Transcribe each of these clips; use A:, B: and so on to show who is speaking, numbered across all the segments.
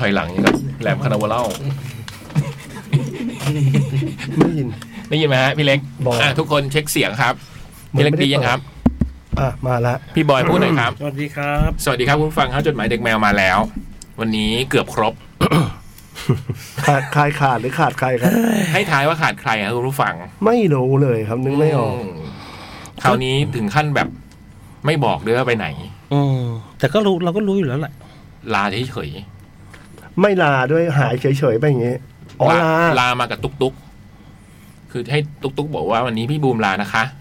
A: ถอยหลังอย่างกับแหลมคานาเวาเล่า
B: ไม่ได้ยิน
A: ได้ยินไหมฮะพี่เล็ก
B: บอก
A: อ่ะทุกคนเช็คเสียงครับ
B: เหมือน
A: พี่เล็ก
B: ไม่ได้
A: ดียังครับ
B: อ่ะ มาละ
A: พี่บอยพูดหน่อยครับ
C: สวัสดีครับ
A: สวัสดีครับคุณผู้ฟังครับจดหมายเด็กแมวมาแล้ว วันนี้เกือบครบ
B: ขาดใครขาดหรือขาดใครครับ
A: ให้ทายว่าขาดใครครับคุณผู้ฟัง
B: ไม่รู้เลยครับนึกไม่ออก
A: มคราวนี้ถึงขั้นแบบ ไม่บอกด้วยว่าไปไหน
C: อืมแต่ก็รู้เราก็รู้อยู่แล้วแหละ
A: ลาเฉย
B: ไม่ลาด้วยหายเฉยๆไปอย่างงี้
A: ๆ
B: อ๋อลา
A: ลามากับตุ๊กตุ๊กคือให้ตุ๊กตุ๊กบอกว่าวันนี้พี่บูมลานะคะ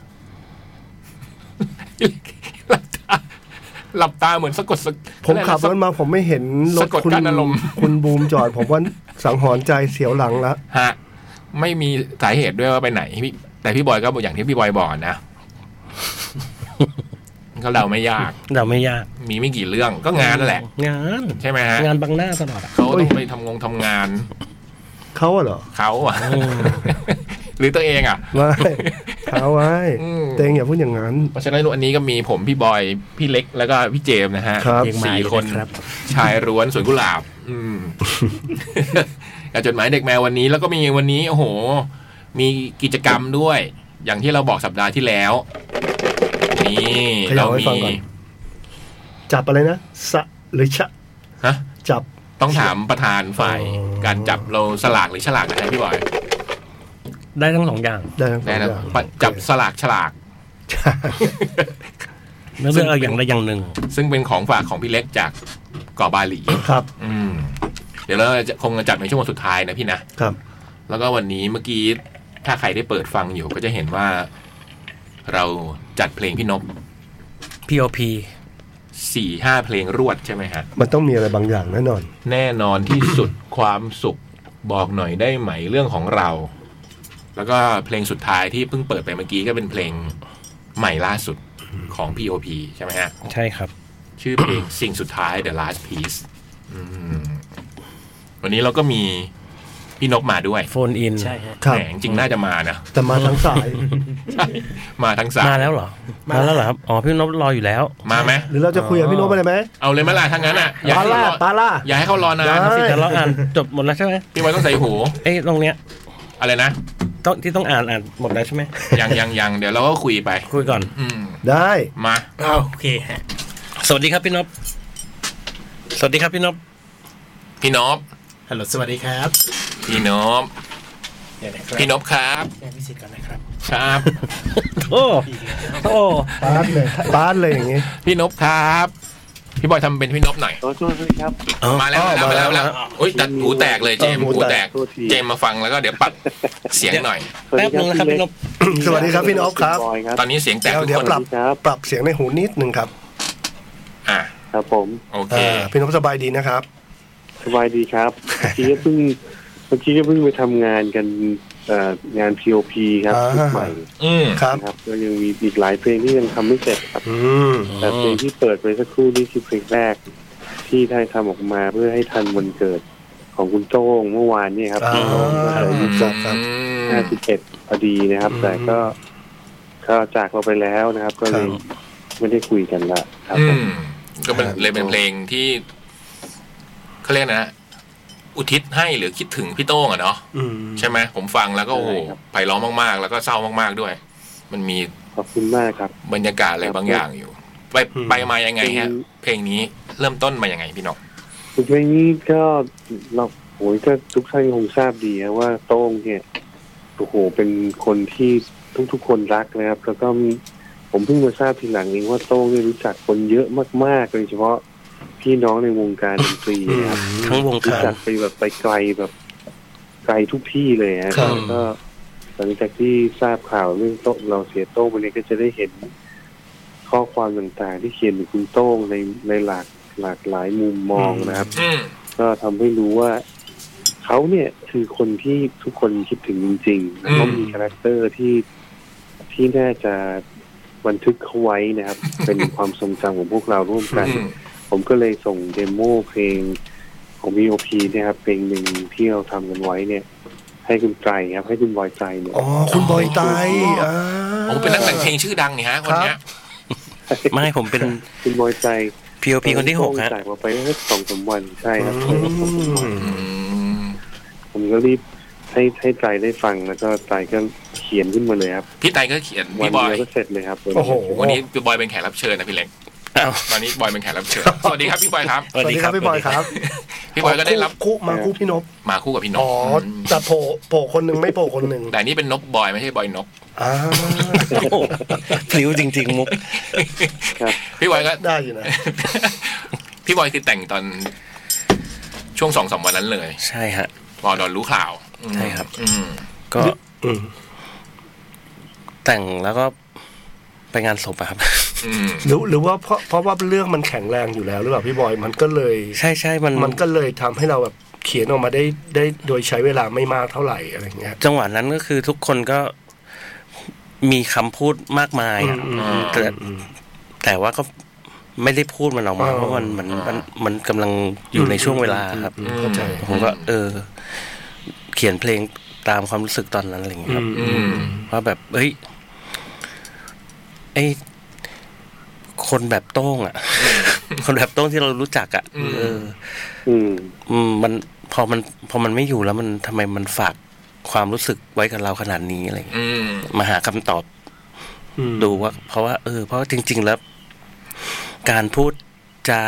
A: หลับตาหลับตาเหมือนสะกดสะ
B: ผมขับร
A: อะ
B: ถ
A: ไนะ
B: มาผมไม่เห็นรถ
A: สะกด
B: คุณ
A: กั้นอารมณ์
B: คุณบูมจอด ผมว่าสังหรณ์ใจเสียวหลังละ
A: ฮะ ไม่มีสาเหตุด้วยว่าไปไหนพี่แต่พี่บอยก็บอกอย่างที่พี่บอยบอกนะ ก็เดาไม่ยาก
C: เราไม่ยาก
A: มีไม่กี่เรื่องก็งานนั่นแหละ
C: งาน
A: ใช่ไหมฮะ
C: งานบังหน้าตลอดอะ
A: เขาต้องไปทำงงทำงาน
B: เขาอะเหรอ
A: เขาอะ
C: อืม
A: หรือตัวเองอะ
B: ไม่เขาไว้
A: อืม
B: เตงอย่าพูดอย่างนั้น
A: เพราะฉะนั้นวันนี้ก็มีผมพี่บอยพี่เล็กแล้วก็พี่เจมส์นะฮะ
B: ครับ
D: เรียกมา
A: สี่
D: อีก
A: คน
D: แล้วครับ
A: ชายร้วนสวนกุหลาบ อืม กับจดหมายเด็กแมววันนี้แล้วก็มีวันนี้โอ้โห มีกิจกรรมด้วย อย่างที่เราบอกสัปดาห์ที่แล้ว นี่
B: ขยั
A: เรา
B: บให้
A: มี
B: ฟังก่อน จับอะไรนะสะหรือชะ
A: ฮะ
B: จับ
A: ต้องถามประธานฝ่ายการจับเราสลากหรือฉลากนะฮะพี่บอย
C: ได้ทั้งสองอย่าง
B: ได้ทั้งสอ
A: ได้
B: งอ
A: นะ
B: ย่าง
A: จับสลากฉลาก
B: ใช่
C: แล้วเลือกเอาอย่างใดอย่างหนึ่ง
A: ซึ่งเป็นของฝากของพี่เล็กจากเกาะบาหลี
B: ครับ
A: อืม เดี๋ยวเราจะคงจะจัดในช่วงวันสุดท้ายนะพี่นะ
B: ครับ
A: แล้วก็วันนี้เมื่อกี้ถ้าใครได้เปิดฟังอยู่ก็จะเห็นว่า เราจัดเพลงพี่นบ
C: POP
A: สี่ห้าเพลงรวดใช่ไหมฮะ
B: มันต้องมีอะไรบางอย่างแน่นอน
A: แน่นอนที่สุด ความสุขบอกหน่อยได้ไหมเรื่องของเรา แล้วก็เพลงสุดท้ายที่เพิ่งเปิดไปเมื่อกี้ก็เป็นเพลงใหม่ล่าสุดของ P.O.P ใช่ไหมฮะ
C: ใช่ครับ
A: ชื่อเพลง สิ่งสุดท้าย The Last Piece อืมวันนี้เราก็มีพี่นกมาด้วย
C: โฟนอิน
D: ใช่ฮะ
B: ครับ
A: แหมจริงๆน่าจะมานะ
B: แต่มาทั้งสาย
A: ใช่มาทั้งสาม
C: มาแล้วเหรอ มาแล้วเหรอครับอ๋อพี่นพรออยู่แล้ว
A: มาไหม
B: หรือเราจะคุยกับพี่โน้ตไปเลยไหม
A: เอาเลยไหมล่ะทั้างนั้นอ่ะอย่า
B: ปา
A: ให้
B: ล่า
A: เขารอ
B: ปาล่า
A: อย่าให้เขารอนาน
B: ได้
C: แต่เราอ่านจบหมดแล้วใช่ไหม
A: พี่บอยต้องใส่หู
C: เอ้ยตรงเนี้ย
A: อะไรนะ
C: ต้องที่ต้องอ่านอ่านหมดแล้วใช่ไหม
A: ยังยังยังเดี๋ยวเราก็คุยไป
C: คุยก่อน
A: อืม
B: ได้
A: มา
D: อ้าวโอเคฮะ
C: สวัสดีครับพี่นพสวัสดีครับพี่นพ
A: พี่นบ
D: ฮัลโหล สวัสดีครับ
A: พี่นบ
D: เดี๋ยวนะครับ
A: พี่นบครับ
D: แจ้งพิสิทธิ์ก่อนนะครับ
A: ครับ
C: โอ้โอ้
B: ปาดเลย ปาดเลยอย่างงี้
A: พี่นบครับ พี่บอยทำเป็นพี่นบหน่อย
E: ขอโทษด้วยครับ
A: มาแล้วมาแล้วมาแล้วมาแล้วอุ้ยตัดหูแตกเลยเจม
B: เอ
A: ส์
B: อหู
A: หูแต
B: แต
A: ก
B: ก
A: เจมส์มาฟังแล้วก็เดี๋ยวปรับเสียงหน่อย
E: สวัส
C: แป๊
E: ดี
C: บนึงนะครับ
E: พี่
C: พี่นพ
E: เล็ก
B: สวัสดีครับพี่นพครับ
E: ณอยครับ
A: ตอนนี้เสียงแตกทุก
B: เดี๋ย
A: ค
B: วนปรับ
E: ครับ
B: ปรับเสียงในหูนิดหนึ่งครับ
A: อ่ะ
E: ครับผม
A: โอเค
B: อ่าพี่นพสบายดีนะครับ
E: สบายดีครับเมื่อกี้ก็เพิ่งเมื่อกี้ก็เพิ่งไปทำงานกันเอ่องาน POP ครับ
B: อ่า
E: ชุดใหม่
A: อืม
B: ครับ
E: นะครับก็ยังมีอีกหลายเพลงที่ยังทำไม่เสร็จครับ
B: อืม
E: แต่เพลงที่เปิดไปสักครู่นี่คือเพลงแรก ที่ได้ทำออกมาเพื่อให้ทันวันเกิดของคุณโต้งเมื่อวานนี่ครับ
B: อ่า
E: คุณโต้งก็
A: อื
B: ครับครับ
A: ม
E: อายุห้าสิบเอ็ดพอดีนะครับ แต่ก็ก็จากเราไปแล้วนะครับ ก็เลยไม่ได้คุยกันละครับ
A: อื
E: ผม
A: มก็เป็นเลยเป็นเพลงที่เขาเรียกนะฮะอุทิศให้หรือคิดถึงพี่โต้งอะเนาะ
B: อืม
A: ใช่ไหมผมฟังแล้วก็โอ้โห
E: ใช่ครับ
A: ไพเราะมากๆ แล้วก็เศร้ามากๆด้วย มันมี
E: ขอบคุณมากครับ
A: บรรยากาศอะไรบางอย่างอยู่ ไปไปมายังไงฮะ
E: อืม
A: เพลงนี้เริ่มต้นมายังไงพี่นก
E: คือเพลงนี้ก็เราโอ้ยก็ทุกท่านคงทราบดีนะว่าโต้งเนี่ยโอ้โหเป็นคนที่ทุกๆคนรักนะครับ แล้วก็มีผมเพิ่งมาทราบทีหลังเองว่าโต้งเนี่ยรู้จักคนเยอะมากๆโดยเฉพาะพี่น้องในวงการดนตรีนะครับ
C: ทั้งวง
E: รู้
C: การ
E: จักไปแบบไปไกลแบบไกลทุกที่เลยฮะ
C: ครับ
E: แล้วก็หลังจากที่ทราบข่าวเรื่องโต้งเราเสียโต้งวันนี้ก็จะได้เห็น ข้อความต่างๆ ที่เขียนถึงคุณโต้งในในหลากหลากหลายมุมมองนะครับ
A: อืม
E: ก็ทำให้รู้ว่า เขาเนี่ยคือคนที่ทุกคนคิดถึงจริงๆแล้วก็มีคาแรคเตอร์ที่ที่น่าจะบันทึกเขาไว้นะครับ เป็นความทรงจำของพวกเราร่วมกัน
A: อืม
E: ผมก็เลยส่งเดโมเพลงของ BOP เนะครับ เพลงหนึ่งที่เราทำกันไว้เนี่ย ให้คุณไตรครับ ให้คุณบอยไตรเนี่ย
B: อ๋อ คุณบอยไตอ่า
A: ผมเป็นนักแต่งเพลงชื่อดังนี่ฮะคนเนี้ย
C: ไม่ผมเป็น
E: คุณบอยใจ
C: POP คนที่หกฮะ
E: จากเราไปได้สองสามวันใช่ครับ
C: อืม
A: อืม
E: ผมก็รีบให้ให้ไตรได้ฟังแล้วก็ไตรก็เขียนขึ้นมาเลยครับ
A: พี่ไตก็เขียน
E: วั
A: พี่บอ
E: เดี
A: ย
E: ยวก็เสร็จเลยครับ
B: โอ้โห
A: วันนี้พี่บอยเป็นแขกรับเชิญนะพี่เล็ก
C: อ้าว
A: ตอนนี้บอยเป็นแขกรับเชิญ สวัสดีครับพี่บอยครับ
C: สวัสดีครับ
B: พี่บอยครับ
A: พี่บอยก็ได้รับ
B: คู่มาคู่พี่นพ
A: มาคู่กับพี่นก
B: อ๋อแต่โผล่โผล่คนหนึ่งไม่โผล่คนหนึ่ง
A: แต่นี่เป็นนกบอยไม่ใช่บอยนก
B: อ่า
C: โอ้โหพลิ้วจริง ๆ มุก
A: พี่บอยก็
B: ได้อยู่นะ
A: พี่บอยคือแต่งตอนช่วงสองสามวันนั้นเลย
C: ใช่ฮะ
A: พอดอนรู้ข่าวอืม
C: ใช่ครับ
A: อืม
C: ก็
B: อืม
C: แต่งแล้วก็ไปงานศพอะครับ
A: อืม
B: หรือหรือว่าเพราะเพราะว่าเรื่องมันแข็งแรงอยู่แล้วหรือเปล่าพี่บอยมันก็เลย
C: ใช่ใช่มัน
B: มันก็เลยทำให้เราแบบเขียนออกมาได้ได้โดยใช้เวลาไม่มากเท่าไหร่อะไรอย่างเงี้ย
C: จังหวะนั้นก็คือทุกคนก็มีคำพูดมากมายอะ
B: อืม
A: อืม
C: แต่แต่ว่าก็ไม่ได้พูดมันออกมา
B: อ๋อ
C: เพราะมันมันมันมันกำลังอยู่ในช่วงเวลาครับ
B: อืมเข้าใจ
C: ผมก็ เออ เขียนเพลงตามความรู้สึกตอนนั้นอะไรอย่างเงี้ยครับ
A: อืม
C: ว่าแบบ เอ้ยไอคนแบบโต้ง อ่ะ คนแบบโต้งที่เรารู้จักอ่ะ
A: อืม
C: เออ
E: อืม
C: อืมมันพอมันพอมันไม่อยู่แล้วมันทำไมมันฝากความรู้สึกไว้กับเราขนาดนี้อะไรเงี้ย
A: อืม
C: มาหาคำตอบ
B: อืม
C: ดูว่า เพราะว่า เออ เพราะว่าจริง ๆ แล้ว การพูดจา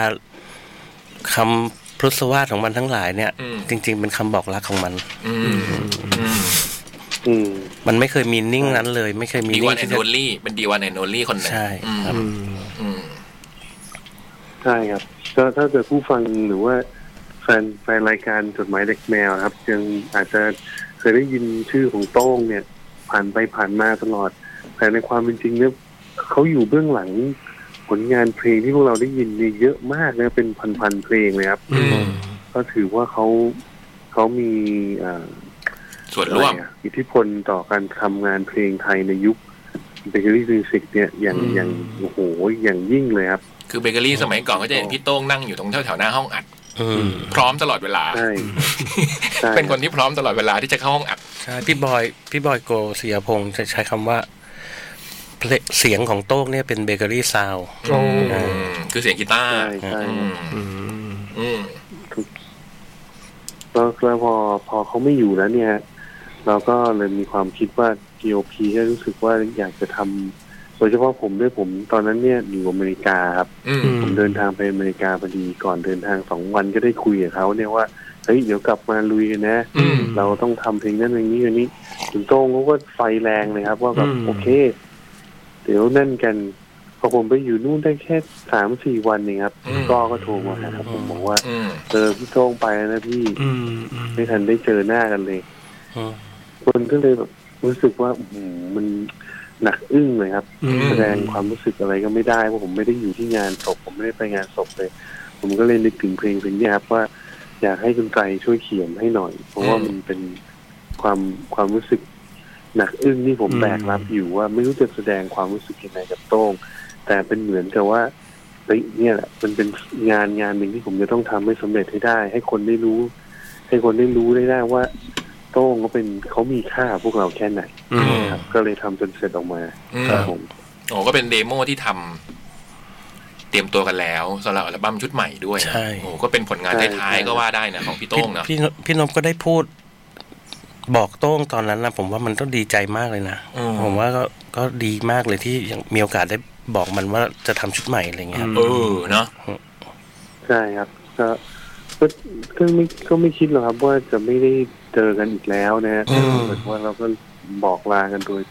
C: คำพรุสวาทของมันทั้งหลายเนี่ย
A: อืม
C: จริง ๆ เป็นคำบอกรักของมัน
A: อืมอืม
E: อืม
C: มันไม่เคยมีนิ่งนั้นเลย ไม่เคยมี
A: ดีวั
C: นิ่
A: น
C: ง
A: แอ
C: ที่
A: น
C: จะ
A: โนลี่เป็นดีวันแอนโนลี่คนหนึ่ง
C: ใช่
A: อืม
B: อืม
A: อืม
E: ใช่ครับก็ถ้าเกิดผู้ฟังหรือว่าแฟนแฟนรายการจดหมายเด็กแมวนะครับ ยังอาจจะเคยได้ยินชื่อของโต้งเนี่ย ผ่านไปผ่านมาตลอด แต่ในความเป็นจริงเนี่ยเขาอยู่เบื้องหลังผลงานเพลงที่พวกเราได้ยินเนี่ยเยอะมากนะเป็นพันๆเพลงเลยครับ
A: อืม
E: ก็ถือว่าเขาเขามีเอ่อ
A: ส่วนร่วม
E: อะไรอะอิทธิพลต่อการทำงานเพลงไทยในยุคเบเกอรี่มิวสิกเนี่ยอย่างอย่างโอ้โหอย่างยิ่งเลยครับ
A: คือเบเกอรี่สมัยก่อนก็จะเห็นพี่โต้งนั่งอยู่ตรงแถวๆหน้าห้องอัด
C: อืม
A: พร้อมตลอดเวลา
E: ใช่ ใช่
A: เป็นคนที่พร้อมตลอดเวลาที่จะเข้าห้องอัด
C: ใช่พี่บอยพี่บอยโกศิยพงศ์จะใช้คำว่าเพลงเสียงของโต้งเนี่ยเป็นเบเกอรี่ซาว
B: โอ้
A: อืมคือเสียงกีตาร์
E: ใช่ใช่
A: อืม
B: อืม
A: อืม
E: แล้วแล้วพอพอเขาไม่อยู่แล้วเนี่ย เราก็เลยมีความคิดว่า GOP ก็รู้สึกว่าอยากจะทำโดยเฉพาะผมด้วยผมตอนนั้นเนี่ยอยู่อเมริกาครับ
A: อืม
E: ผมเดินทางไปอเมริกาพอดีก่อนเดินทางสองวันก็ได้คุยกับเขาเนี่ยว่าเฮ้ยเดี๋ยวกลับมาลุยกันนะ
A: อืม
E: เราต้องทำเพลงนั้นเพลงนี้เพลงนี้ถึงโต้งเขาก็ไฟแรงเลยครับ ว่าแบบ
B: อืม
E: โอเค เดี๋ยวนั่นกันพอผมไปอยู่นู่นได้แค่สามสี่วันเองครับ
A: อืม
E: ก็ก็โทรมาหาครับผมบอกว่า
A: อืม
E: เออพี่โต้งไปแล้วนะพี่
B: อืมอืม
E: ไม่ทันได้เจอหน้ากันเลย
C: อืม
E: คนก็เลยแบบรู้สึกว่าอื้อหือมันหนักอึ้งเลยครับ
B: อืม
E: แสดงความรู้สึกอะไรก็ไม่ได้เพราะผมไม่ได้อยู่ที่งานศพผมไม่ได้ไปงานศพเลย ผมก็เลยนึกถึงเพลงเพลงเนี้ยครับว่า อยากให้คุณไกรช่วยเขียนให้หน่อย เพราะว่า
A: อืม
E: มันเป็นความความรู้สึกหนักอึ้งที่ผม
B: อืม
E: แบกรับอยู่ว่าไม่รู้จะแสดงความรู้สึกยังไงกับโต้งแต่เป็นเหมือนกับว่าเฮ้ยเนี่ยแหละมันเป็นงานงานหนึ่งที่ผมจะต้องทำให้สำเร็จให้ได้ ให้คนได้รู้ ให้คนได้รู้ได้ได้ว่า โต้งเขาเป็นเขามีค่าพวกเราแค่ไหน
B: อืม
E: ครับ ก็เลยทำจนเสร็จออกมา
A: อืม
E: ครับผม
A: โอ้ก็เป็นเดโมที่ทำเตรียมตัวกันแล้วสำหรับอัลบั้มชุดใหม่ด้วยนะ
C: ใช่
A: โอ้ก็เป็นผลงาน
E: ใช่
A: ท้าย
E: ใช่
A: ๆก็ว่าได้นะของ
C: พี่
A: พี่โต้งนะ
C: พี่พี่นพก็ได้พูด บอกโต้งตอนนั้นนะผมว่ามันต้องดีใจมากเลยนะ
A: อืม
C: ผมว่าก็ก็ดีมากเลยที่ยังมีโอกาสได้บอกมันว่าจะทำชุดใหม่อะไรเงี้ยครับ
A: เออเนาะ
E: ใช่ครับก็ก็ก็ไม่ก็ไม่คิดหรอกครับ ว่าจะไม่ได้เจอกันอีกแล้วนะฮะ
C: อืม
E: เหมือนว่าเราก็บอกลากันโดย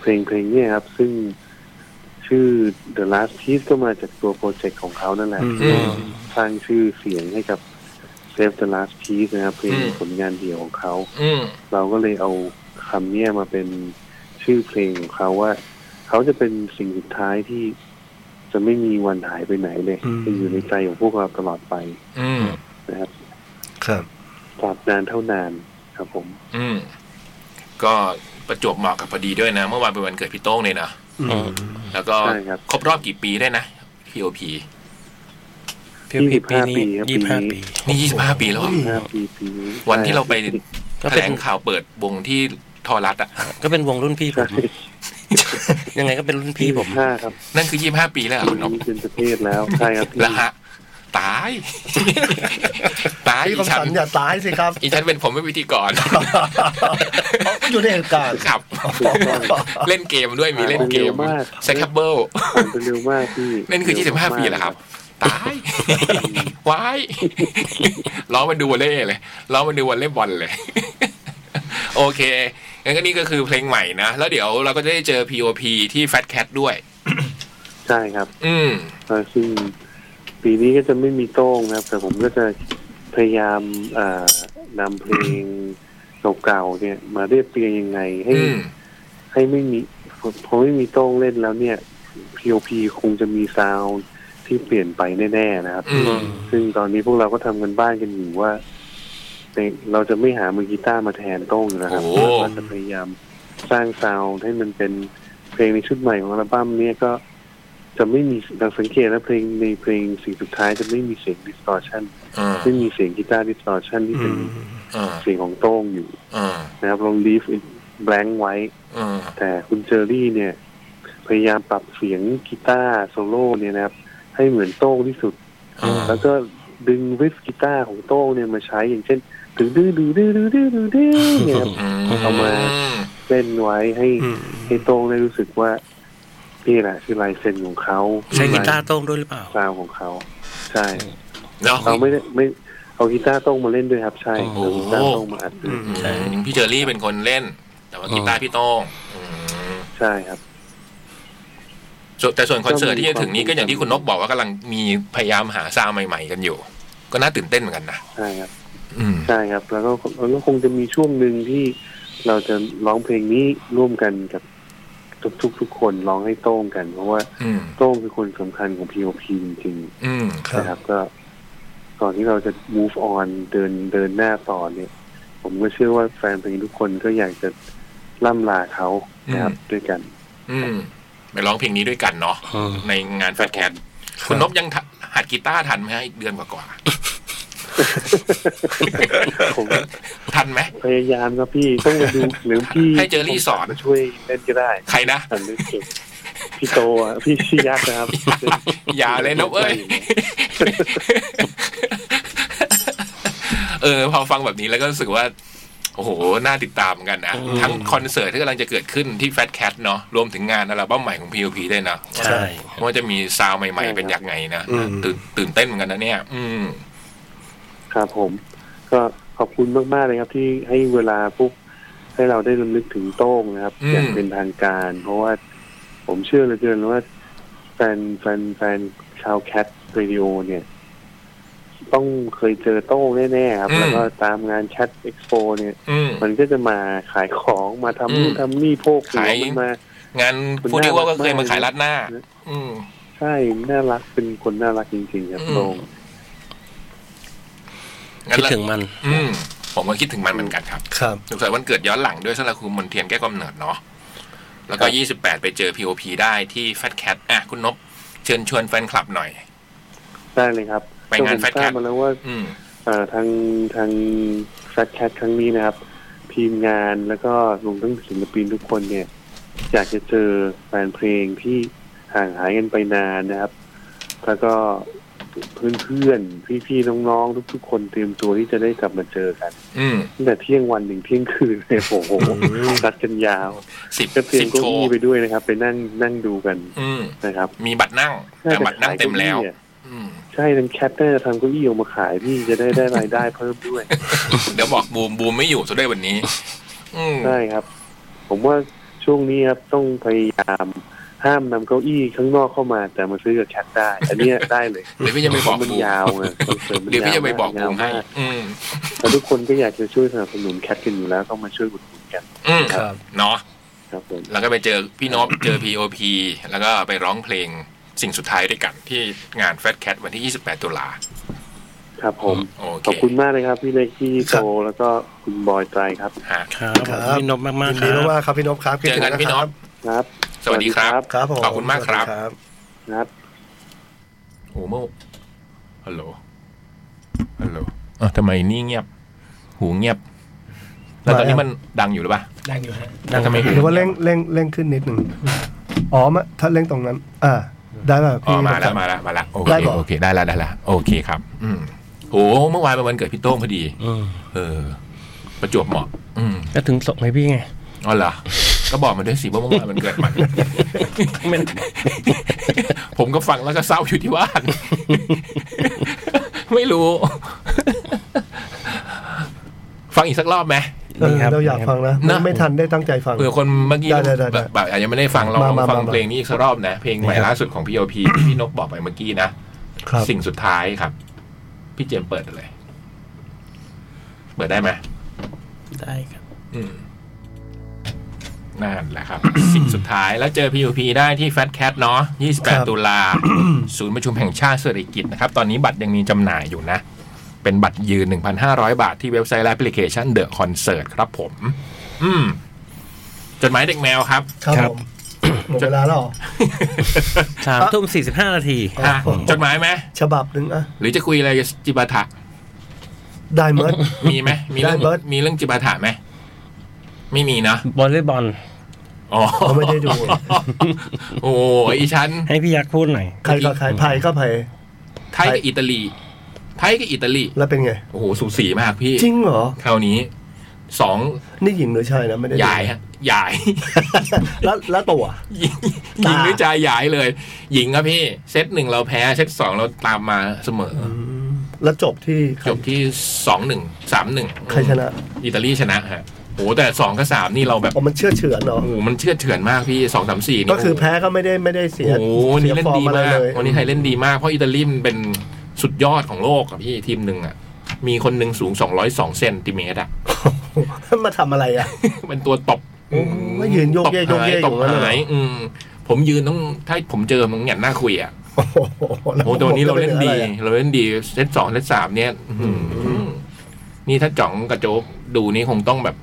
E: เพลงเพลงเนี้ครับ ซึ่งชื่อ The Last Piece ก็มาจากตัวโปรเจกต์ของเขานั่นแหละ
B: อืม
A: อืม
E: สร้างชื่อเสียงให้กับ Save the Last Piece นะครับเพลง
A: อืม
E: ผลงานเดี่ยวของเขา
A: อืม
E: เราก็เลยเอาคำเนี้ยมาเป็นชื่อเพลงของเขาว่า เขาจะเป็นสิ่งสุดท้ายที่จะไม่มีวันหายไปไหนเลย
B: อืม
E: จะอยู่ในใจของพวกเราตลอดไป
A: อืม
E: นะครับ
B: ครับ
E: ตราบนานเท่านานครับผม
A: อืม ก็ประจวบเหมาะกับพอดีด้วยนะ เมื่อวานเป็นวันเกิดพี่โต้งเลยนะ
B: อืม
A: แล้วก็
E: ใช่ครับ
A: ครบรอบกี่ปีได้นะ POP
C: พี่พี่ปีนี้
E: 25ปี
C: ยี่สิบห้า
E: ครับปีนี้
C: ปี
A: นี่ยี่สิบห้าปีแล้วเหรอ
E: ห้าปีปีนี้
A: วันที่เราไป
E: ใช่
C: ก็
A: แถ
C: เป็
A: ล
C: น
A: งข่าวเปิดวงที่ทอรัสอะ
C: ก็เป็นวงรุ่นพี่ผม
E: ใช่
C: ยังไงก็เป็นรุ่นพี่ผม
E: ห้าครับ
A: นั่นคือยี่ห้าปีแล้วเหรอคุณนพ
E: นี่เป็นประเทศแล้วใช่ครับ
A: ละฮะ ตาย ตาย
D: พี่
A: อี
D: คม
A: ฉั
D: สั
A: น
D: นอย่าตายสิ ครับ
A: อีฉันเป็นผมเป็นพิธีกร
D: ไม่อยู่ในเหตุการณ์
A: ครับ เล่นเกมด้วยมีเล่นเกมแซคเบิล
E: ผมเป็นเร็วมากพี่
A: นั่นคือยี่สิบห้าปีแล้วครับ ตาย ว้าย ล้อมันดูวอลเล่เลยล้อมันดูวอลเล่บอลเลย โอเคงั้นก็นี่ก็คือเพลงใหม่นะ แล้วเดี๋ยวเราก็จะได้เจอ P.O.P ที่ Fat Cat ด้วย
E: ใช่ครับ
A: อืม
E: แล้วซึ่งปีนี้ก็จะไม่มีโต้งนะครับ แต่ผมก็จะพยายามเอ่อนำเพลงเก่าๆเนี่ย มาเรียบเรียงยังไงให้
A: อืม
E: ให้ไม่มีพอไม่มีโต้งเล่นแล้วเนี่ย POP คงจะมีซาวด์ที่เปลี่ยนไปแน่ๆนะครับ
A: อืม
E: ซึ่งตอนนี้พวกเราก็ทำกันบ้านกันอยู่ว่าในเราจะไม่หามือกีตาร์มาแทนโต้งอยู่แล้วครับ
A: โอ้
E: เราจะพยายามสร้างซาวด์ให้มันเป็นเพลงในชุดใหม่ของอัลบั้มเนี่ยก็จะไม่มีดังสังเกตแล้วเพลงในเพลงสิ่งสุดท้ายจะไม่มีเสียง distortion
A: อ่า
E: ไม่มีเสียงกีตาร์ distortion ที่เป็น
A: อ่า
E: เสียงของโต้งอยู่
A: อ่า
E: นะครับลอง leave it blank ไว้
A: อ่า
E: แต่คุณเจอรี่เนี่ย พยายามปรับเสียงกีตาร์โซโล่เนี่ยนะครับ ให้เหมือนโต้งที่สุด
A: อ่า
E: แล้วก็ดึงริฟกีตาร์ของโต้งเนี่ยมาใช้อย่างเช่นดื้อดื้อดื้อดื้อดื้อดื้อดื้อดื้อเนี่ยครับ เอามา เล่นไว้ให้ให้โต้งได้รู้สึกว่านี่แหละคือลายเซ็นของเขา
C: ใช้กีตาร์โต้งด้วยหรือเปล่า
E: ซาวของเขาใช่
A: เนาะ
E: เราไม่ได้ไม่เอากีตาร์โต้งมาเล่นด้วยครับ ใช่
A: โอ้
E: เอา
A: โห
E: กีตาร์โต้งมาอัดด้วย
A: อืมพี่เจอรี่เป็นคนเล่น แต่ว่ากีตาร์พี่โต้งอืม
E: ใช่ครับ
A: ส่วนแต่ส่วนคอนเสิร์ตที่จะถึงนี้ก็อย่างที่คุณนกบอกว่ากำลังมีพยายามหาซาวด์ใหม่ ๆ กันอยู่ ก็น่าตื่นเต้นเหมือนกันนะ
E: ใช่ครับ
A: อืม
E: ใช่ครับ แล้วก็แล้วก็คงจะมีช่วงหนึ่งที่เราจะร้องเพลงนี้ร่วมกันกับทุกทุกทุกคนร้องให้โต้งกัน เพราะว่า
A: อืม
E: โต้งคือคนสำคัญของ P.O.P. จริง
A: อืม
E: ๆนะครับ ก็ก่อนที่เราจะ move on เดินเดินหน้าต่อเนี่ย ผมก็เชื่อว่าแฟนเพลงทุกคนก็อยากจะล่ำลาเขานะครับ ด้วยกัน
A: อืมไปร้องเพลงนี้ด้วยกันเนาะ
C: อืม
A: ในงานแฟตแคทคุณนพยังหัดกีตาร์ทันไหมฮะอีกเดือนกว่ากว่า
E: ผม
A: ๆทันไหม
E: พยายามครับพี่ต้องมาดูหรือพี่
A: ให้เจอรี่สอน
E: มาช่วยเล่นก็ได้
A: ใครนะ
E: ทันได้เก่งพี่โตอ่ะพี่ชี้ยักษ์นะครับ
A: อย่าเลยนพเอ้ย เออพอฟังแบบนี้แล้วก็รู้สึกว่า โอ้โห น่าติดตามเหมือนกันนะ ทั้งคอนเสิร์ตที่กำลังจะเกิดขึ้นที่แฟ t แคทเนาะรวมถึงงานอัลบั้มใหม่ของ P.O.P ด้วยนะ
C: ใช่
A: ว่าจะมีซาวด์ใหม่ ๆ เป็นอย่างไงนะตื่นตื่นเต้นเหมือนกันนะเนี่ย อืม
E: ครับผม ก็ขอบคุณมาก ๆ เลยครับที่ให้เวลาพวกให้เราได้รำลึกถึงโต้งนะครับ
A: อืม
E: อย่างเป็นทางการ เพราะว่าผมเชื่อเหลือเกินว่าแฟนแฟนแฟนชาวแคทเรดิโอเนี่ย ต้องเคยเจอโต้งแน่ ๆ ครับ แล้วก็ตามงานแคทเอ็กซ์โปเนี่ย
A: อืม
E: มันก็จะมาขายของมาทำนู่น
A: อืม
E: ทำนี่โพกหัว
A: ขาย
E: มันมา
A: งานพูดที่ว่าก็เคยมาขายรัดหน้า อืม
E: ใช่น่ารักเป็นคนน่ารักจริง ๆ ครับ
A: อืม
E: โต้ง
A: งั้น
C: คิด
A: ละ
C: ถึงมัน
A: อืม ผมก็คิดถึงมันเหมือนกันครับ
D: ครับ
A: สงสัยวันเกิดย้อนหลังด้วยสำหรับคุณมนเทียนแก้วกำเนิดเนาะ แล้วก็
E: ครับ
A: 28 ไปเจอ POP ได้ที่ Fat Cat อ่ะ คุณนบเชิญชวนแฟนคลับหน่อย
E: ได้เลยครับ
A: ไปงาน
E: ผม
A: แฟต
E: ท
A: แค
E: รา
A: ท
E: บมาแล้วว่า
A: อืม
E: เอ่อทางทางแฟชแคทครั้งนี้นะครับ ทีมงานแล้วก็รวมทั้งศิลปินทุกคนเนี่ย อยากจะเจอแฟนเพลงที่ห่างหายกันไปนานนะครับ แล้วก็เพื่อนๆพี่ๆน้องๆ ทุกๆ คนเตรียมตัวที่จะได้กลับมาเจอกัน
A: อืม
E: ตั้งแต่เที่ยงวันถึงเที่ยงคืนเลยโอ้โหรัดกันยาว
A: สิบ
E: ก็เตรีย
A: สิ
E: ม
A: บ
E: เก้า
A: โช
E: อี้
A: ว์
E: ไปด้วยนะครับ ไปนั่งนั่งดูกัน
A: อืม
E: นะครับ
A: มีบัตรนั่ง แต่บัตรนั่งเต็มแล้ว
E: น่าจะขายเก้าอี้อะ
A: อืม
E: ใช่ทางแคทน่าจะทำเก้าอี้ออกมาขายพี่จะได้ได้รายได้เพิ่มด้วย
A: เดี๋ยวบอกบูมบูมไม่อยู่ซะด้วยวันนี้ อืม
E: ใช่ครับ ผมว่าช่วงนี้ครับต้องพยายามห้ามนำเก้าอี้ข้างนอกเข้ามา แต่มาซื้อกับแคทได้ อันเนี้ยได้เลย
A: เดี๋ยวพี่จะไปบอก
E: มัน
A: บูม
E: ยาวไงคอนเสิร์ตมัน
A: เดี๋ยวพี่จะไป
E: าว
A: บอกบู
E: ยา
A: มให้
E: วาก
A: อืม
E: แต่ทุกคนก็อยากจะช่วยสนับสนุนแคทกันอยู่แล้วต้องมาช่วยอุดหนุนกัน
A: อืม
D: ครับ
A: เนาะ
E: ครับผม
A: แล้วก็ไปเจอพี่นพเจอ POP แล้วก็ไปร้องเพลงสิ่งสุดท้ายด้วยกันที่งาน Fat Cat วันที่ 28 ตุลา
E: ครับผม
A: โอเค
E: ขอบคุณมากเลยครับ พี่เล็กพี่โตแล้วก็คุณบอยไตรครับ
A: ฮะ
C: ครับ
D: ครับ
C: ผมพี่นพมาก
D: ยิน
C: ๆค
D: ดี
C: รับ
D: มากๆครับพี่นพครับคิด
A: เจอ
D: ถึง
A: กันพี่น
D: ครั
A: พ
E: ครับ
A: สวัสดีครับ
D: ครับผม
A: ขอบคุณมากครับ
D: สวัสดี
E: ครับ
A: โอ้เมื่อฮัลโหล ฮัลโหลอ่ะทำไมนี่เงียบ หูเงียบ แล้วตอนนี้มันดังอยู่หรือเปล่า
B: ดังอยู่ฮะ
A: ดังทำไม
F: หรือว่าเร่งเร่งเร่งขึ้นนิดหนึ่งอ๋อมะถ้าเร่งตรงนั้น อ่า ได้ป่ะ
A: อ๋
F: พี่
A: อมาแล้ว
F: ดร
A: มาแล้วมาแล้วโอเค
F: ได้บอก
A: โอเคได้แล้วได้แล้วโอเคครับ อืมโอ้เมื่อวานเป็นวันเกิดพี่โต้งพอดี
C: อืม
A: เออ ประจวบเหมาะ อืม
C: ก็ถึงส่งให้พี่ไง
A: อ๋อเหรอก็บอกมาด้วยสิว่าเมื่อวานมันเกิดมัน
C: ไม่ได้
A: ผมก็ฟังแล้วก็เศร้าอยู่ที่บ้าน ไม่รู้ ฟังอีกสักรอบไหม
F: เออเราอยากฟังนะไม่
A: นะ
F: ไม่ทันได้ตั้งใจฟัง
A: เผื่อคนเมื่อกี้
F: ได้ได้ได้ได้
A: แบบแบบอาจจะไม่ได้ฟังลอง
F: มามา
A: ฟัง
F: มา
A: เพลงนี้อีกสักรอบนะ เพลงใหม่
F: ได้ครับ
A: ล่าสุดของพี่โอพีที่พี่นกบอกไปเมื่อกี้นะ
F: ครับ
A: สิ่งสุดท้ายครับ พี่เจมส์เปิดเลย เปิดได้ไหม
C: ได้ครับ
A: อืมนั่นแห ละครับ สิ่งสุดท้ายแล้วเจอ POP ได้ที่ Fat Cat เนาะ
F: ครับ
A: 28 ตุลา ศูนย์ประชุมแห่งชาติเศรษฐกิจนะครับ ตอนนี้บัตรยังมีจำหน่ายอยู่นะ เป็นบัตรยืน 1,500 บาทที่เว็บไซต์และแอปพลิเคชัน The Concert ครับผม อืมจดหมายเด็กแมวครับ
F: ค
B: ค
F: รั
B: รับ บผมหมดเวลาแล้วเหรอ
C: สามทุ่มสี่สิบห้านาที
A: อ่ะจดหมายไหม
F: ฉบับหนึ่งอ่ะ
A: หรือจะคุยอะไรกับจิบาถะ
F: ได้เมิ ด
A: มีไหมมีเรื่อง
F: ได้เบิร์ด
A: มีเรื่องจิบาถะไหมไม่มีเนาะ
C: บอลเลย์บอล
A: อ๋อ
F: เขาไม่ได้ดู
A: โอ้ยอีชั้น
C: ให้พี่ยักษ์พูดหน่อย
F: ใครก็ใครภายก็ภาย
A: ไทยกับอิตาลี ไทยกับอิตาลี
F: แล้วเป็นไง
A: โอ้โห สูสีมากพี่
F: จริงเหรอ
A: คราวนี้สอง
F: นี่หญิงหรือชายนะไม่ได้ดู
A: หยายฮะหยาย
F: แล้วแล้วตัว
A: ยิงยิงหรือใจหยายเลย หญิงครับพี่ เซตหนึ่งเราแพ้ เซตสองเราตามมาเสมอ
F: แล้วจบที่ใคร
A: จบที่สองหนึ่งสามหนึ่ง
F: ใครชนะ
A: อิตาลีชนะฮะโอ้โหแต่สองกับสามนี่เราแบบ
F: อ๋อมันเชื่อเฉือนเหรอ
A: โอ้โหมันเชื่อดเฉือนมากพี่สองสามสี่นี่
F: ก็คือ
A: โโห
F: แพ้ก็ไม่ได้ไม่ได้เสีย
A: โอ้โหวัน
F: เสี
A: นี้
F: ย
A: เล่
F: ฟ
A: น
F: อร์
A: ดี
F: มอะไร
A: มาก
F: เลย
A: วันนี้ไทยเล่นดีมาก เพราะอิตาลีมันเป็นสุดยอดของโลกอะพี่ทีมหนึ่งอะมีคนหนึ่งสูง 202เซนติเมตรอะ
F: มาทำอะไรอ่ะ
A: เป็นตัวตบ
F: โอ้ยยืนโยกเยกโยกเยก
A: ต
F: อบยู่นั่น
A: หา
F: เลย ย
A: อืมผมยืนต้องถ้าผมเจอมึงเนี่ยหน้าคุยอะ
F: โอ้โห
A: โอ้โหตัวนี้เราเล่นดี
F: แวผมจะไปหลืออะไรอะ
A: เราเล่นดีเซตสองเซตสามเนี่ยอื้อหือนี่ถ้าจ่องกระโจกดูนี่คงต้องแบบ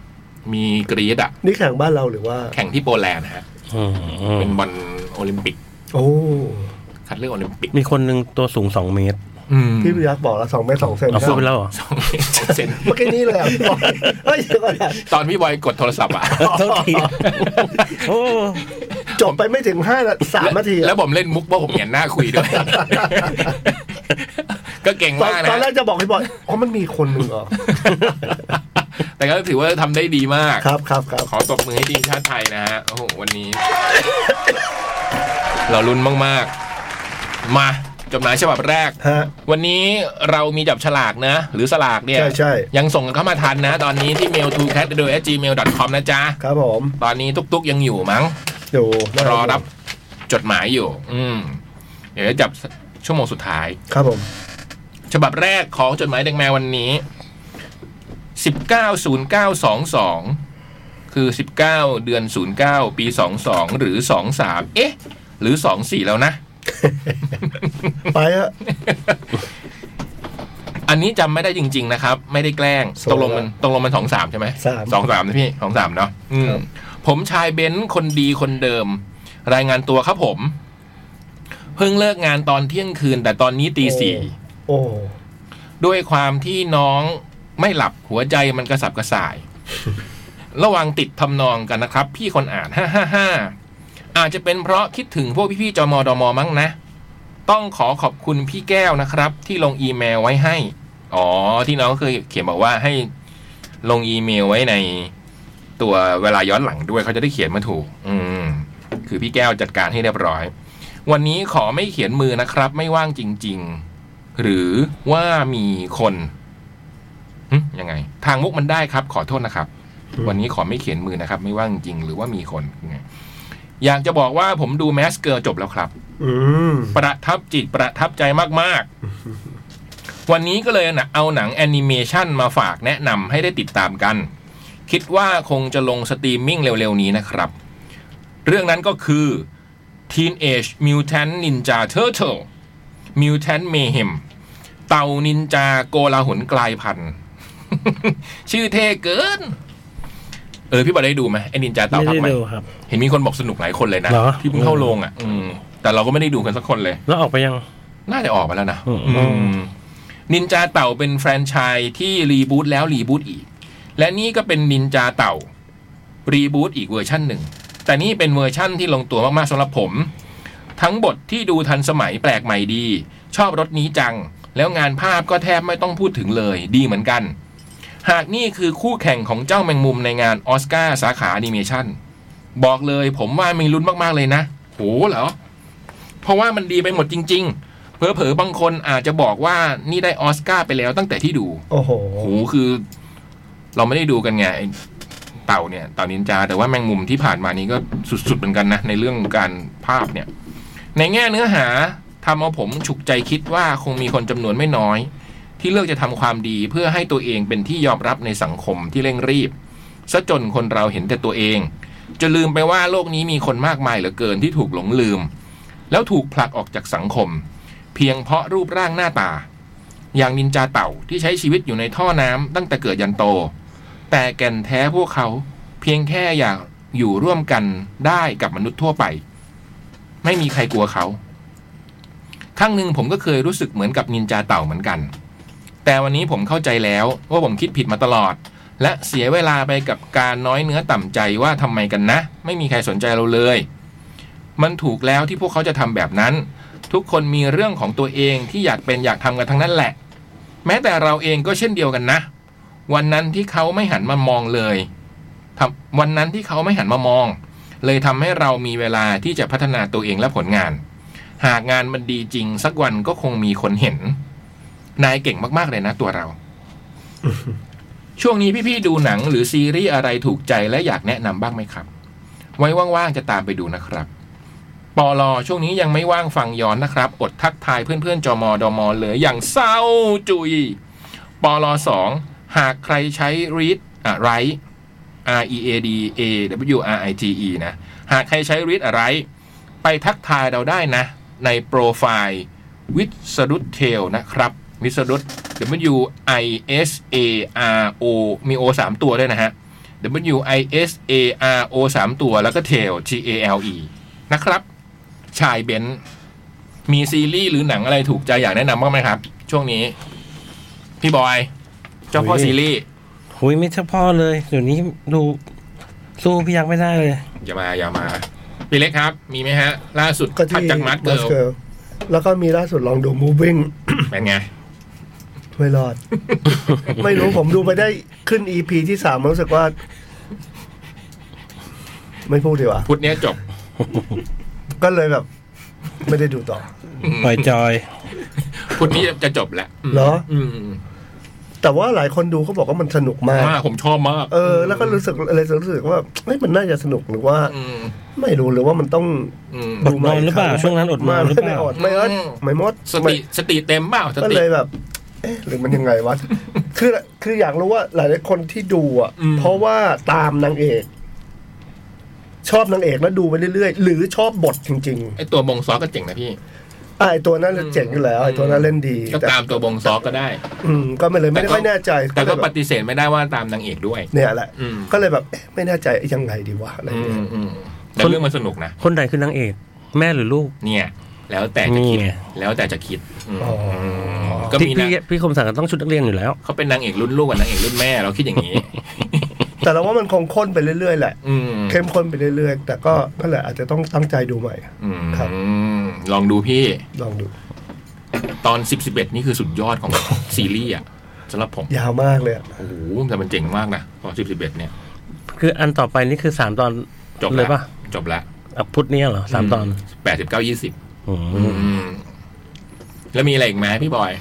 A: มีกรีดอะ
F: นี่แข่งบ้านเราหรือว่า
A: แข่งที่โปแลนด์ฮะ
C: อืมอืม
A: เป็นวันโอลิมปิก
F: โอ้
A: คัดเลือกโอลิมปิก
C: มีคนหนึ่งตัวสูงสองเมตร
A: อืม
F: พี่พิยักษ์บอกแล้วสองเมตรสองเซน
C: เอาพูดไปแล้วเหรอ
A: สองเซน
F: เมื่อกี้นี้เลยอ่ะเฮ้ยเดี๋ยวก่อนนะ
A: ตอนพี่บอยกดโทรศัพท์อะ
C: โทษทีโอ้
F: จบไปไม่ถึงห้านาทีสามนาทีอะ
A: แล้วผมเล่นมุกว่าผมเห็นหน้าคุยด้วย ก็เก่ง
F: ตอน
A: มาก
F: ตอนแร
A: นะ
F: กจะบอกพี่บอยอ๋อมันมีคนหนึ่งเหรอ
A: แต่ก็ถือว่าทำได้ดีมาก
F: ครับครับครับ
A: ขอตบมือให้ทีมชาติไทยนะฮะ โอ้โห วันนี้ เราลุ้นมาก ๆ มาจดหมายฉบับแรก
F: ฮะ
A: วันนี้เรามีจับฉลากนะ หรือสลากเนี่ย
F: ใช่ใช่
A: ยังส่งกันเข้ามาทันนะ ตอนนี้ที่ mail to cat d o gmail com นะจ๊ะ
F: ครับผม
A: ตอนนี้ตุกๆยังอยู่มั้ง
F: อยู่ได้
A: รอรับจดหมายอยู่ อืม เดี๋ยวจะจับชั่วโมงสุดท้าย
F: ครับผม
A: ฉบับแรกของจดหมายเด็กแมววันนี้ 190922 คือ 19 เดือน 09 ปี 22 หรือ 23 เอ๊ะ หรือ 24 แล้วนะ
F: ไปฮะ
A: อันนี้จำไม่ได้จริง ๆ นะครับ ไม่ได้แกล้ง
F: ส
A: ต
F: วย
A: กลงมันตกลงมันสองสามใช่ไหม
F: สาม
A: สองสามนะพี่สองสามเนาะอืม
F: ครับ
A: ผมชายเบนซ์คนดีคนเดิม รายงานตัวครับผม เพิ่งเลิกงานตอนเที่ยงคืน แต่ตอนนี้ตีสี่
F: โอ้
A: ด้วยความที่น้องไม่หลับหัวใจมันกระสับกระส่าย ระหวังติดทำนองกันนะครับ พี่คนอ่าน 5 5 5 อาจจะเป็นเพราะคิดถึงพวกพี่ๆจมดมมั้งนะ ต้องขอขอบคุณพี่แก้วนะครับ ที่ลงอีเมลไว้ให้ อ๋อ ที่น้องเคยเขียนบอกว่าให้ลงอีเมลไว้ในตัวเวลาย้อนหลังด้วยเขาจะได้เขียนมาถูก อืม คือพี่แก้วจัดการให้เรียบร้อย วันนี้ขอไม่เขียนมือนะครับ ไม่ว่างจริง ๆ หรือว่ามีคนหึยังไง ทางมุกมันได้ครับ ขอโทษนะครับ
F: อืม
A: วันนี้ขอไม่เขียนมือนะครับ ไม่ว่างจริงหรือว่ามีคนยังไงอยากจะบอกว่าผมดูแมสเกอร์จบแล้วครับ
F: อืม
A: ประทับจิตประทับใจมาก ๆ วันนี้ก็เลยนะเอาหนังแอนิเมชันมาฝากแนะนำให้ได้ติดตามกัน คิดว่าคงจะลงสตรีมมิ่งเร็ว ๆ นี้นะครับ เรื่องนั้นก็คือ Teenage Mutant Ninja Turtle Mutant Mayhem เต่านินจาโกลาหลกลายพันธุ์ ชื่อเท่เกิน เออ พี่บอลได้ดูไหมไอ้นินจาเต่า
C: ไม่
A: พัก
C: ได้
A: ใหม่
C: ดูครับ
A: เห็นมีคนบอกสนุกหลายคนเลยนะ
C: เหรอ
A: ที่เพิ่งเข้าโรงอ่ะ อืมแต่เราก็ไม่ได้ดูกันสักคนเลย
C: แล้วออกไปยัง
A: น่าจะออกมาแล้วนะ
C: อืม
A: อืมนินจาเต่าเป็นแฟรนไชส์ที่รีบูตแล้วรีบูตอีก และนี่ก็เป็นนินจาเต่า รีบูตอีกเวอร์ชั่นหนึ่ง แต่นี่เป็นเวอร์ชั่นที่ลงตัวมาก ๆสำหรับผม ทั้งบทที่ดูทันสมัยแปลกใหม่ดี ชอบรถนี้จัง แล้วงานภาพก็แทบไม่ต้องพูดถึงเลย ดีเหมือนกัน หากนี่คือคู่แข่งของเจ้าแมงมุมในงานออสการ์สาขาแอนิเมชันบอกเลยผมว่ามีลุ้นมาก ๆ เลยนะโหเหรอ เพราะว่ามันดีไปหมดจริง ๆ เผลอๆบางคนอาจจะบอกว่านี่ได้ออสการ์ไปแล้วตั้งแต่ที่ดู
F: โอ้โห
A: โหคือ เราไม่ได้ดูกันไงไอ้เต่าเนี่ยเต่านินจา แต่ว่าแมงมุมที่ผ่านมานี้ก็สุดๆเหมือนกันนะ ในเรื่องการภาพเนี่ย ในแง่เนื้อหาทำเอาผมฉุกใจคิดว่าคงมีคนจำนวนไม่น้อย ที่เลือกจะทำความดีเพื่อให้ตัวเองเป็นที่ยอมรับในสังคมที่เร่งรีบซะจนคนเราเห็นแต่ตัวเอง จะลืมไปว่าโลกนี้มีคนมากมายเหลือเกินที่ถูกหลงลืม แล้วถูกผลักออกจากสังคม เพียงเพราะรูปร่างหน้าตา อย่างนินจาเต่าที่ใช้ชีวิตอยู่ในท่อน้ำตั้งแต่เกิดยันโต แต่แก่นแท้พวกเขาเพียงแค่อยากอยู่ร่วมกันได้กับมนุษย์ทั่วไป ไม่มีใครกลัวเขาครั้งหนึ่งผมก็เคยรู้สึกเหมือนกับนินจาเต่าเหมือนกัน แต่วันนี้ผมเข้าใจแล้วว่าผมคิดผิดมาตลอด และเสียเวลาไปกับการน้อยเนื้อต่ำใจว่าทำไมกันนะ ไม่มีใครสนใจเราเลย มันถูกแล้วที่พวกเขาจะทำแบบนั้น ทุกคนมีเรื่องของตัวเองที่อยากเป็นอยากทำกันทั้งนั้นแหละ แม้แต่เราเองก็เช่นเดียวกันนะ วันนั้นที่เขาไม่หันมามองเลยทำวันนั้นที่เขาไม่หันมามอง เลยทำให้เรามีเวลาที่จะพัฒนาตัวเองและผลงาน หากงานมันดีจริง สักวันก็คงมีคนเห็น นายเก่งมาก ๆ เลยนะตัวเรา ช่วงนี้พี่ ๆ ดูหนังหรือซีรีส์อะไรถูกใจและอยากแนะนำบ้างไหมครับ ไว้ว่าง ๆ จะตามไปดูนะครับ ปอลอช่วงนี้ยังไม่ว่างฟังย้อนนะครับ อดทักทายเพื่อนๆจอมอดอมอเหลืออย่างเศร้าจุยปอลอสองหากใครใช้ read อะไร R E A D A W R I T E นะ หากใครใช้ read อะไร ไปทักทายเราได้นะ ในโปรไฟล์วิสรุตเทลนะครับวิสรุต W I S A R O มี O สามตัวด้วยนะฮะ W I S A R O สามตัวแล้วก็ tail T A L E นะครับ ชายเบนซ์มีซีรีส์หรือหนังอะไรถูกใจอยากแนะนำบ้างไหมครับ ช่วงนี้ พี่บอย เจ้าพ่อ
C: โอ้ย
A: ซีรีส์
C: หุยไม่เฉพาะเลย เดี๋ยวนี้ดูสู้พี่ยักษ์ไม่ได้เลย
A: อย่ามาอย่ามาพี่เล็กครับ มีไหมฮะ ล่าสุด
B: ก็ที่
A: ถัดจากมัดเกิล
B: Girl
F: แล้วก็มีล่าสุดลองดู moving
A: เป็นไง
F: ไม่รอ ด
B: ไม่รู้ผมดูไปได้ขึ้น EP ที่สามรู้สึกว่า
F: ไม่พูดดีกว่า
A: พุธเนี้ยจบ
F: ก็เลยแบบ ไม่ได้ดูต่อ
C: ปล่อยจอย
A: พุธนี้จะจบแล้ว
F: เหรอ
A: อืม
F: แต่ว่าหลายคนดูเขาบอกว่ามันสนุกมาก
A: มากผมชอบมาก
F: เออ แล้วก็รู้สึกอะไรรู้สึกว่าเฮ้ยมันน่าจะสนุกหรือว่า
A: อืม
F: ไม่รู้หรือว่ามันต้อง
A: อืม
F: ดูใม่
C: อดนอนหรือเปล่าช่วงนั้นอดนอนหรือเปล่า
F: ไม่ได้อดไม่อด
A: อืม
F: ไม่มด
A: สติสติเต็มเปล่าส
F: ก็
A: ติ
F: เลยแบบ เอ๊ะหรือมันยังไงวะ คือคืออยากรู้ว่าหลายๆคนที่ดูอ่ะ
A: อืม
F: เพราะว่าตามนางเอก ชอบนางเอกแล้วดูไปเรื่อยๆ หรือชอบบทจริง
A: ไอตัวบงซอก็เจ๋งนะพี่
F: ๆอ่ะไอตัวนั้นเจ๋งอยู่แล้วไอตัวนั้นเล่นดี
A: ก็
F: แต่
A: ตามตัวบงซอก็ได้
F: อืมก็ไม่เลยไม่
A: แต่
F: ได้
A: ก็
F: ไม่แน่ใจ
A: แต่ก็
F: เลย
A: ป
F: บบ
A: ฏิเสธไม่ได้ว่าตามนางเอกด้วย
F: เนี่ยแหละ
A: อืม
F: ก็เลยแบบเอ๊ะไม่แน่ใจยังไงดีวะอะไร
A: อื
F: เงี้ย
A: มอืมแต่เรื่องมันสนุกนะ
C: คนใดคือนางเอก แม่หรือลูก
A: เนี่ย แล้วแต่จะคิด
C: นี่ไง
A: แล้วแต่จะคิดอืม
F: อ๋อ
A: ก็
C: พี่
A: มี
C: พี่
A: นะ
C: พี่คมสันก็ต้องชุดนักเรียนอยู่แล้ว
A: เขาเป็นนางเอกรุ่นลูกกับนางเอกรุ่นแม่เราคิด อย่างนี้
F: แต่เราว่ามันคงข้นไปเรื่อยๆแหละ
A: อืม
F: เข้มข้นไปเรื่อยๆ แต่ก็นั่นแหละอาจจะต้องตั้งใจดูใหม่
A: อืม
F: ครับ
A: ลองดูพี่
F: ลองดู
A: ตอนสิบสิบเอ็ดนี่คือสุดยอดของ ซีรีส์อ่ะสำหรับผม
F: ยาวมากเลยอะ
A: โอ้โหแต่มันเจ๋งมากนะตอนสิบสิบเอ็ดเนี่ย
C: คืออันต่อไปนี่คือสามตอน
A: จบ
C: เล
A: แล้
C: ยว ป่ะ
A: จบแล้ว
C: อ่ะพุธเนี้ยเหรอสามตอน
A: แปดสิบเก้ายี่สิบ
C: อืม
A: อืมแล้วมีอะไรอีกไหมพี่บอย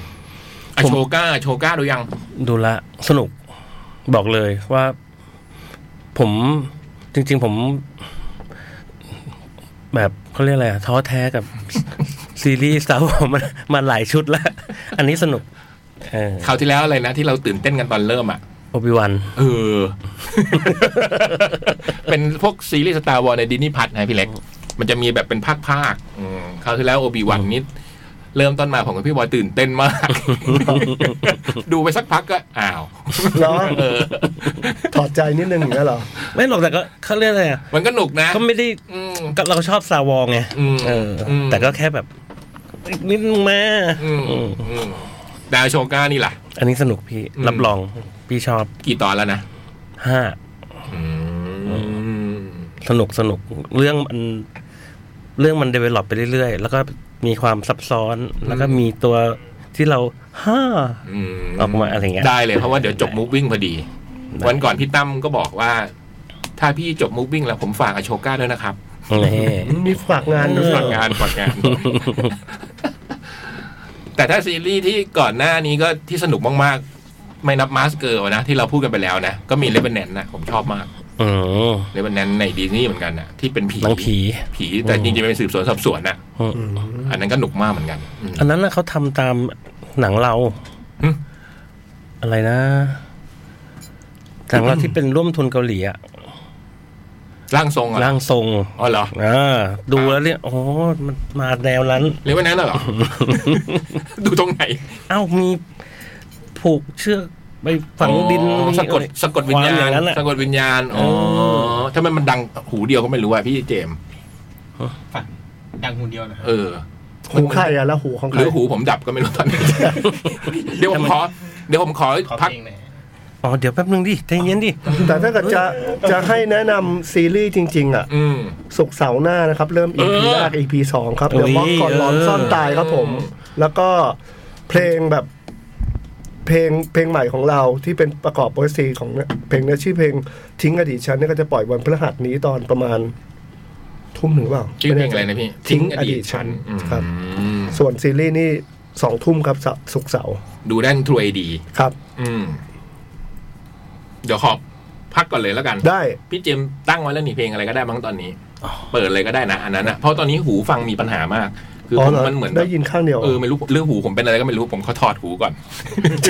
A: อะ
C: ผม
A: โชก้าโชก้าดูยัง
C: ดูละสนุกบอกเลยว่า ผมจริง ๆ ผม แบบเขาเรียกอะไรอะท้อแท้กับ ซีรีส์สาวมันมาหลายชุดแล้ว อันนี้สนุกเออ
A: คราวที่แล้วอะไรนะ ที่เราตื่นเต้นกันตอนเริ่มอ่ะ
C: โอบิวัน
A: เออ เป็นพวกซีรีส์สตาร์วอลในดินนี่พัทนะพี่เล็ก มันจะมีแบบเป็นภาคภาคๆอืมคราวที่แล้วโอบีวันนิด เริ่มต้นมาผมกับพี่บอยตื่นเต้นมาก ดูไปสักพักก็อ้าว
F: เหรอ
A: เออ
F: ถอดใจนิดนึงอย่างเงี้ยเหรอ
C: ไม่หรอกแต่ก็เขาเรียกอะไรอะ
A: มันก็หนุกนะ
C: เขาไม่ได้
A: อืม
C: ก็เราชอบซาวองไง
A: อืม
C: เอออ
A: ม
C: แต่ก็แค่แบบอีกนิดนึงแม่
A: อืมอืมดาวโชก้านี่ล่ะ
C: อันนี้สนุกพี่
A: อืม
C: รับรองพี่ชอบ
A: กี่ตอนแล้วนะ
C: ห้า
A: อืม
C: สนุกสนุกเรื่องมันเรื่องมันเดเวล็อปไปเรื่อยๆ แล้วก็มีความซับซ้อนแล้วก็มีตัวที่เราห้า
A: อืม
C: ออกมาอะไรเงี้ย
A: ได้เลยเพราะว่าเดี๋ยวจบมูฟวิ่งพอดี วันก่อนพี่ตั้มก็บอกว่า ถ้าพี่จบมูฟวิ่งแล้วผมฝากอโชก้าด้วยนะครับ
C: แน่
F: มีฝากงานด้วย
A: ฝากงานฝากงาน แต่ถ้าซีรีส์ที่ก่อนหน้านี้ก็ที่สนุกมากๆ ไม่นับมาสเกอร์นะ ที่เราพูดกันไปแล้วนะ ก็มีเลเบนแนนนะ ผมชอบมาก
C: อืม
A: เลเบนแนนในดีนี่เหมือนกันนะที่เป็นผี
C: หนังผี
A: ผีแต่จริงๆ เป็นสืบสวนสอบสวนนะ
C: อืม
A: อันนั้นก็หนุกมากเหมือนกันอืม
C: อันนั้นนะเขาทำตามหนังเรา
A: หึ
C: อะไรนะหนังเราที่เป็นร่วมทุนเกาหลีอะ
A: ร่างทรงเหร
C: ร่า
A: อ่ะ
C: งทรง
A: อ๋อเหรอ
C: อ่าดูแล้วเนี่ยโอ้มันมาแนวนั้น
A: เรียกว่านั้นเหรอ ดูตรงไหน
C: เอ้ามีผูกเชือกไปฝังดิน
A: อ๋อ
C: มี
A: สะก
C: อะ
A: ด
C: ไร
A: สะกดวิญญา
C: ควมอ
A: ณ
C: ย่างนั้นอะ
A: สะกดวิญญาณอ๋อถ้ามันมันดังหูเดียวก็ไม่รู้อ่ะพี่เจมส์
G: ฝันดังหุ่นเดียวนะครับ
A: เออ
F: หูใครอะแล้วหูของ
A: ห
F: ใคร
A: รือหูผมดับก็ไม่รู้ตอนนี้ เดี๋ยวผมขอ เดี๋ยวผมขอ
G: ขอ
A: พัก
G: เพลงหน่อยฮะ
C: อ๋อ เดี๋ยวแป๊บนึงดิใจเย็นดิ
F: แต่ถ้าเกิดจะจะให้แนะนำซีรีส์จริง ๆ อ่ะ
A: อืม
F: สุกร์เสาร์หน้านะครับ เริ่ม EP
A: เออ
F: แรก EP สองครับ
C: เอ้
F: เดี๋ย
C: ยว
F: บอกก่อนร้อน
C: เออ
F: ซ่อนตายครับผม แล้วก็เพลงแบบเพลงเพลงใหม่ของเราที่เป็นประกอบโอซีของเนี่ยเพลงเนี้ชื่อเพลงทิ้งอดีตฉันเนี่ยก็จะปล่อยวันพฤหัสนี้ตอนประมาณ ทุ่มหนึ่งเปล่า
A: ชื่อเพลงอะไรนะพี่
F: ทิ้งอดีตฉัน
A: อืม
F: ครับ ส่วนซีรีส์นี่สองทุ่มครับสุกร์เสาร์
A: ดูด้านทรูไอดี
F: ครับ
A: อืม เดี๋ยวขอพักก่อนเลยแล้วกัน
F: ได้
A: พี่เจมส์ตั้งไว้แล้วนี่เพลงอะไรก็ได้บ้างตอนนี้ เปิดเลยก็ได้นะอันนั้นอ่ะเพราะตอนนี้หูฟังมีปัญหามาก คือ
F: อ๋
A: อผม
F: อเหรอ
A: มันเหมือน
F: ได้ยินข้างเดียว
A: เออไม่รู้เรื่องหูผมเป็นอะไรก็ไม่รู้ผมขอถอดหูก่อน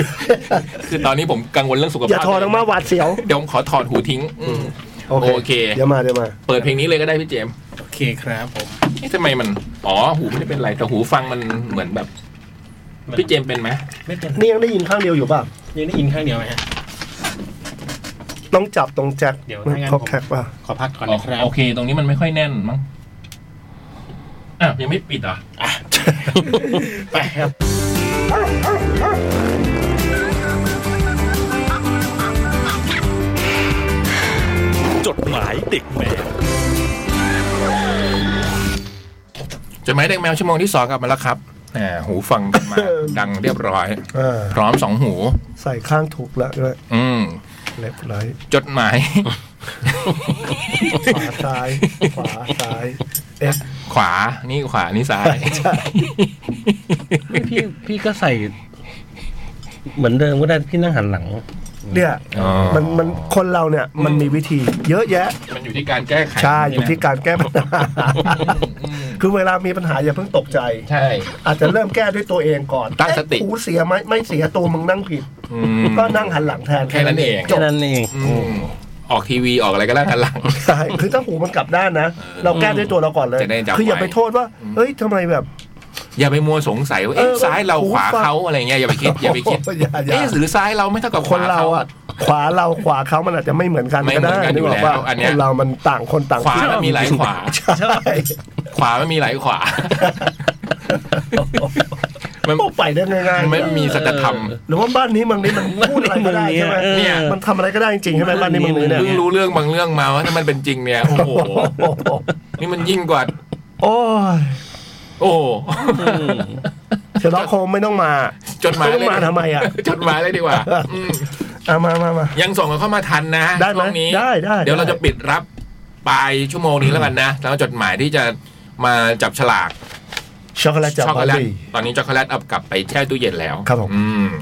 A: คือตอนนี้ผมกังวลเรื่องสุขภาพ
F: อย่าทอทั้งมาหวาดเสียว
A: เดี๋ยวผมขอถอดหูทิ้งอืม
F: โอเค
A: โอเค
F: เดี๋ยวมาเดี๋ยวมา
A: เปิดเพลงนี้เลยก็ได้พี่เจมส์
G: โอเคครับผม
A: เอ๊ะทำไมมันอ๋อหูไม่ได้เป็นไรแต่หูฟังมันเหมือนแบบพี่เจมส์เป็นไหม
G: ไม่เป็น
F: นี่ยังได้ยินข้างเดียวอยู่ป่ะ
G: ยังได้ยินข้างเดียวไหมฮะ
F: ต้องจับตรงแจ็ค
G: เดี๋ยว
F: มัน
G: ถ้างั้น
F: พก
G: ผม
F: แท็กป่ะ
G: ขอพักก่อนนะครับ
A: โอเค ตรงนี้มันไม่ค่อยแน่นมั้งอ่ะยังไม่ปิดเหรอ่ะ
G: ไปครับ
H: จดหมายเด็กแมว
A: จดหมายเด็กแมวชั่วโมงที่สองกลับมาแล้วครับแหมหูฟังมา ดังเรียบร้อย
F: อ่า
A: พร้อมสองหู
F: ใส่ข้างถูกละด้วย
A: อืม
F: เล็บร้อย
A: จดหมาย
F: ขวาซ้าย ขวาซ้าย เอส
A: ขวา นี่ขวา นี่ซ้าย
C: พี่พี่ก็ใส่ เหมือนเดิมก็ได้พี่นั่งหันหลัง
F: เนี่ย
A: อ๋อ
F: มันมันคนเราเนี่ยมันมีวิธี เยอะแยะ
A: มันอยู่ที่การแก้ไข
F: ใช่อยู่ที่การแก้ปัญหา คือเวลามีปัญหาอย่าเพิ่งตกใจ
A: ใช่
F: อาจจะเริ่มแก้ด้วยตัวเองก่อน
A: ตั้งสติ
F: เอ๊ะหูเสียไหมไม่เสียตัวมึงนั่งผิด
A: อืม
F: ก็นั่งหันหลังแทน
A: แค่นั้นเอง
F: จ
C: แค่
F: บ
C: นั้นเอง
A: อืมออกทีวีออกอะไรก็แล้วกันหลัง
F: ใช่คือถ้าหูมันกลับด้านนะ เราแก้ด้วยตัวเราก่อนเลย
A: จะได้จำ
F: คืออย่าไป
A: ไว้
F: โทษว่า เฮ้ยทำไมแบบ
A: อย่าไปมัวสงสัยว่าเอ๊ะ
F: เออ
A: ซ้ายเรา
F: หู
A: ขวา
F: ฟัง
A: เขาอะไรเงี้ยอย่าไปคิดอย่าไปคิด
F: อย่าอย่า
A: เอ๊ะหรือซ้ายเราไม่เท่ากับ
F: คน
A: ขว
F: เราอ่ะ ขวาเราขวาเขามันอาจจะไม่เหมือนกัน
A: ไม่
F: ก็
A: เหมือ
F: ได้
A: นกันอยู่
F: นึก
A: แล้ว
F: กปะ
A: อันเนี้
F: ค
A: ย
F: นเรามันต่างคนต่าง
A: ขวา
F: คิด
A: มันมีหลายขวา
F: ใช่
A: ขวามันมีหลายขวา มัน
F: โอ้ไปได้ง่าย
A: มันไม่มีสัจธรรม
F: หรือว่าบ้านนี้เมืองนี้มันพูดอะไรก็ได้ใช่ไหม
C: เออ
A: เนี่ย
F: มันทำอะไรก็ได้จริงๆใช่ไหมบ้านนี้เมืองนี้เนี่ย
A: เพิ่งรู้เรื่องบางเรื่องมาว่าถ้ามันเป็นจริงเนี่ย โอ้โห นี่มันยิ่งกว่า
F: โอ้ย
A: โอ้โห
F: เชลล็อกโคมไม่ต้องมา
A: จดหมาย
F: ไม่ต้องมา
A: เลย
F: ทำไมอ่ะ
A: จดหมายเลยดีกว่าอืม
F: เอามามามา
A: ยังส่งกันเข้ามาทันนะ
F: ได้ไหม
A: ช่วงนี้
F: ได้ได้
A: เดี๋ยวเรา
F: ได้
A: จะปิดรับปลายชั่วโมงนี้แล้วกันนะ แล้วจดหมายที่จะมาจับฉลาก
F: ช็อกโกแลตจาก
A: ช็อกโก
F: บาร์
A: แลต
F: บี้
A: ตอนนี้ช็อกโกแลตเอากลับไปแช่ตู้เย็นแล้ว
F: ครับผม
A: อืม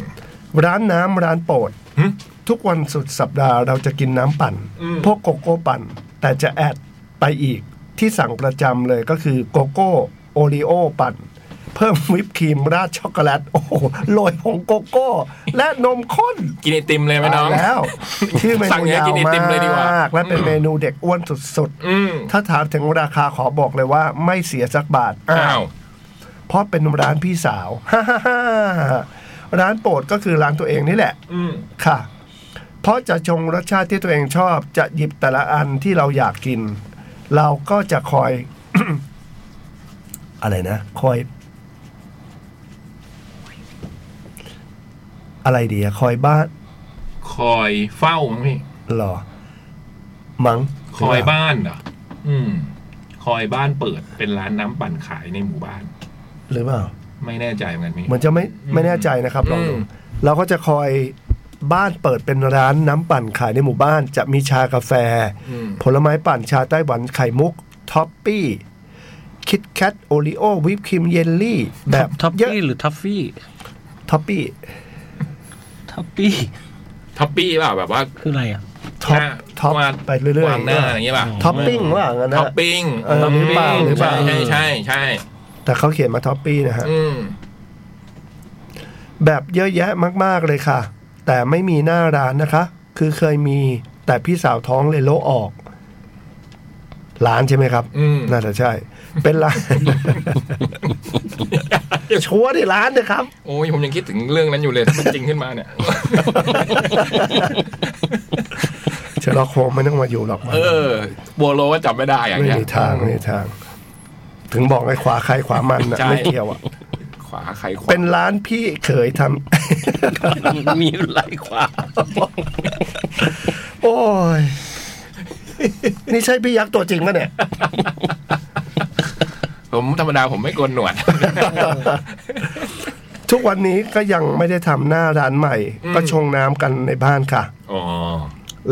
F: ร้านน้ำร้านโปรด
A: หึ
F: ทุกวันสุดสัปดาห์เราจะกินน้ำปั่น พวกโกโก้ปั่น แต่จะแอดไปอีกที่สั่งประจำเลยก็คือโกโก้โอรีโอปั่น เพิ่มวิปครีมราดช็อกโกแลต โอ้โหโรยผงโกโก้ และนมข้น
A: กินไอติมเลยไหมน้อง
F: ตายแล้ว ชื่อเม
A: สั่ง
F: นู
A: เยอะ
F: ยาว
A: กินไอติมเลยดีกว่าม
F: มาก และเป็นเมนูเด็กอ้วนสุด
A: อืม
F: ๆ ถ้าถามถึงราคาขอบอกเลยว่าไม่เสียสักบาท
A: อ้าว
F: เพราะเป็นร้านพี่สาว ร้านโปรดก็คือร้านตัวเองนี่แหละ
A: อืม
F: ค่ะ เพราะจะชงรสชาติที่ตัวเองชอบ จะหยิบแต่ละอันที่เราอยากกิน เราก็จะคอย อะไรนะ คอย อะไรดีอะคอยบ้าน
A: คอยเฝ้ามั้งพี่
F: หรอ มัง้ง
A: คอยบ้านเหรออืม คอยบ้านเปิดเป็นร้านน้ำปั่นขายในหมู่บ้าน
F: หรือเปล่า
A: ไม่แน่ใจเหมือนกันมี
F: เหมือนจะไม่ไม่แน่ใจนะครับลองดูเราก็จะคอยบ้านเปิดเป็นร้านน้ำปั่นขายในหมู่บ้าน จะมีชากาแฟ
A: อืม
F: ผลไม้ปั่นชาไต้หวันไข่มุก ท็อปปี้ คิดแคทโอริโอวิปครีมเยลลี่ แบบ
C: ท็อป
F: เยอะ
C: ปี้หรือท็อฟฟี่
F: ท็อปปี้
C: ท็อปปี้
A: ท็อปปี้เปล่าแบบว่า
C: คืออะไรอ่ะ
F: ท็อป
A: หน้า
F: ท็อป
A: วาง
F: ไปเรื่อยว
A: างหน้าอะไรอย่าง
F: ๆ
A: เงี้ยเปล่า
F: ท็อปปิ้งว่างั้นนะ
A: ท็อปปิ้ง
F: เออหรือเปล่าหรือเปล่า
A: ใช่ใช่ใช่
F: แต่เขาเขียนมาท็อปปี้นะฮะ
A: อืม
F: แบบเยอะแยะมาก ๆ เลยค่ะ แต่ไม่มีหน้าร้านนะคะ คือเคยมีแต่พี่สาวท้องเลยโละออก ร้านใช่ไหมครับ
A: อืม
F: น่าจะใช่ เป็นร้าน ชัวร์ดิร้านนะครับ
A: โอ้ยผมยังคิดถึงเรื่องนั้นอยู่เลยถ้ามันจริงขึ้นมาเนี่ย
F: เชอร์ล็อกโฮมส์ไม่ต้องมาอยู่หรอกมัน
A: เออบัวโลก็จำไม่ได้อย่าง
F: ไม่
A: เงี้ย
F: มีทางไม่มีทาง ถึงบอกไอ้ขวาใครขวามันนะ
A: ใช่
F: ไม่เกี่ยวอ่ะ
A: ขวาใครขวา
F: เป็นร้านพี่เขยทำ
C: มีหลายความ
F: โอ้ย นี่ใช่พี่ยักษ์ตัวจริงปะเนี่ย
A: ผมธรรมดาผมไม่โกนหน วด
F: ทุกวันนี้ก็ยังไม่ได้ทำหน้าร้านใหม่
A: อืม
F: ก็ชงน้ำกันในบ้านค่ะ
A: อ๋อ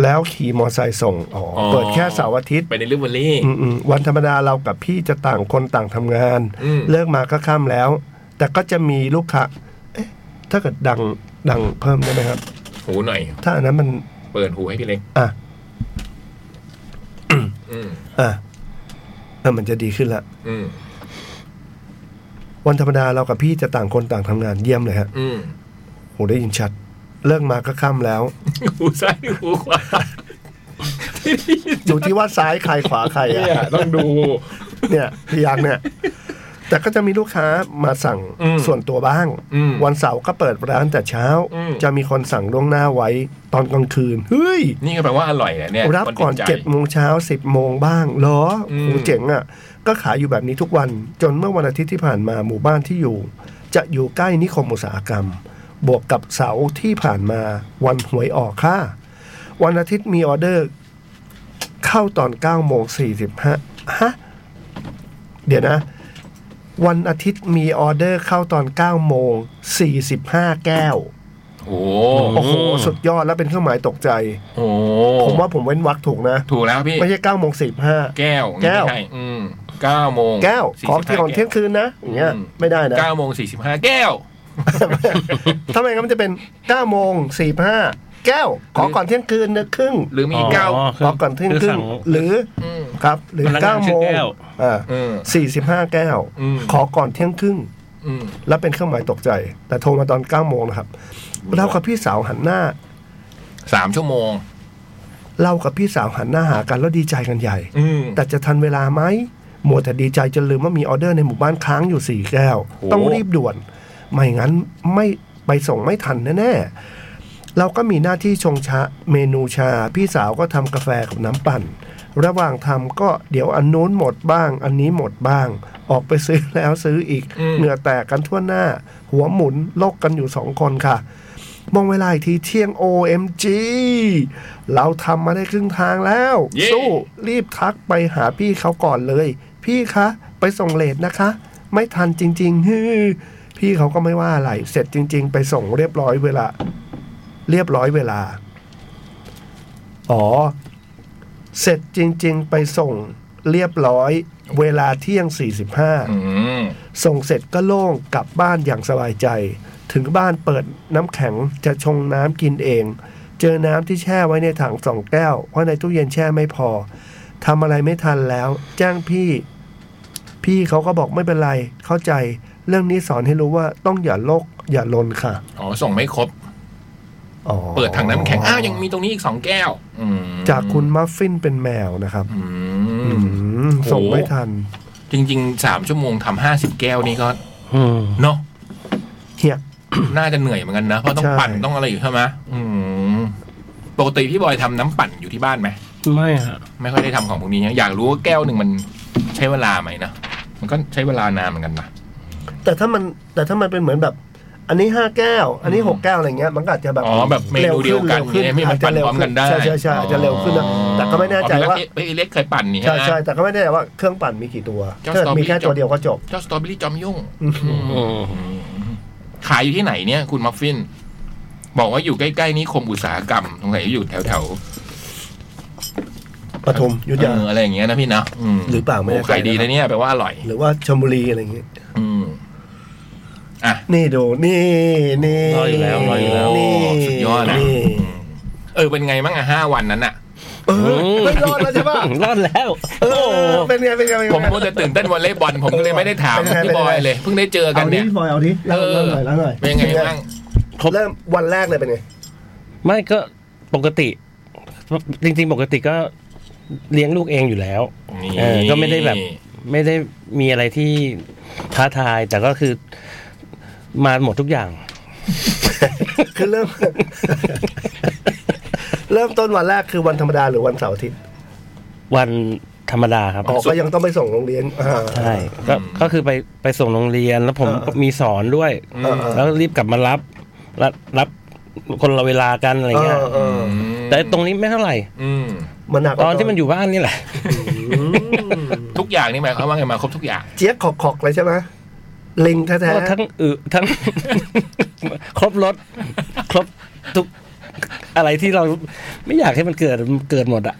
F: แล้วขี่มอไซค์ส่งอ๋ออ
A: อ
F: เปิดแค่เสาร์อาทิตย์
A: ไปในลิเวอรี่
F: อืมๆวันธรรมดาเรากับพี่จะต่างคนต่างทำงาน
A: อืม
F: เลิกมาก็ค่ำแล้ว แต่ก็จะมีลูกค้าเอ๊ะถ้าเกิดดังดังเพิ่มได้ไหมครับ
A: หูหน่อย
F: ถ้าอันนั้นมัน
A: เปิดหูให้พี่เล็ก
F: อ่ะ
A: อืม
F: อ่ะเออมันจะดีขึ้นละ
A: อืม
F: วันธรรมดาเรากับพี่จะต่างคนต่างทำงานเยี่ยมเลยฮะ
A: อืม
F: โหได้ยินชัด เลิกมาก็ค่ำแล้ว
A: หูซ้ายหรือหูขวา
F: อยู่ที่ว่าซ้ายใครขวาใคร
A: เนี่ย
F: อะ
A: ต้องดู
F: เนี่ยพี่ยักษ์เนี่ย แต่ก็จะมีลูกค้ามาสั่ง
A: อืม
F: ส่วนตัวบ้าง
A: อืม
F: วันเสาร์ก็เปิดร้านแต่เช้า
A: อืม
F: จะมีคนสั่งล่วงหน้าไว้ตอนกลางคืน เฮ้ย
A: นี่ก็แปลว่าอร่อยแหละเนี่ย
F: รับ
A: คติ
F: ก่อน
A: ใจ
F: เจ็ดโมงเช้าสิบโมงบ้างเหรอ
A: อื
F: โอ้
A: ม
F: โหเจ๋งอ่ะ ก็ขายอยู่แบบนี้ทุกวันจนเมื่อวันอาทิตย์ที่ผ่านมาหมู่บ้านที่อยู่ จะอยู่ใกล้นิคมอุตสาหกรรม บวกกับเสาร์ที่ผ่านมาวันหวยออกค่ะ วันอาทิตย์มีออเดอร์ เข้าตอน9โมง45ฮะ เดี๋ยวนะ วันอาทิตย์มีออเดอร์เข้าตอน9โมง45 แก้ว
A: โอ้
F: โอ้โห สุดยอดแล้วเป็นเครื่องหมายตกใจ
A: โอ้
F: ผมว่าผมเว้นวรรคถูกนะ
A: ถูกแล้วพี่
F: ไม่ใช่9โมง45
A: แก้ว
F: แก้ว
A: ไม่ใช่อืมเก้าโมง
F: แก้ว
A: สี่
F: ขอ
A: สิบ
F: ที่
A: ห้า
F: ก่อนเที่ยงคืนนะอย่างเงี้ยไม่ได้นะ
A: เก้าโมงสี่สิบห้าแก้ว
F: ถ้าไม่งั้นมันจะเป็น9โมง45แก้ว ขอก่อนเที่ยงคืนนะครึ่ง
A: หรือมีเก้า
F: ขอก่อนเที่ยง
C: คื
F: ครึ่
C: สั่
F: ง
C: ง
F: หรือ
A: อืม
F: ครับหรือ
C: พนักงาน
F: 9
C: ชื่
F: โม
C: อง แก้ว
F: อ่า
A: เออ
F: 45 แก้ว
A: อืม
F: ขอก่อนเที่ยงครึ่ง
A: อืม
F: และเป็นเครื่องหมายตกใจ แต่โทรมาตอน9โมงนะครับเรากับพี่สาวหันหน้า
A: สามชั่วโมง
F: เรากับพี่สาวหันหน้าหากันแล้วดีใจกันใหญ่
A: อืม
F: แต่จะทันเวลาไหมหมวแต่ดีใจจนลืมว่ามีออเดอร์ในหมู่บ้านค้างอยู่สี่แก้ว
A: โอ้
F: ต้องรีบด่วน ไม่งั้นไม่ไปส่งไม่ทันแน่ๆ เราก็มีหน้าที่ชงชาเมนูชา พี่สาวก็ทำกาแฟกับน้ำปั่น ระหว่างทำก็เดี๋ยวอันนู้นหมดบ้าง อันนี้หมดบ้าง ออกไปซื้อแล้วซื้ออีก เหงื่อแตกกันทั่วหน้า หัวหมุนโลกกันอยู่สองคนค่ะ มองเวลาอีกทีเที่ยง OMG เราทำมาได้ครึ่งทางแล้ว
A: เย้
F: สู้รีบทักไปหาพี่เขาก่อนเลย พี่คะ ไปส่งเลทนะคะ ไม่ทันจริงๆ ฮือพี่เขาก็ไม่ว่าอะไร เสร็จจริง ๆ ไปส่งเรียบร้อยเวลา เรียบร้อยเวลา อ๋อ เสร็จจริง ๆ ไปส่งเรียบร้อยเวลาเที่ยง 45
A: อืม
F: ส่งเสร็จก็โล่งกลับบ้านอย่างสบายใจ ถึงบ้านเปิดน้ำแข็งจะชงน้ำกินเอง เจอน้ำที่แช่ไว้ในถังสองแก้วเพราะในตู้เย็นแช่ไม่พอทำอะไรไม่ทันแล้ว แจ้งพี่ พี่เขาก็บอกไม่เป็นไร เข้าใจ เรื่องนี้สอนให้รู้ว่าต้องอย่าโลกอย่าลนค่ะ
A: อ๋อ ส่งไม่ครบ
F: อ๋อ
A: เปิดถังน้ำแข็ง อ้าว ยังมีตรงนี้อีกสองแก้ว อืม
F: จากคุณมัฟฟินเป็นแมวนะครับ
A: อื
F: อื
A: ม
F: ม
A: โห
F: ส่งไม่ทัน
A: จริงๆสามชั่วโมงทำห้าสิบแก้วนี่ก็
C: อืม
A: เนาะ
F: เฮีย
A: น่าจะเหนื่อยเหมือนกันนะ เพราะต้อง
F: ใช่
A: ปั่นต้องอะไรอยู่ใช่ไหมอืม ปกติพี่บอยทำน้ำปั่นอยู่ที่บ้านไหม
C: ไม่ฮะ
A: ไม่ค่อยได้ทำของพวกนี้นะอยากรู้ว่าแก้วหนึ่งมันใช้เวลาไหมนะ มันก็ใช้เวลานานเหมือนกันนะ
F: แต่ถ้ามันแต่ถ้ามันเป็นเหมือนแบบ อันนี้ห้าแก้ว อันนี้หกแก้วอะไรเงี้ยมันก็อาจจะแบบ
A: อ๋อแบบเมนูเดียวกัน
F: ขึ้
A: เนี่ยไม่มัน
F: อาจจะ
A: ปั่น
F: เร็ว
A: พร้อม
F: ขึ้
A: กัน นได้
F: ใช่ใช่ใช่อาจจะเร็วขึ้นนะแต่ก็ไม่แน่ใจว่า
A: อ๋อพี่เล็กเอ๊ะพี่เล็กเคยปั่นนี่
F: ใช่
A: ฮะ
F: ใช่แต่ก็ไม่แน่ใจว่าเครื่องปั่นมีกี่ตัว
A: เจ้า
F: ถ้าเกิดมีแค่
A: strawberry
F: ตัวเดียวก็จบ
A: เจ้าสตรอเบอรี่จอมยุ่ง
F: อืม
A: อืมขายอยู่ที่ไหนเนี่ย คุณมัฟฟิน บอกว่าอยู่ใกล้ๆนี้คมอุตสาหกรรมตรงไหนอยู่แถว
F: ปทุมอ
A: ๆ
F: ยุ
A: เอย
F: ธา
A: ออะไรอย่างเงี้ยนะพี่นะม
F: หรือเปล่าไม่แน่ใจ
A: โขายดีเลยเนี่ยแปลว่าอร่อย
F: หรือว่าชลบุรีอะไรอย่างงี้
A: อืม
F: นี่ดูนี่นี่
C: รออยู่แล้วรออยู่แล้ว
F: นี่
A: สุดยอดนะ
F: นี่
A: เออเป็นไงบ้างอะห้าวันนั้นอะ
F: เออไม่รอดแล้วใช่ปะ
C: รอดแล้ว
F: เออเป็นไงเป็นไงเป็นไง
A: ผมก็จะตื่นเต้นวอลเลย์บอลผมก็เลยไม่ได้ถาม
F: เป็นไง
A: พี่บอย
F: เป็นไง
A: เลย เพิ่งได้เจอกั
F: เอา
A: น
F: ดิ
A: เนี่ย
F: พี่บอยเอาดิเล่าเล่าหน่อยเล่าหน่อย
A: เป็นไงบ้าง
F: เริ่มวันแรกเลยเป็นไง
C: ไม่ก็ปกติ จริง ๆ ปกติก็เลี้ยงลูกเองอยู่แล้ว
A: นี่
C: เออก็ไม่ได้แบบ ไม่ได้มีอะไรที่ท้าทาย แต่ก็คือมาหมดทุกอย่าง
F: คือเริ่ม เริ่มต้นวันแรกคือวันธรรมดาหรือวันเสาร์อาทิตย์
C: วันธรรมดาครับ
F: อ๋อก็ยังต้องไปส่งโรงเรียนอ่า
C: ใช่ก็ก็คือไปไปส่งโรงเรียนแล้วผม
F: อ่าอ่า
C: มีสอนด้วย
A: อื
F: เอ
A: ม
F: อเออ
C: แล้วรีบกลับมารับรับรับคนละเวลากันอะไรเงี้ย
F: เออเออ
C: แต่ตรงนี้ไม่เท่าไหร่
A: อืม
F: มันหนักก
C: ต
F: ว่า
C: อนที่มันอยู่บ้านนี่แหละ
F: อืม
A: ทุกอย่างนี่หมายความว่าไงมาครบทุกอย่าง
F: เจี๊ยบขอกขอกๆเลยใช่ไหมลิงแท้
C: ก็ทั้งอึทั้ง ครบรถ ครบทุกอะไรที่เราไม่อยากให้มันเกิดมันเกิดหมดอะ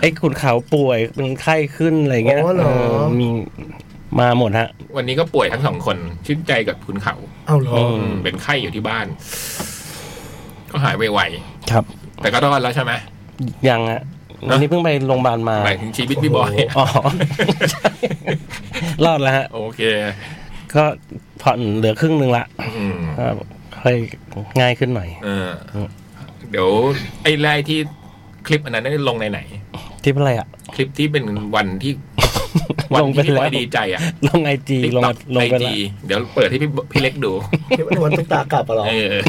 C: ไอ้ขุนเขาป่วยเป็นไข้ขึ้นอะไร
F: ๆ
C: เงี้ย
F: อ๋อเหรอ
C: เออมีมาหมดฮะ
A: วันนี้ก็ป่วยทั้งสองคนชื่นใจกับคุณเขา
F: เอาเหรอ
C: อืม
A: เป็นไข้อยู่ที่บ้าน ก็หายไว
C: ครับ
A: ๆแต่ก็รอดแล้วใช่ไหม
C: ยังอะวันนี้เพิ่งไปโรงพยาบาลมา
A: หมายถึงชีวิตพี่บอย
C: อ๋อ รอดแล้วฮะ
A: โอเค
C: ก็ผ่อนเหลือครึ่งหนึ่งละ
A: อืม
C: ก็ค่อยง่ายขึ้นหน่อย
A: เออ เดี๋ยว ไอ้ไล่ที่คลิปอันนั้นได้ลงในไหน
C: ที่อะไรอะ
A: คลิปที่เป็นวันที่ วัน
C: ลงไป
A: ที่พี่บอย
C: แล้ว
A: ดีใจอ่ะ
C: ลงไอจีลงมาลง
A: ไอ
C: ไปละ
A: จีเดี๋ยวเปิดให้พี่พี่เล็กดู
F: เดี๋ยววันตุ๊กตากลับอะเหรอ
A: เออ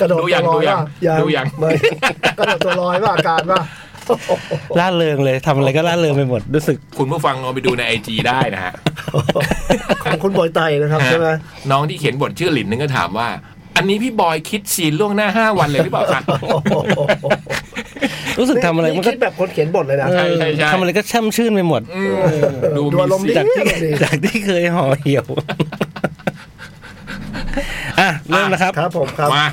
F: กระโดด
A: ดู
F: ตัว
A: ยัง
F: ลอยป่ะ
A: ดูยัง
F: ไม่กระโดดตัวลอยป่ะอาการป่ะ
C: ล่าเริงเลยทำอะไรก็ล่าเริงไปหมดรู้สึก
A: คุณผู้ฟังลองไปดูในไอจีได้นะฮะ
F: ของคุณบอยไตนะครับใช่ไหม
A: น้องที่เขียนบทชื่อหลินนึงก็ถามว่า อันนี้พี่บอยคิดซีนล่วงหน้าห้าวันเลยหรือเปล่าคะ
C: รู้สึกทำอะไรมันก็
F: คิดแบบคนเขียนบทเลยนะ
C: เอ
A: ใช่
C: อ
A: ใช่ใช่
C: ทำอะไรก็ช่ำชื่นไปหมด
A: อืมดู
F: ดูอารมณ์
A: มี
F: จา
A: สิ
F: ก
A: ท
F: ที่
A: ธิ์
C: จากที่เคยห่อเหี่ยว อ่ะเริ่มนะครับ
F: ครับผมครับ
A: มา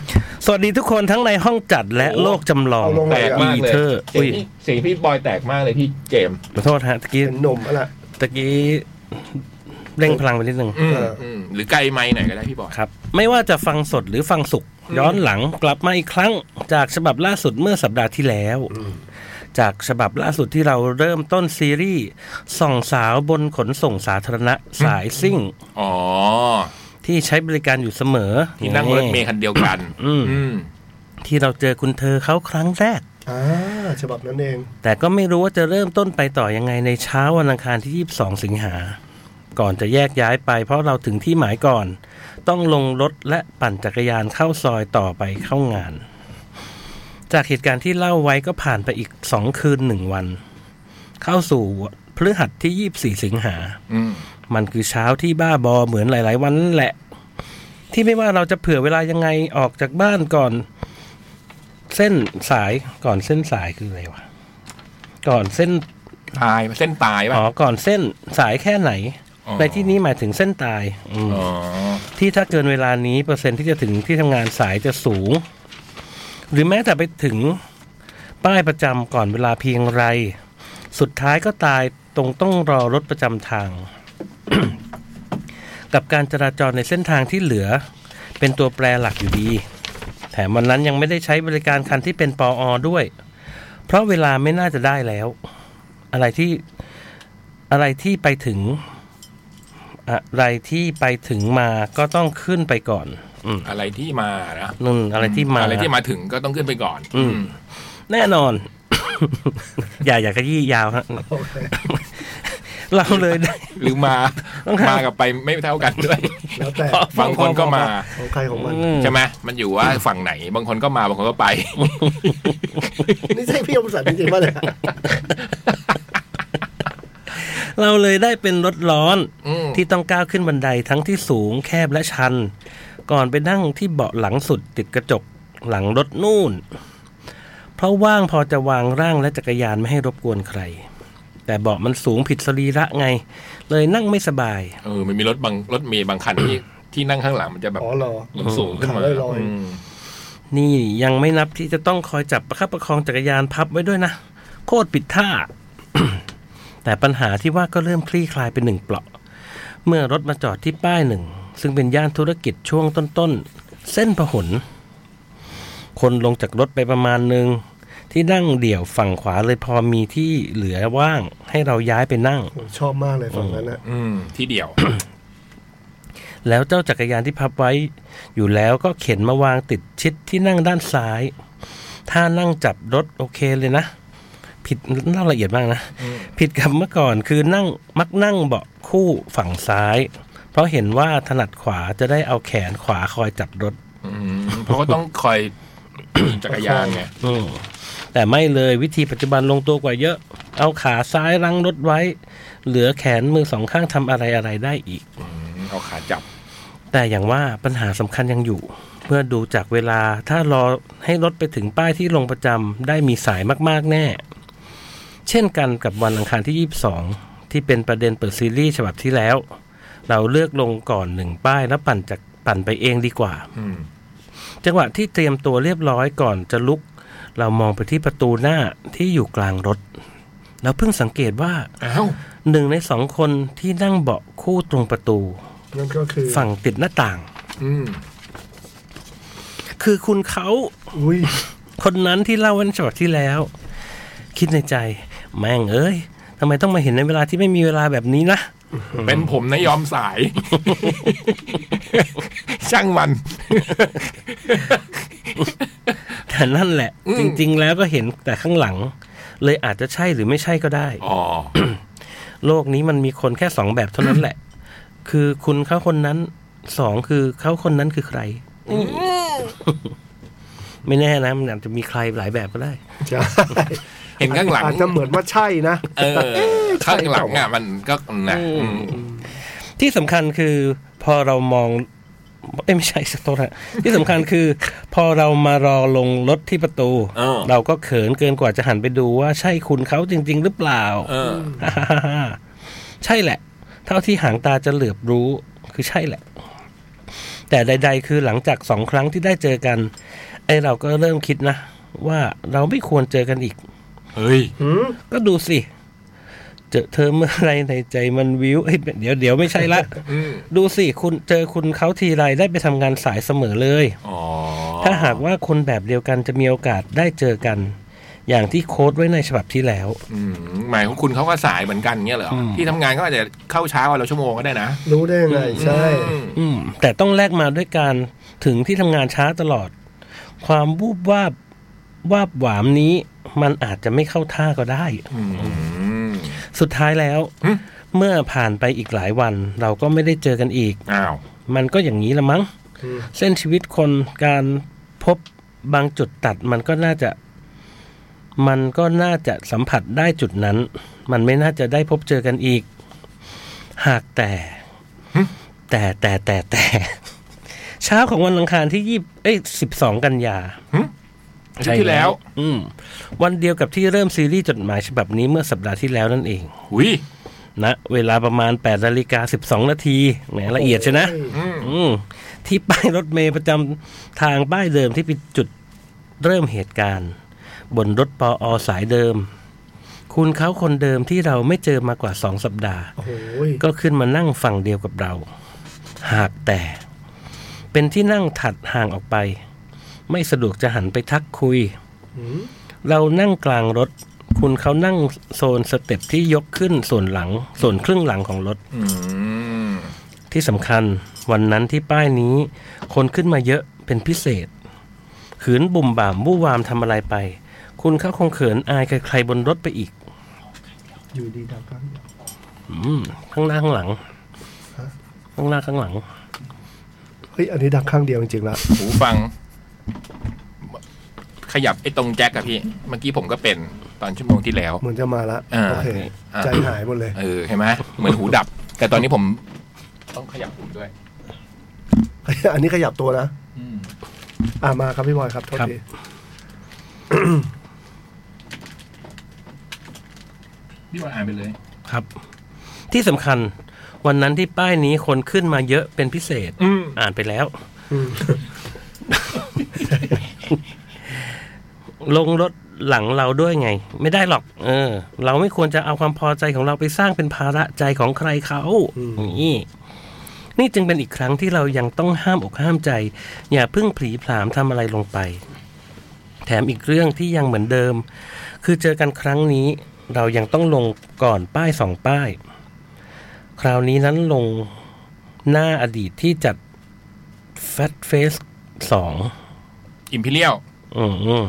C: สวัสดีทุกคนทั้งในห้องจัดและโลกจำลอง
F: เอาลง
A: แต
F: เลย
A: ก
F: อะ
A: มากเลย
C: เธอร์
A: เสีย
C: อุ้
A: ง
C: ย
A: พี่เสียงพี่บอยแตกมากเลยพี่เจมส์
C: ขอโทษฮะตะกี้
F: เป็นหนุ่มอะไร
C: ตะกี้เร่งพลังไปนิดนึง
A: อืม
F: เอออื
A: มหรือไกลไม้หน่อยก็ได้พี่บอย
C: ครับไม่ว่าจะฟังสดหรือฟังสุกย้อนหลังกลับมาอีกครั้ง จากฉบับล่าสุดเมื่อสัปดาห์ที่แล้ว จากฉบับล่าสุดที่เราเริ่มต้นซีรีส์ส่องสาวบนขนส่งสาธารณะสายซิ่ง
A: อ๋อ
C: ที่ใช้บริการอยู่เสมอ
A: ที่นั่งรถเมล์คันเดียวกัน
C: อืม
A: อืม
C: ที่เราเจอคุณเธอเขาครั้งแรก
F: อ่าฉบับนั้นเอง
C: แต่ก็ไม่รู้ว่าจะเริ่มต้นไปต่อยังไงในเช้าวันอังคารที่ 22 สิงหา ก่อนจะแยกย้ายไปเพราะเราถึงที่หมายก่อน ต้องลงรถและปั่นจักรยานเข้าซอยต่อไปเข้างาน จากเหตุการณ์ที่เล่าไว้ก็ผ่านไปอีก 2 คืน 1 วัน เข้าสู่พฤหัสที่ 24 สิงหา
A: อืม
C: มันคือเช้าที่บ้าบอเหมือนหลาย ๆ วันนั่นแหละ ที่ไม่ว่าเราจะเผื่อเวลายังไงออกจากบ้านก่อน เส้นสายก่อนเส้นสายคืออะไรวะก่อนเส้น
A: ตายเส้นตายป่ะ
C: อ๋อก่อนเส้นสายแค่ไหน
A: อ๋อ
C: ในที่นี้หมายถึงเส้นตายอืม
A: อ๋อ
C: ที่ถ้าเกินเวลานี้เปอร์เซ็นต์ที่จะถึงที่ทำงานสายจะสูง หรือแม้แต่ไปถึงป้ายประจำก่อนเวลาเพียงไร สุดท้ายก็ตายตรงต้องรอรถประจำทาง กับการจราจรในเส้นทางที่เหลือ เป็นตัวแปรหลักอยู่ดี แถมวันนั้นยังไม่ได้ใช้บริการคันที่เป็นปออด้วย เพราะเวลาไม่น่าจะได้แล้ว อะไรที่อะไรที่ไปถึง อะไรที่ไปถึงมาก็ต้องขึ้นไปก่อน อืม
A: อะไรที่มานะ
C: นั่นอะไรที่มา
A: อะไรที่มาถึงก็ต้องขึ้นไปก่อน
C: อืม แน่นอน อย่าอย่าขยี้ยาวฮะ เราเลยได้
A: หรือมา
C: ต้องหาม
A: มากับไปไม่เท่ากันด้วย
F: แล้วแต่
A: บางคนก็มา
F: ของใครของมัน
C: อืม
A: ใช่ไหมมันอยู่ว่าฝั่งไหน บางคนก็มา บางคนก็ไป
F: นี่ใช่พี่อมสันจริงๆป่ะเนี่ย
C: เราเลยได้เป็นรถร้อน
A: อืม
C: ที่ต้องก้าวขึ้นบันไดทั้งที่สูงแคบและชัน ก่อนไปนั่งที่เบาะหลังสุดติดกระจกหลังรถนู่น เพราะว่างพอจะวางร่างและจักรยานไม่ให้รบกวนใคร แต่เบาะมันสูงผิดสรีระไง เลยนั่งไม่สบาย
A: เออมันมีรถบางรถเมย์บางคันที่ที่นั่งข้างหลังมันจะแบบ
B: อ๋อเหรอ
A: มันสูงขึ้นมา
B: ขาลอยๆ
A: ม
C: นี่ยังไม่นับที่จะต้องคอยจับประคับประคองจักรยานพับไว้ด้วยนะ โคตรปิดท่า แต่ปัญหาที่ว่าก็เริ่มคลี่คลายเป็นหนึ่งเปราะ เมื่อรถมาจอดที่ป้ายหนึ่ง ซึ่งเป็นย่านธุรกิจช่วงต้นๆ เส้นพหล คนลงจากรถไปประมาณหนึ่ง ที่นั่งเดี่ยวฝั่งขวาเลยพอมีที่เหลือว่างให้เราย้ายไปนั่ง
F: ผมชอบมากเลยฝั่งนั้นนะ
A: อืมที่เดียว
C: แล้วเจ้าจักรยานที่พับไว้ อยู่แล้วก็เข็นมาวางติดชิดที่นั่งด้านซ้าย ถ้านั่งจับรถโอเคเลยนะ ผิดเล่าละเอียดมากนะ ผิดกับเมื่อก่อนคือนั่งมักนั่งเบาะคู่ฝั่งซ้าย เพราะเห็นว่าถนัดขวาจะได้เอาแขนขวาคอยจับรถ
A: อืมเพราะก็ต้องคอย จักรยานไง
C: อืมแต่ไม่เลยวิธีปัจจุบันลงตัวกว่าเยอะ เอาขาซ้ายรั้งรถไว้ เหลือแขนมือสองข้างทำอะไรอะไรได้อีก
A: อืมเอาขาจับ
C: แต่อย่างว่าปัญหาสำคัญยังอยู่ เมื่อดูจากเวลาถ้ารอให้รถไปถึงป้ายที่ลงประจำได้มีสายมากๆแน่ เช่นกันกับวันอังคารที่ 22 ที่เป็นประเด็นเปิดซีรีส์ฉบับที่แล้ว เราเลือกลงก่อนหนึ่งป้ายแล้วปั่นจากปั่นไปเองดีกว่า
A: อืม
C: จังหวะที่เตรียมตัวเรียบร้อยก่อนจะลุก เรามองไปที่ประตูหน้าที่อยู่กลางรถ แล้วเพิ่งสังเกตว่า
A: อ้าว
C: หนึ่งในสองคนที่นั่งเบาะคู่ตรงประตู
F: นั่นก็คือ
C: ฝั่งติดหน้าต่าง
A: อืม
C: คือคุณเขา
F: อุ้ย
C: คนนั้นที่เล่าไว้ในฉบับที่แล้ว คิดในใจ แม่งเอ้ยทำไมต้องมาเห็นในเวลาที่ไม่มีเวลาแบบนี้นะ
A: เป็นผมนะยอมสาย ช่างมัน
C: แต่นั่นแหละ จริง ๆ แล้วก็เห็นแต่ข้างหลัง เลยอาจจะใช่หรือไม่ใช่ก็ได้
A: อ๋อ
C: โลกนี้มันมีคนแค่สองแบบเท่านั้นแหละ คือคุณเขาคนนั้นสองคือเขาคนนั้นคือใคร ไม่แน่นะมันอาจจะมีใครหลายแบบก็ได้
F: ใช่
A: เห็นข้างหลัง
F: อาจจะเหมือนว่าใช่นะ
A: เออ ข้างหลังอ่ะมันก็นะอืม
C: ที่สำคัญคือพอเรามองเอ้ยไม่ใช่สกโทษฮะที่สำคัญคือ พอเรามารอลงรถที่ประตู
A: เออ
C: เราก็เขินเกินกว่าจะหันไปดูว่าใช่คุณเขาจริง ๆ หรือเปล่า
A: เออ
C: ใช่แหละ เท่าที่หางตาจะเหลือบรู้คือใช่แหละ แต่ใด ๆ คือหลังจากสองครั้งที่ได้เจอกัน ไอเราก็เริ่มคิดนะ ว่าเราไม่ควรเจอกันอีก
A: เฮ้ย
C: ก็ดูสิ เจอเธอเมื่อไรในใจมันวิวเอ้ยเดี๋ยวเดี๋ยวไม่ใช่ละ
A: อืม
C: ดูสิคุณเจอคุณเขาทีไรได้ไปทำงานสายเสมอเลย
A: อ๋อ
C: ถ้าหากว่าคนแบบเดียวกันจะมีโอกาสได้เจอกัน อย่างที่โค้ดไว้ในฉบับที่แล้ว
A: อืมหมายของคุณเขาก็สายเหมือนกันเงี้ยเหรอ ที่ทำงานก็อาจจะเข้าช้ากว่าเราชั่วโมงก็ได้นะ
F: รู้ได้ยังไงใช่
A: อืม
C: อืมแต่ต้องแลกมาด้วยการถึงที่ทำงานช้าตลอด ความวูบวาบวาบหวามนี้ มันอาจจะไม่เข้าท่าก็ได้
A: อืม
C: สุดท้ายแล้ว
A: หึ
C: เมื่อผ่านไปอีกหลายวัน เราก็ไม่ได้เจอกันอีก
A: อ้าว
C: มันก็อย่างนี้ละมั้ง เส้นชีวิตคนการพบบางจุดตัด มันก็น่าจะ มันก็น่าจะสัมผัสได้จุดนั้น มันไม่น่าจะได้พบเจอกันอีก หากแต่ แต่แต่แต่แต่ เช้าของวันอังคารที่ยี่เอ้ยสิบสองกันยา
A: อาทิตย์ที่แล้ว
C: อืม วันเดียวกับที่เริ่มซีรีส์จดหมายฉบับนี้เมื่อสัปดาห์ที่แล้วนั่นเอง
A: หุย
C: ณนะเวลาประมาณ8นาฬิกา12นาทีแหมละเอียดใช่นะ
A: อืม
C: อืมที่ป้ายรถเมย์ประจำทางป้ายเดิมที่เป็นจุดเริ่มเหตุการณ์ บนรถปออสายเดิม คุณเขาคนเดิมที่เราไม่เจอมากว่าสองสัปดาห์
F: โอ้โหย
C: ก็ขึ้นมานั่งฝั่งเดียวกับเรา หากแต่ เป็นที่นั่งถัดห่างออกไป ไม่สะดวกจะหันไปทักคุย เรานั่งกลางรถ คุณเขานั่งโซนสเต็ปที่ยกขึ้นส่วนหลัง ส่วนครึ่งหลังของรถ
A: อืม
C: ที่สำคัญวันนั้นที่ป้ายนี้ คนขึ้นมาเยอะเป็นพิเศษ ขืนบุ่มบ่ามวู่วามทำอะไรไป คุณเขาคงเขินอายใครๆบนรถไปอีก
F: อยู่ดีดังกัน
C: อืมข้างหน้าข้างหลังข้างหน้าข้างหลัง
F: เฮ้ย อันนี้ดังข้างเดียวจริงๆละ
A: หูฟัง ขยับไอ้ตรงแจ็คอะพี่ เมื่อกี้ผมก็เป็นตอนชั่วโมงที่แล้ว
F: เหมือนจะมาละ
A: อ่า
F: โอเค
A: อ่า
F: ใจหายหมดเลย
A: เออเห็นไหมเหมือนหูดับ แต่ตอนนี้ผมต้องขยับหูด้วย
F: อันนี้ขยับตัวนะ อ่ามาครับพี่บอยครับโทษ
C: ครับ
F: ที
A: พี่ว่าอ่านไปเลย
C: ครับ ที่สำคัญวันนั้นที่ป้ายนี้คนขึ้นมาเยอะเป็นพิเศษ
A: อืม
C: อ่านไปแล้ว ลงรถหลังเราด้วยไง ไม่ได้หรอก เออ เราไม่ควรจะเอาความพอใจของเราไปสร้างเป็นภาระใจของใครเขานี่นี่จึงเป็นอีกครั้งที่เรายังต้องห้ามอกห้ามใจ อย่าเพึ่งผลีผลามทำอะไรลงไป แถมอีกเรื่องที่ยังเหมือนเดิม คือเจอกันครั้งนี้ เรายังต้องลงก่อนป้ายสองป้าย คราวนี้นั้นลงหน้าอดีตที่จัด Fat Face สอง
A: อิมพีเรียล
C: อืมอืม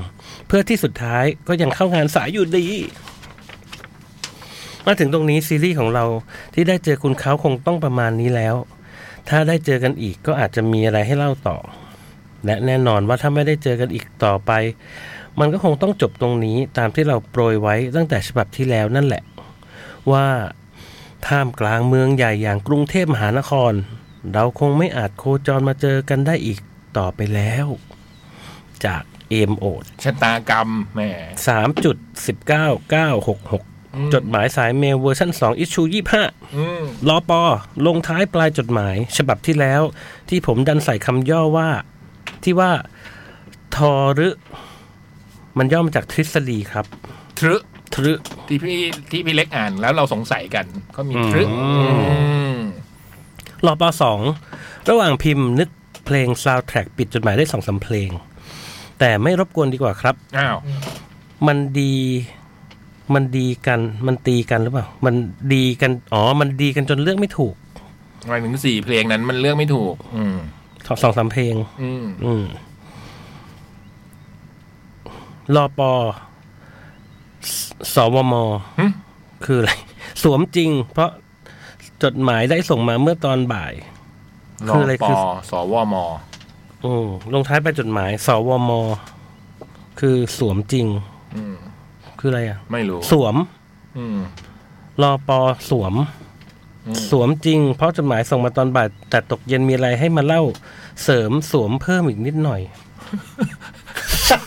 C: เพื่อที่สุดท้ายก็ยังเข้างานสายอยู่ดี มาถึงตรงนี้ซีรีส์ของเราที่ได้เจอคุณเขาคงต้องประมาณนี้แล้ว ถ้าได้เจอกันอีกก็อาจจะมีอะไรให้เล่าต่อ และแน่นอนว่าถ้าไม่ได้เจอกันอีกต่อไป มันก็คงต้องจบตรงนี้ตามที่เราโปรยไว้ตั้งแต่ฉบับที่แล้วนั่นแหละ ว่าท่ามกลางเมืองใหญ่อย่างกรุงเทพมหานคร เราคงไม่อาจโคจรมาเจอกันได้อีกต่อไปแล้ว จากเอมโอด
A: ชะตากรรมแหม
C: สามจุดสิบเก้าเก้าหกหกจดหมายสายเมลเวอร์ชันสองอิชูยี่ห้า
A: อืม
C: ลอปอ ลงท้ายปลายจดหมาย ฉบับที่แล้ว ที่ผมดันใส่คำย่อว่า ที่ว่า ทอรึ มันย่อมาจากทฤษฎีครับ
A: ทรึ
C: ทรึ
A: ที่พี่ที่พี่เล็กอ่านแล้วเราสงสัยกันก็มีทรึ
C: อื
A: อืม
C: รอปสองระหว่างพิมพ์นึกเพลงซาวด์แทร็กปิดจดหมายได้สองสาเพลง แต่ไม่รบกวนดีกว่าครับ
A: อ้าว
C: มันดี มันดีกัน มันตีกันหรือเปล่า มันดีกัน อ๋อ มันดีกันจนเลือกไม่ถูก
A: หมายถึงสี่เพลงนั้นมันเลือกไม่ถูก อืม
C: สองสามเพลง
A: อืม
C: อืมรอปอสวม
A: หึ
C: คืออะไร สวมจริง เพราะจดหมายได้ส่งมาเมื่อตอนบ่าย
A: น
C: คือ ออะไร
A: ป
C: คือ
A: สวม
C: อืมลงท้ายไปจดหมาย สวม คือสวมจริง
A: อืม
C: คืออะไรอ่ะ
A: ไม่รู้
C: สวม
A: อืม
C: รอปอสวม
A: อืม
C: สวมจริง เพราะจดหมายส่งมาตอนบ่ายแต่ตกเย็นมีอะไรให้มาเล่าเสริมสวมเพิ่มอีกนิดหน่อย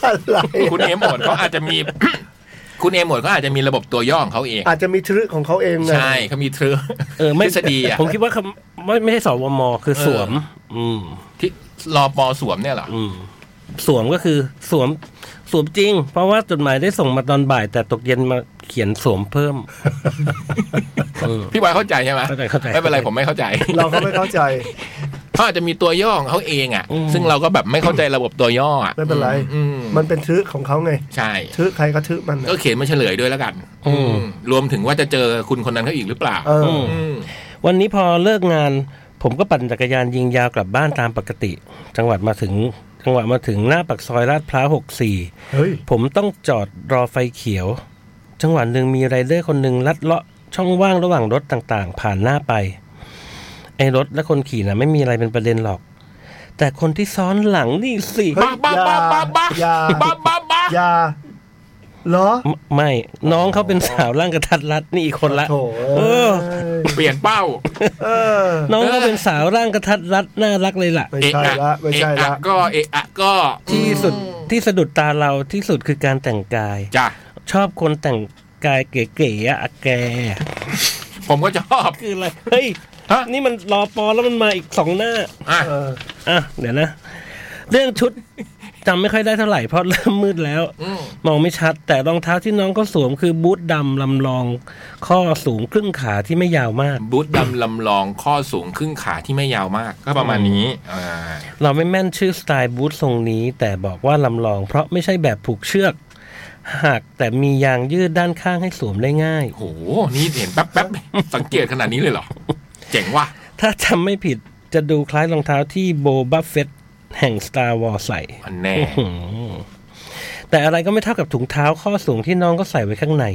F: อะไร
A: คุณเอมหมดเขาอาจจะมี คุณเอมหมดเขาอาจจะมีระบบตัวย่อของเขาเอง
F: อาจจะมีทริคของเขาเองไง
A: ใช่เขามีทรึ
C: เออไม่
A: ทฤษฎีอ่ะ
C: ผมคิดว่าคำไม่ไม่ใช่สวม คือสวม อืม
A: ที่รอปอสวมเนี่ยเหรอ
C: อืม สวมก็คือสวมสวมจริง เพราะว่าจดหมายได้ส่งมาตอนบ่าย แต่ตกเย็นมาเขียนสวมเพิ่ ม
A: พี่บอยเข้าใจใช่ไหม
C: เข้าใจเข้าใจ
A: ไม่เป็นไรผมไม่เข้าใจ
F: เราก็ไม่เข้าใจ
A: เขาอาจจะมีตัวย่อของเขาเองอ่ะ
C: อืม
A: ซึ่งเราก็แบบไม่เข้าใจระบบตัวย่ออ่ะ
F: ไม่เป็นไร
A: อืม
F: มันเป็นทริคของเขาไง
A: ใช่
F: ทริคใครก็ทริคมันน่ะ
A: ก็เขียนมาเฉลยด้วยแล้วกัน
C: อืม
A: อืมรวมถึงว่าจะเจอคุณคนนั้นเขาอีกหรือเปล่า
F: เอออ
C: ม
A: อืม
C: วันนี้พอเลิกงาน ผมก็ปั่นจักรยานยิงยาวกลับบ้านตามปกติ จังหวัดมาถึง จังหวะมาถึงหน้าปากซอยลาดพร้าวหกสี่
F: เฮ้ย
C: ผมต้องจอดรอไฟเขียว จังหวะหนึ่งมีไรเดอร์คนหนึ่งลัดเลาะช่องว่างระหว่างรถต่างๆ ผ่านหน้าไป ไอ้รถและคนขี่นะไม่มีอะไรเป็นประเด็นหรอก แต่คนที่ซ้อนหลังนี่สิ
F: เฮ้ย
A: บ้าบ้าบ้าบ้าบ้า
F: อย่า
A: บ้าบ้าบ้า
F: อยาเหรอ
C: มไม่น้องเขาเป็นสาวร่างกระทัดรัดนี่อีกคนละ
F: โถ
C: เออ
A: เปลี่ยนเป้า
F: เออ
C: น้องเขาเป็นสาวร่างกระทัดรัดน่ารักเลยล่ะ
F: ไม่ใช่ละไม่ใช่
A: เอ
F: ละ
A: อก็เอะอะก็
C: ที่สุดที่สะดุดตาเราที่สุดคือการแต่งกาย
A: จ้ะ
C: ชอบคนแต่งกายเก๋ๆอะอะแก
A: ผมก็ชอบ
C: คืออะไรเฮ้ย
A: ฮะ
C: นี่มันรอปอแล้วมันมาอีกสองหน้า
A: อ่ะ
F: เออ
C: อ่ะเดี๋ยวนะ เรื่องชุดจำไม่ค่อยได้เท่าไหร่เพราะเริ่มมืดแล้ว
A: อืม
C: มองไม่ชัด แต่รองเท้าที่น้องก็สวมคือบูทดำลำลอง ข้อสูงครึ่งขาที่ไม่ยาวมาก
A: บูทดำลำลองข้อสูงครึ่งขาที่ไม่ยาวมาก ก็ประมาณนี้อ่า
C: เราไม่แม่นชื่อสไตล์บูททรงนี้ แต่บอกว่าลำลอง เพราะไม่ใช่แบบผูกเชือก หากแต่มียางยืดด้านข้างให้สวมได้ง่าย
A: โหนี่เห็นแป๊บแป๊บสังเกตขนาดนี้เลยเหรอ เจ๋งว่ะ
C: ถ้าจำไม่ผิดจะดูคล้ายรองเท้าที่โบบัฟเฟตแห่ง Star Wars ใส่
A: อันแน่
C: อืมแต่อะไรก็ไม่เท่ากับถุงเท้าข้อสูงที่น้องก็ใส่ไว้ข้างใน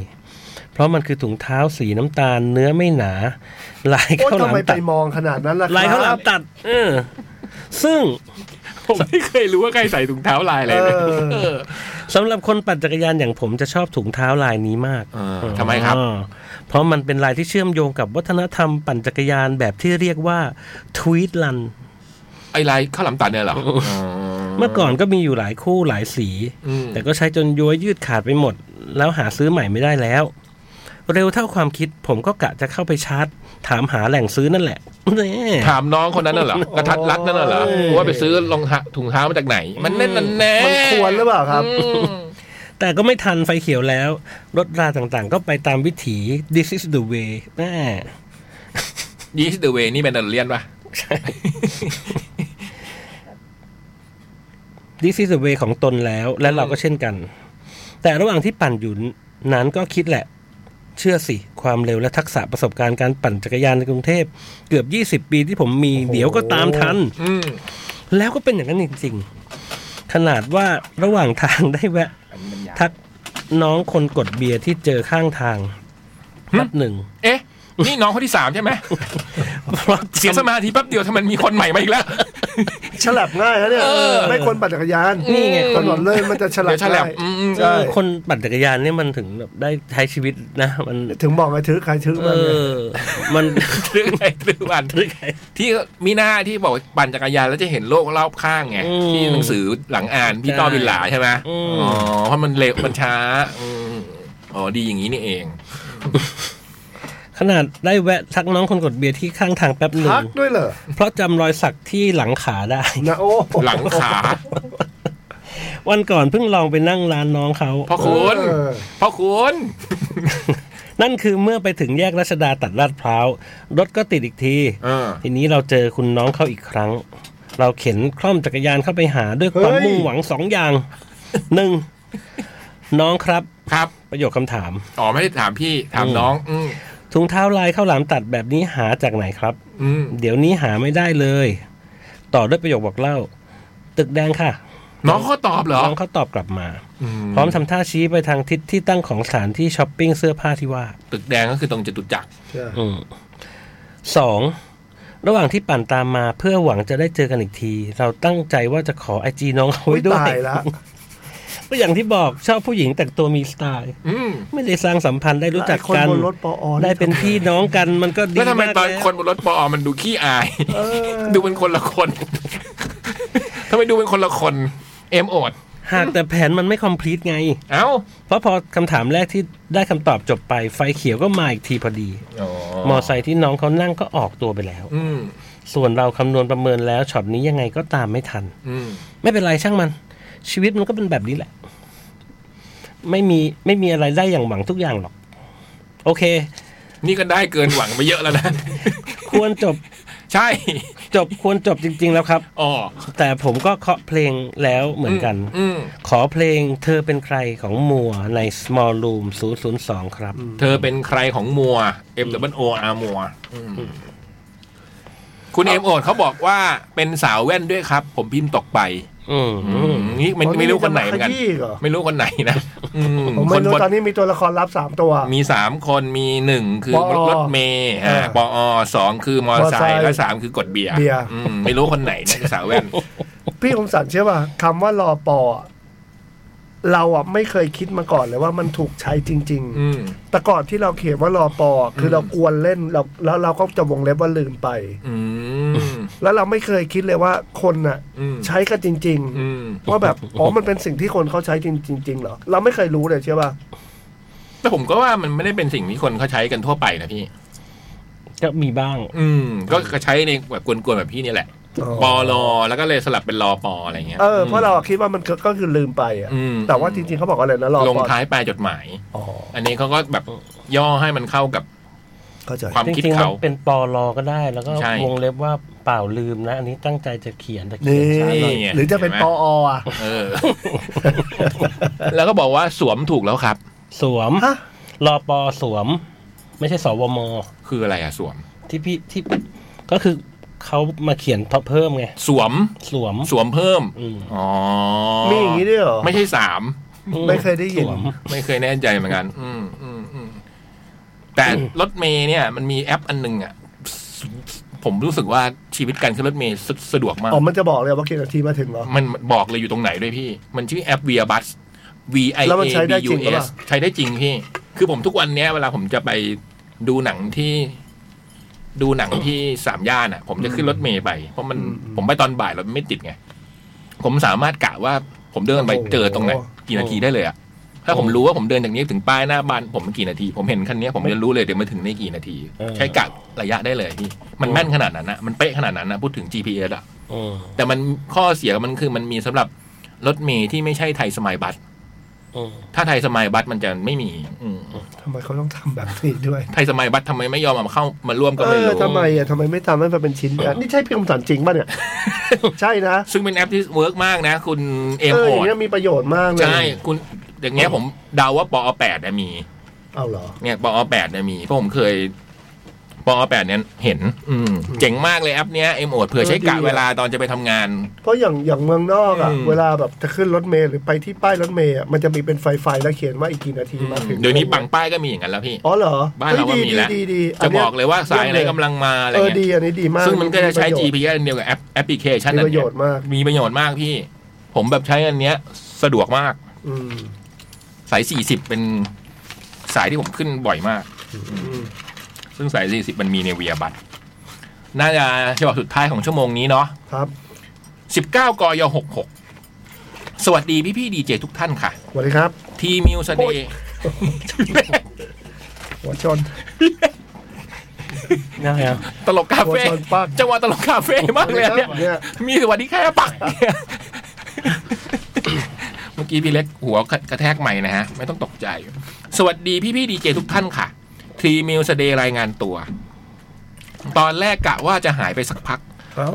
C: เพราะมันคือถุงเท้าสีน้ำตาลเนื้อไม่หนา ลาย
F: โอ้ย
C: ข้าวห
F: ทำ
C: ลาม
F: ไมไป
C: ตัด
F: มองขนาดนั้นล่ะครับ
C: ลายข้าวหลามตัด เออ ซึ่ง
A: ผมไม่เคยรู้ว่าใครใส่ถุงเท้าลายอะไรเลย
F: เออ
A: เออ
C: สำหรับคนปั่นจักรยานอย่างผมจะชอบถุงเท้าลายนี้มาก
A: เออทำไมครับ
C: อ๋อเพราะมันเป็นลายที่เชื่อมโยงกับวัฒนธรรมปั่นจักรยานแบบที่เรียกว่าทวีตลัน
A: ไอ้ลายข้าวหลามตัดเนี่ยเหรอ
C: เมื่อก่อนก็มีอยู่หลายคู่หลายสี
A: อืม
C: แต่ก็ใช้จนย้วยยืดขาดไปหมด แล้วหาซื้อใหม่ไม่ได้แล้ว เร็วเท่าความคิดผมก็กะจะเข้าไปชาร์จ ถามหาแหล่งซื้อนั่นแหละ แน่
A: ถามน้องคนนั้นน่ะเหรอกระทัดรัดนั่นน่ะเหรอว่าไปซื้อรองเท้าถุงเท้ามาจากไหน มันแน่นมันแน่
D: มันควรหรือเปล่าครับ
A: อืม
C: แต่ก็ไม่ทันไฟเขียวแล้ว รถราต่างๆ ก็ไปตามวิถี this is the way แน่
A: ยีสเดอะเวนี่เป็นอันเลียนปะ
C: this is the way ของตนแล้ว และเราก็เช่นกัน แต่ระหว่างที่ปั่นอยู่นั้นก็คิดแหละ เชื่อสิ ความเร็วและทักษะประสบการณ์การปั่นจักรยานในกรุงเทพเกือบ 20 ปีที่ผมมีเดี๋ยวก็ตามทัน
A: อืม
C: แล้วก็เป็นอย่างนั้นจริงๆ ขนาดว่าระหว่างทางได้แวะ ทักน้องคนกดเบียร์ที่เจอข้างทางนับหนึ่ง
A: เอ๊ะ นี่น้องคนที่สามใช่ไหม
C: เพราะ
A: เสียสมาธิแป๊บเดียวทำไมมีคนใหม่มาอีกแล้ว
F: ฉลับง่ายนะเนี่ยไม่ควรปั่นจักรยาน
A: นี่ไง
F: ถนนเลยมันจะฉลับ
A: เดี๋ยวฉลับ
F: ง่าย
A: อืมอืม
F: ใช่
C: คนปั่นจักรยานเนี่ยมันถึงแบบได้ใช้ชีวิตนะมัน
F: ถึงบอกไงถือใครถือ
C: เอ
F: มันไง
C: อ มัน
A: เรื่องไหนเรื่องวัน ที่มีหน้าที่บอกว่าปั่นจักรยานแล้วจะเห็นโลกรอบข้างไง
C: อืม
A: ที่หนังสือหลังอ่านพี่ต้อบินหลาใช่ไหม
C: อื
A: อ๋
C: ม
A: อเพราะมันเร็วมันช้าอืมอ๋อดีอย่างนี้นี่เอง
C: ขนาดได้แวะทักน้องคนกดเบียร์ที่ข้างทางแป๊บหนึ่
F: ทั
C: ง
F: กด้วยเหรอ
C: เพราะจำรอยสักที่หลังขาได้
F: นะโอ้
A: หลังขา
C: วันก่อนเพิ่งลองไปนั่งร้านน้องเขา
A: พ่อคุณ
F: เออ
A: พ่อคุณ
C: นั่นคือเมื่อไปถึงแยกรัชดาตัดลาดพร้าวรถก็ติดอีกที
A: เออ
C: ทีนี้เราเจอคุณน้องเขาอีกครั้ง เราเข็นคล่อมจักรยานเข้าไปหาด้วยความมุ่งหวังสองอย่างหนึ่งน้องครับ
A: ครับ
C: ประโยคคำถาม
A: อ๋อไม่ได้ถามพี่ถามน้อง อืม
C: ถุงเท้าลายข้าวหลามตัดแบบนี้หาจากไหนครับ
A: อืม
C: เดี๋ยวนี้หาไม่ได้เลย ต่อด้วยประโยคบอกเล่า ตึกแดงค่ะ
A: น้องเขาตอบเหรอ
C: น้องเขาตอบกลับมา
A: อื
C: พร้อมทำท่าชี้ไปทางทิศที่ตั้งของสถานที่ช้อปปิ้งเสื้อผ้าที่ว่า
A: ตึกแดงก็คือตรงจตุจักร
F: ใช่
C: อืมสองระหว่างที่ปั่นตามมาเพื่อหวังจะได้เจอกันอีกที เราตั้งใจว่าจะขอไอจีน้องเขา
F: อุ๊
C: ไว้
F: ย
C: ด้วย
F: ตายละ
C: ก็อย่างที่บอกชอบผู้หญิงแต่งตัวมีสไตล์
A: อืม
C: ไม่ได้สร้างสัมพันธ์ได้รู้จัก
F: ไอ้คน
C: กัน
F: บนรถปออ
C: ได้เป็นพี่น้องกันมันก็ดี
A: แล้วทำไม
C: มาก
A: ตอน
C: แล้ว
A: คนบนรถปอมันดูขี้อาย
F: เออ
A: ดูเป็นคนละคน ทำไมดูเป็นคนละคน เอ็มโอด
C: หากแต่แผนมันไม่คอมพลีทไง
A: เอ้า
C: เพราะพอคำถามแรกที่ได้คำตอบจบไป ไฟเขียวก็มาอีกทีพอดี มอไซค์ที่น้องเขานั่งก็ออกตัวไปแล้ว
A: อืม
C: ส่วนเราคำนวณประเมินแล้วช็อตนี้ยังไงก็ตามไม่ทัน
A: อืม
C: ไม่เป็นไรช่างมัน ชีวิตมันก็เป็นแบบนี้แหละ ไม่มีไม่มีอะไรได้อย่างหวังทุกอย่างหรอก โอเค
A: นี่ก็ได้เกินหวังไปเยอะแล้ว นะ
C: ควรจบ
A: ใช่
C: จบควรจบจริง ๆ แล้วครับ
A: อ๋อ
C: แต่ผมก็เคาะเพลงแล้วเหมือนกัน
A: อืม
C: ขอเพลงเธอเป็นใครของมัวใน Small Room 002 ครับ
A: เธอเป็นใครของมัว M W O R มัวอืมคุณเอ็มโอดเขาบอกว่าเป็นสาวแว่นด้วยครับ ผมพิมพ์ตกไป
C: อืม
A: อืมนี่ไม่ไม่รู้คนไหนเหมือนกัน
F: ขยี้เหรอ
A: ไม่รู้คนไหนนะอื
F: ผม
A: ค
F: ไม่
A: น
F: รู้
A: บน
F: ตอนนี้มีตัวละครรับสามตัว
A: มีสามคนมีหนึ่งคือ
F: ปอ
A: รถเมย์
F: เออ
A: ปอสองคือมอเตอร์ไซ
F: มอเตอร์ไซค์
A: ค์และสามคือกดเบียร์
F: เบียร์
A: อืมไม่รู้คนไหนนะสาวแว่น
F: พี่คมสันเชื่อป่ะคำว่ารอปออะเราอ่ะไม่เคยคิดมาก่อนเลยว่ามันถูกใช้จริง
A: อืม
F: ๆ แต่ก่อนที่เราเขียนว่ารอปออะคืออ
A: ม
F: เรากวนเล่นเราแล้วเราก็จะวงเล็บว่าลืมไป
A: อืม
F: แล้วเราไม่เคยคิดเลยว่าคนน่ะ
A: อืม
F: ใช้กันจริง
A: อืม
F: ๆ ว่าแบบอ๋อมันเป็นสิ่งที่คนเขาใช้จริงๆเหรอเราไม่เคยรู้เลยเชื่อป่ะ
A: แต่ผมก็ว่ามันไม่ได้เป็นสิ่งที่คนเขาใช้กันทั่วไปนะพี่
C: ก็มีบ้าง
A: อืม ก็ใช้ในแบบกวนๆแบบพี่เนี่ยแหละ ปอลอแล้วก็เลยสลับเป็นรอปออะไรเงี้ย
F: เออเพราะเราอะคิดว่ามันก็ก็คือลืมไปอะ
A: อืม
F: แต่ว่าจริงๆเขาบอกว่าอะไรนะรอ
A: ลง
F: ก่อน
A: ท้ายปลายจดหมาย
F: อ๋อ
A: อันนี้เขาก็แบบย่อให้มันเข้ากับ
F: เข้าใจ
A: ความ
C: จ
A: คิด
C: ริงๆมั
A: เขา
C: นเป็นปอลอก็ได้ แล้วก็
A: ใช่
C: วงเล็บว่าเปล่าลืมนะ อันนี้ตั้งใจจะเขียนแต่เขีย
F: นี่
C: นช้าหน่อย
A: ไง
F: หรือจะเป็น
A: เห็นไหม
F: ปออ่ะ
A: เออ แล้วก็บอกว่าสวมถูกแล้วครับ
C: สวม
F: ฮะ
C: รอปอสวม ไม่ใช่สวม
A: คืออะไรอะสวม
C: ที่พี่ที่ก็คือเขามาเขียนเพิ่มไง
A: สวม
C: สวม
A: สวมเพิ่ม
C: อืม
A: อ๋อ
F: มีอย่างนี้ด้วยเหรอ
A: ไม่ใช่สาม
F: ไม่เคยได้ยิน
C: สวม
A: ไม่เคยแน่ใจเหมือนกัน อืมอืมอืมแต่รถเมย์เนี่ย มันมีแอปอันหนึ่งอะ ผมรู้สึกว่าชีวิตการขึ้นรถเมล์สะสะดวกมาก
F: อ๋อมันจะบอกเลยว่ากี่นาทีมาถึงเหรอ
A: มันบอกเลยอยู่ตรงไหนด้วยพี่ มันชื่อแอป Via Bus V I
F: แล้ว
A: A
F: มันใช้ได้
A: B
F: จ
A: U
F: ริงหรือเป
A: S
F: ล่า
A: ใช้ได้จริงพี่ คือผมทุกวันเนี้ยเวลาผมจะไปดูหนังที่ ดูหนังที่สามย่านอ่ะ ผมจะขึ้นรถเมล์ไป เพราะมัน
F: อืมอืม
A: ผมไปตอนบ่ายรถไม่ติดไง ผมสามารถกะว่าผมเดินไปเจอตรงไหนกี่นาทีได้เลยอ่ะ ถ้าผมรู้ว่าผมเดินจากนี้ถึงป้ายหน้าบ้านผมกี่นาที ผมเห็นคันเนี้ยผมจะรู้เลยเดี๋ยวมาถึงในกี่นาที
G: เออ
A: ใช้กะระยะได้เลยพี่ มันแม่นขนาดนั้นนะมันเป๊ะขนาดนั้นนะพูดถึง GPS อ่ะ
G: อืม
A: แต่มันข้อเสียมันคือมันมีสำหรับรถเมย์ที่ไม่ใช่ไทยสมัยบัส
G: อืม
A: ถ้าไทยสมัยบัสมันจะไม่มีอืม
F: ทำไมเขาต้องทำแบบนี้ด้วย
A: ไทยสมัยบัสทำไมไม่ยอมมาเข้ามาร่วมก็
F: เอ
A: ไม่
F: อ
A: รู้
F: ทำไมอ่ะทำไมไม่ทำให้มันเป็นชิ้นอ่ะ นี่ใช่พี่คมสันจริง ป่ะเนี่ย ใช่นะ
A: ซึ่งเป็นแอปที่เวิร์กมากนะ คุณเอม
F: เออ
A: พ
F: อ
A: อย่าง ร์
F: เงี้
A: ต
F: ยมีประโยชน์มากเลย
A: ใช่คุณอย่างเงี้ยผมเดาว่าปอแปดมี
F: เอาเหรอ
A: เนี่ยปอแปดมีเพราะผมเคยปอแปดเนี่ยเห็น อืมเจ๋งมากเลยแอปเนี้ยเอมโอดเผื่อใช้กะ
F: เออดีอะ
A: เวลาตอนจะไปทำงาน
F: เพราะอย่างอย่างเมืองนอกอ่ะ
A: อืม
F: เวลาแบบจะขึ้นรถเมล์หรือไปที่ป้ายรถเมล์อ่ะมันจะมีเป็นไฟไฟแล้วเขียนว่าอีกกี่นาทีมาถึง
A: เดี๋ยวนี้บังป้ายก็มีอย่างนั้นแล้วพี่
F: อ๋อเหรอ
A: บ้านเราก็
F: ฮ้ย
A: มี
F: ดี
A: แล้ว
F: ดีดีดี
A: จะ
F: นนี้
A: บอกเลยว่าสายไหนกำลังมาอะไร
F: เออ
A: เงี้ย
F: ดีอันนี้ดีมาก
A: ซึ่งมันก็จะใช้
F: มีปรโยช
A: GPS
F: น์
A: อันเดียวกับแอปแอปพลิเคชัน
F: มี
A: อัน
F: ประ
A: เนี้
F: โย
A: ย
F: ชน์มาก
A: มีประโยชน์มากพี่ ผมแบบใช้อันเนี้ย สะดวกมาก
F: อืม
A: สาย 40 เป็นสายที่ผมขึ้นบ่อยมาก ซึ่งสาย 40 มันมีในเวียบัตน่าจะฉบับสุดท้ายของชั่วโมงนี้เนาะ
F: ครับ
A: 19กย66 สวัสดีพี่พี่ดีเจทุกท่านค่ะ
F: สวัสดีครับ
A: ทีมิวสเดย์
F: หัวชน
G: นะครับ
A: ตลกคาเฟ่
F: โอ้ยชนปัก
A: จังหวะตลกคาเฟ่มากเลยอันเนี่ย
F: เนี่ย
A: มีสวัสดีแค่ปักเนี่ย เมื่อกี้พี่เล็กหัวกระแทกใหม่นะฮะ ไม่ต้องตกใจ สวัสดีพี่พี่ดีเจทุกท่านค่ะ ทีมิวสเดย์รายงานตัว ตอนแรกกะว่าจะหายไปสักพัก
F: เอ้า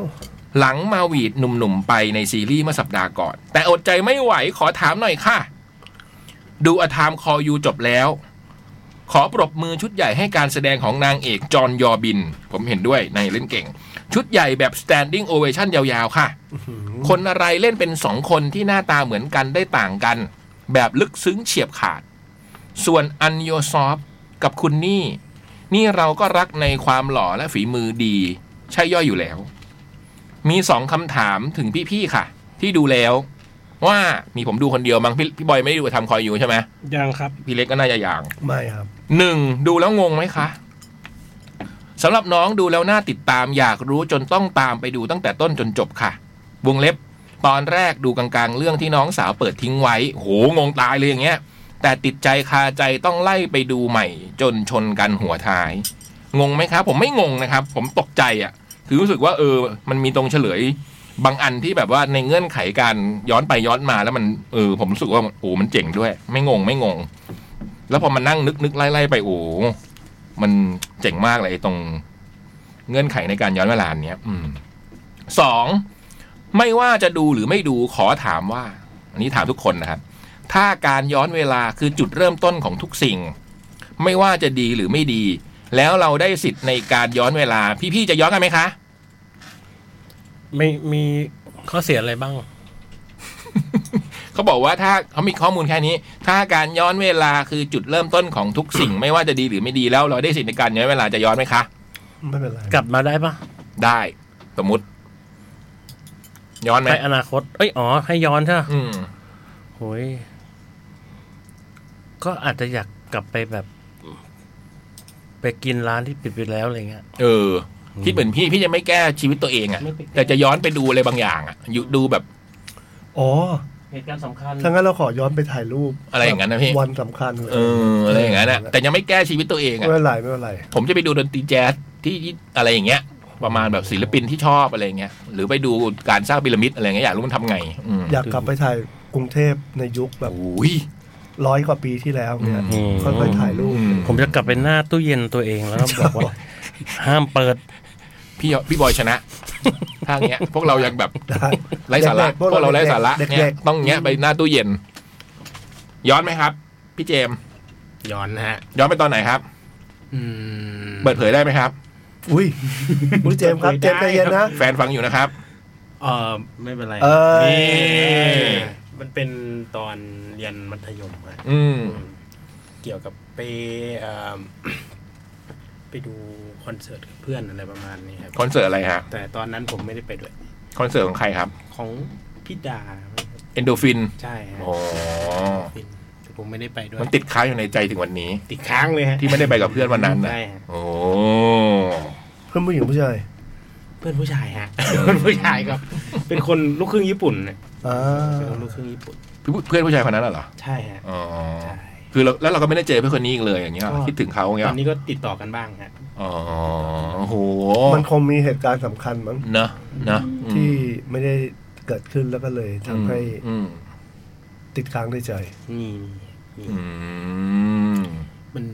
A: หลังมาหวีดหนุ่มๆ ไปในซีรีส์เมื่อสัปดาห์ก่อน แต่อดใจไม่ไหวขอถามหน่อยค่ะ ดูอธามคอยูจบแล้ว ขอปรบมือชุดใหญ่ให้การแสดงของนางเอกจอห์นยอร์บิน ผมเห็นด้วยในเล่นเก่ง ชุดใหญ่แบบ standing ovation ยาวๆ ค่ะ คนอะไรเล่นเป็นสองคนที่หน้าตาเหมือนกันได้ต่างกัน แบบลึกซึ้งเฉียบขาด ส่วนอันโยซอฟกับคุณนี่ นี่เราก็รักในความหล่อและฝีมือดี ใช่ย่อยอยู่แล้ว มีสองคำถามถึงพี่ ๆ ค่ะ ที่ดูแล้ว ว่ามีผมดูคนเดียวมั้งพี่พี่บอยไม่ได้ดูทำคอยอยู่ใช่ไหม
C: ยังครับ
A: พี่เล็กก็น่าจะอย่าง
F: ไม่ครับ
A: หนึ่งดูแล้วงงไหมคะสำหรับน้องดูแล้วน่าติดตามอยากรู้จนต้องตามไปดูตั้งแต่ต้นจนจบค่ะ วงเล็บ ตอนแรกดูกลางๆ เรื่องที่น้องสาวเปิดทิ้งไว้ โหงงตายเลยอย่างเงี้ย แต่ติดใจคาใจต้องไล่ไปดูใหม่ จนชนกันหัวท้าย งงไหมครับ ผมไม่งงนะครับ ผมตกใจอะ่ะ คือรู้สึกว่าเออ มันมีตรงเฉลย บางอันที่แบบว่าในเงื่อนไขการย้อนไปย้อนมาแล้วมันเออ ผมรู้สึกว่าโอ้มันเจ๋งด้วย ไม่งงไม่งง แล้วพอมานั่งนึกนึกไล่ไล่ไปโอ้มันเจ๋งมากเลยไอ้ตรงเงื่อนไขในการย้อนเวลาอันเนี้ย อืมสองไม่ว่าจะดูหรือไม่ดูขอถามว่า อันนี้ถามทุกคนนะครับ ถ้าการย้อนเวลาคือจุดเริ่มต้นของทุกสิ่ง ไม่ว่าจะดีหรือไม่ดี แล้วเราได้สิทธิ์ในการย้อนเวลา พี่ๆจะย้อนกันไหมคะ
C: ไม่มีข้อเสียอะไรบ้าง
A: เขาบอกว่าถ้าเขามีข้อมูลแค่นี้ ถ้าการย้อนเวลาคือจุดเริ่มต้นของทุกสิ่ง ไม่ว่าจะดีหรือไม่ดีแล้วเราได้สิทธิ์ในการย้อนเวลาจะย้อนไหมคะ
F: ไม่เป็นไร
C: กลับมาได้ปะ
A: ได้สมมติ ย้อนไหม
C: ไปอนาคต เอ้ยอ๋อให้ย้อนใช่ปะ
A: อืม
C: โอ้ยก็อาจจะอยากกลับไปแบบ ไปกินร้านที่ปิดไปแล้วอะไรเงี้ย
A: เอออคิดเหมือนพี่พี่จะไม่แก้ชีวิตตัวเองอะ
C: ไม่ไปแก้
A: แต่จะย้อนไปดูอะไรบางอย่างอะอยู่ดูแบบ
F: อ๋อ
C: เหตุการณ์สำคัญ
F: ถ้างั้นเราขอย้อนไปถ่ายรูป
A: อะไรอย่างนั้นนะพี่
F: วันสำคัญเลย
A: เอออะไรอย่างนั้นอะแต่ยังไม่แก้ชีวิตตัวเอง
F: ไม่
A: อะ
F: เป็นไรไม่เป็นไร
A: ผมจะไปดูดนตรีแจ๊สที่อะไรอย่างเงี้ย ประมาณแบบศิลปินที่ชอบอะไรอย่างเงี้ย หรือไปดูการสร้างพีระมิดอะไรอย่างเงี้ยอยากรู้มันทำไง อืม
F: อยากกลับไปถ่ายกรุงเทพในยุคแบบ
A: โอ้ย
F: ร้อยกว่าปีที่แล้วเนี่ย
C: อืม
F: ค่อยๆถ่ายรูป
A: อืม
C: ผมจะกลับไปหน้าตู้เย็นตัวเองแล้วก็บอกว่า ห้ามเปิด
A: พี่พี่บอยชนะ ถ้าอย่างเงี้ย พวกเรายังแบบ
F: ได้
A: ไร้สาระ
F: เด็กๆ
A: พวกเราไร้สาระ
F: เด็กๆ
A: เนี่ยต้องเงี้ยไปหน้าตู้เย็น ย้อนไหมครับ พี่เจมส์
G: ย้อนนะฮะ
A: ย้อนไปตอนไหนครับ
G: อืม
A: เปิดเผยได้ไหมครับ
F: อุ้ยคุณเจมส์ครับเจมส์ใจเย็นนะ
A: แฟนฟังอยู่นะครับ
G: เออไม่เป็นไร
F: เอ้ย
G: นี่มันเป็นตอนเรียนมัธยมอะ
A: อืม
G: เกี่ยวกับไปเอ่อไป ไปดูคอนเสิร์ตกับเพื่อนอะไรประมาณนี้ครับ
A: คอนเสิร์ตอะไรฮะ
G: แต่ตอนนั้นผมไม่ได้ไปด้วย
A: คอนเสิร์ตของใครครับ
G: ของพี่ดา
A: เอนโดฟิน
G: ใช่ฮะ
A: อ๋อ
G: ฟินแต่ผมไม่ได้ไปด้วย
A: มันติดค้างอยู่ในใจถึงวันนี้
G: ติดค้างเลยฮะ
A: ที่ไม่ได้ไปกับเพื่อนวันนั้นนะ
G: ใช่ฮะ
A: โอ้
F: เพื่อนผู้หญิงผู้ชาย
G: เพื่อนผู้ชายฮะ เพื่อนผู้ชายครับ เป็นคนลูกครึ่งญี่ปุ่นเนี่ย
F: อ่า
G: เป็นคนลูกครึ่งญี่ปุ่น
A: เพื่อนผู้ชายคนนั้นน่ะเหรอ
G: ใช่ฮะ
A: อ๋อ
G: ใช่
A: คือเราแล้วเราก็ไม่ได้เจอเพื่อนคนนี้อีกเลยอย่างเงี้ยเหรอ
G: ก็
A: คิดถึงเขาอย่างเงี้
G: ต
A: ย
G: อนนี้ก็ติดต่อกันบ้างฮะ
A: อ๋อโอ้โห
F: มันคงมีเหตุการณ์สำคัญมั้ง
A: เนอะเนอะ
F: ที่ไม่ได้เกิดขึ้นแล้วก็เลยทำให้
A: อืม
F: ติดค้างในใจ
G: มีมี
A: อื
G: มี
A: ม
G: มัน